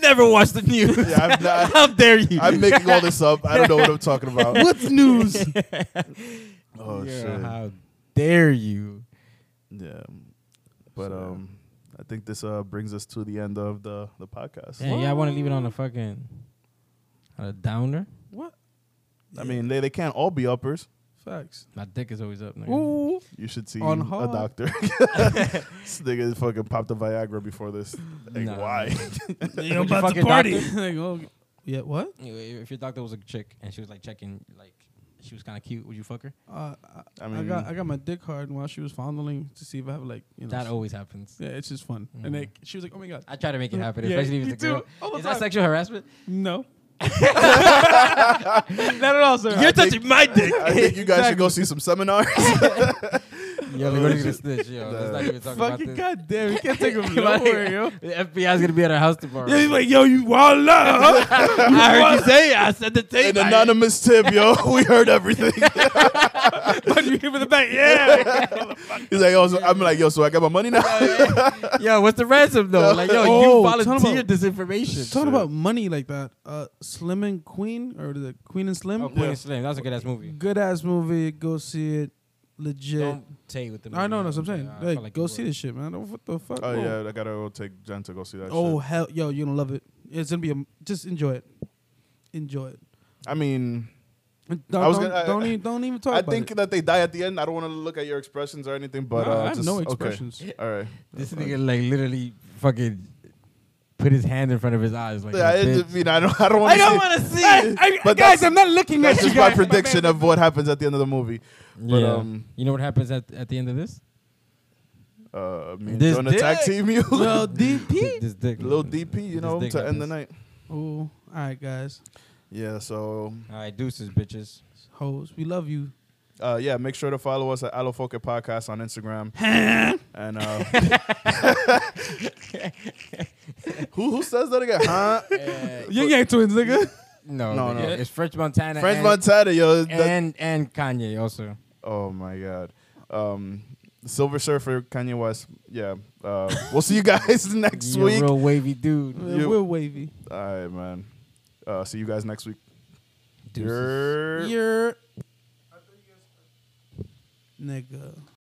Speaker 2: never watched the news.
Speaker 3: Yeah, I've not,
Speaker 2: How dare you?
Speaker 3: I'm making all this up. I don't know what I'm talking about.
Speaker 1: What's news?
Speaker 3: Oh,
Speaker 2: Yeah,
Speaker 3: shit.
Speaker 2: How dare you?
Speaker 3: Yeah. But,
Speaker 1: So-
Speaker 3: um,. I think this uh, brings us to the end of the, the podcast.
Speaker 2: Damn, yeah, I want to leave it on a fucking on a downer.
Speaker 1: what?
Speaker 3: I mean, they, they can't all be uppers.
Speaker 1: facts.
Speaker 2: My dick is always up. Nigga.
Speaker 1: Ooh.
Speaker 3: You should see
Speaker 1: On
Speaker 3: a
Speaker 1: hard.
Speaker 3: doctor. this nigga fucking popped a Viagra before this. Like,
Speaker 2: Nah.
Speaker 3: why?
Speaker 1: You
Speaker 2: Would you
Speaker 1: about
Speaker 2: fuck
Speaker 1: to
Speaker 2: your
Speaker 1: party?
Speaker 2: doctor?
Speaker 1: Like, oh, yeah. What?
Speaker 2: If your doctor was a chick and she was like checking, like she was kind of cute, would you fuck her?
Speaker 1: Uh, I,
Speaker 3: I
Speaker 1: I,
Speaker 3: mean-
Speaker 1: got I got my dick hard while she was fondling to see if I have like you know.
Speaker 2: That
Speaker 1: s-
Speaker 2: always happens.
Speaker 1: yeah, it's just fun.
Speaker 2: Mhm.
Speaker 1: And like she was like, "Oh my god,
Speaker 2: I try to make it happen,
Speaker 1: Yeah,
Speaker 2: especially if
Speaker 1: you
Speaker 2: it's a girl.
Speaker 1: do. All the
Speaker 2: Is
Speaker 1: time.
Speaker 2: that sexual harassment?
Speaker 1: no." Not at all, sir.
Speaker 2: You're touching my dick.
Speaker 3: I think you guys should go see some seminars.
Speaker 2: Yo, they're gonna get a snitch. Yo,
Speaker 3: Nah.
Speaker 2: let's not even talk about
Speaker 1: Fucking
Speaker 2: this.
Speaker 1: goddamn, you can't take him
Speaker 2: My-
Speaker 1: nowhere, yo.
Speaker 2: The FBI is gonna be at our house tomorrow.
Speaker 1: Yeah, he's like, yo, you wild up.
Speaker 2: I heard you say it. I said the tape.
Speaker 3: An anonymous tip, yo. We heard everything.
Speaker 1: but you hit with the back. Yeah.
Speaker 3: He's like, oh, so- I'm like, yo, so I got my money now.
Speaker 2: yo, what's the ransom though? Like, yo,
Speaker 1: Oh,
Speaker 2: you
Speaker 1: tell 'em
Speaker 2: volunteered
Speaker 1: about-
Speaker 2: this information.
Speaker 1: Talking about money like that. Uh, Slim and Queen, or the Queen and Slim.
Speaker 2: Oh, Queen
Speaker 3: Yeah.
Speaker 2: and Slim. That's a good ass movie.
Speaker 1: Good ass movie. Go see it. Legit.
Speaker 2: Don't take with the.
Speaker 1: I know, that's
Speaker 2: movie,
Speaker 1: what I'm saying.
Speaker 2: Yeah, I
Speaker 1: like,
Speaker 2: felt like
Speaker 1: go
Speaker 2: you
Speaker 1: see
Speaker 2: were.
Speaker 1: this shit, man. Don't- What the fuck?
Speaker 3: oh
Speaker 1: Whoa.
Speaker 3: yeah, I gotta go take Jen to go see that.
Speaker 1: Oh
Speaker 3: shit.
Speaker 1: hell, yo, you're gonna love it. It's gonna be a just enjoy it, enjoy it.
Speaker 3: I mean,
Speaker 1: Don't
Speaker 3: I was
Speaker 1: don't,
Speaker 3: gonna- I-
Speaker 1: don't even don't even talk
Speaker 3: I
Speaker 1: about
Speaker 3: think
Speaker 1: it.
Speaker 3: that they die at the end. I don't want to look at your expressions or anything, but
Speaker 1: No,
Speaker 3: uh,
Speaker 1: I have
Speaker 3: just-
Speaker 1: no
Speaker 3: okay.
Speaker 1: expressions.
Speaker 3: All right.
Speaker 2: This nigga like literally fucking put his hand in front of his eyes like.
Speaker 3: Yeah, I,
Speaker 2: this
Speaker 3: just
Speaker 2: bitch.
Speaker 3: mean, I don't. I don't want
Speaker 1: I
Speaker 3: to.
Speaker 1: don't want to see. it. I,
Speaker 3: But
Speaker 1: guys,
Speaker 3: that's-
Speaker 1: I'm not looking
Speaker 3: That's
Speaker 1: at you
Speaker 3: just my
Speaker 1: guys.
Speaker 3: prediction of what happens at the end of the movie. But
Speaker 2: Yeah.
Speaker 3: um,
Speaker 2: You know what happens at at the end of this?
Speaker 3: uh, me and
Speaker 2: This
Speaker 3: Jonah tag
Speaker 2: dick.
Speaker 3: team you.
Speaker 1: Well, DP.
Speaker 2: This dick.
Speaker 3: Little DP, you
Speaker 2: This
Speaker 3: know,
Speaker 2: dick
Speaker 3: to
Speaker 2: like
Speaker 3: end the
Speaker 2: this.
Speaker 3: night.
Speaker 1: Oh, all right, guys,
Speaker 3: Yeah, so
Speaker 2: All right, deuces, bitches.
Speaker 1: hoes, we love you.
Speaker 3: uh, yeah, make sure to follow us at Alofoca Podcast on Instagram. and uh, who who says that again? Huh?
Speaker 1: Yin Yang twins, nigga.
Speaker 2: No,
Speaker 3: No,
Speaker 2: no,
Speaker 3: no.
Speaker 2: no. It's French Montana.
Speaker 3: French
Speaker 2: and-
Speaker 3: Montana, yo. That,
Speaker 2: and and Kanye also.
Speaker 3: oh my god. Um, Silver Surfer, Kanye West. Yeah. Uh, we'll see you guys next
Speaker 2: You a
Speaker 3: week.
Speaker 2: real wavy dude.
Speaker 1: Yeah,
Speaker 3: You-
Speaker 1: We're wavy.
Speaker 3: All right, man. Uh, see you guys next week.
Speaker 2: Deuces.
Speaker 3: Yer.
Speaker 1: You're nigga.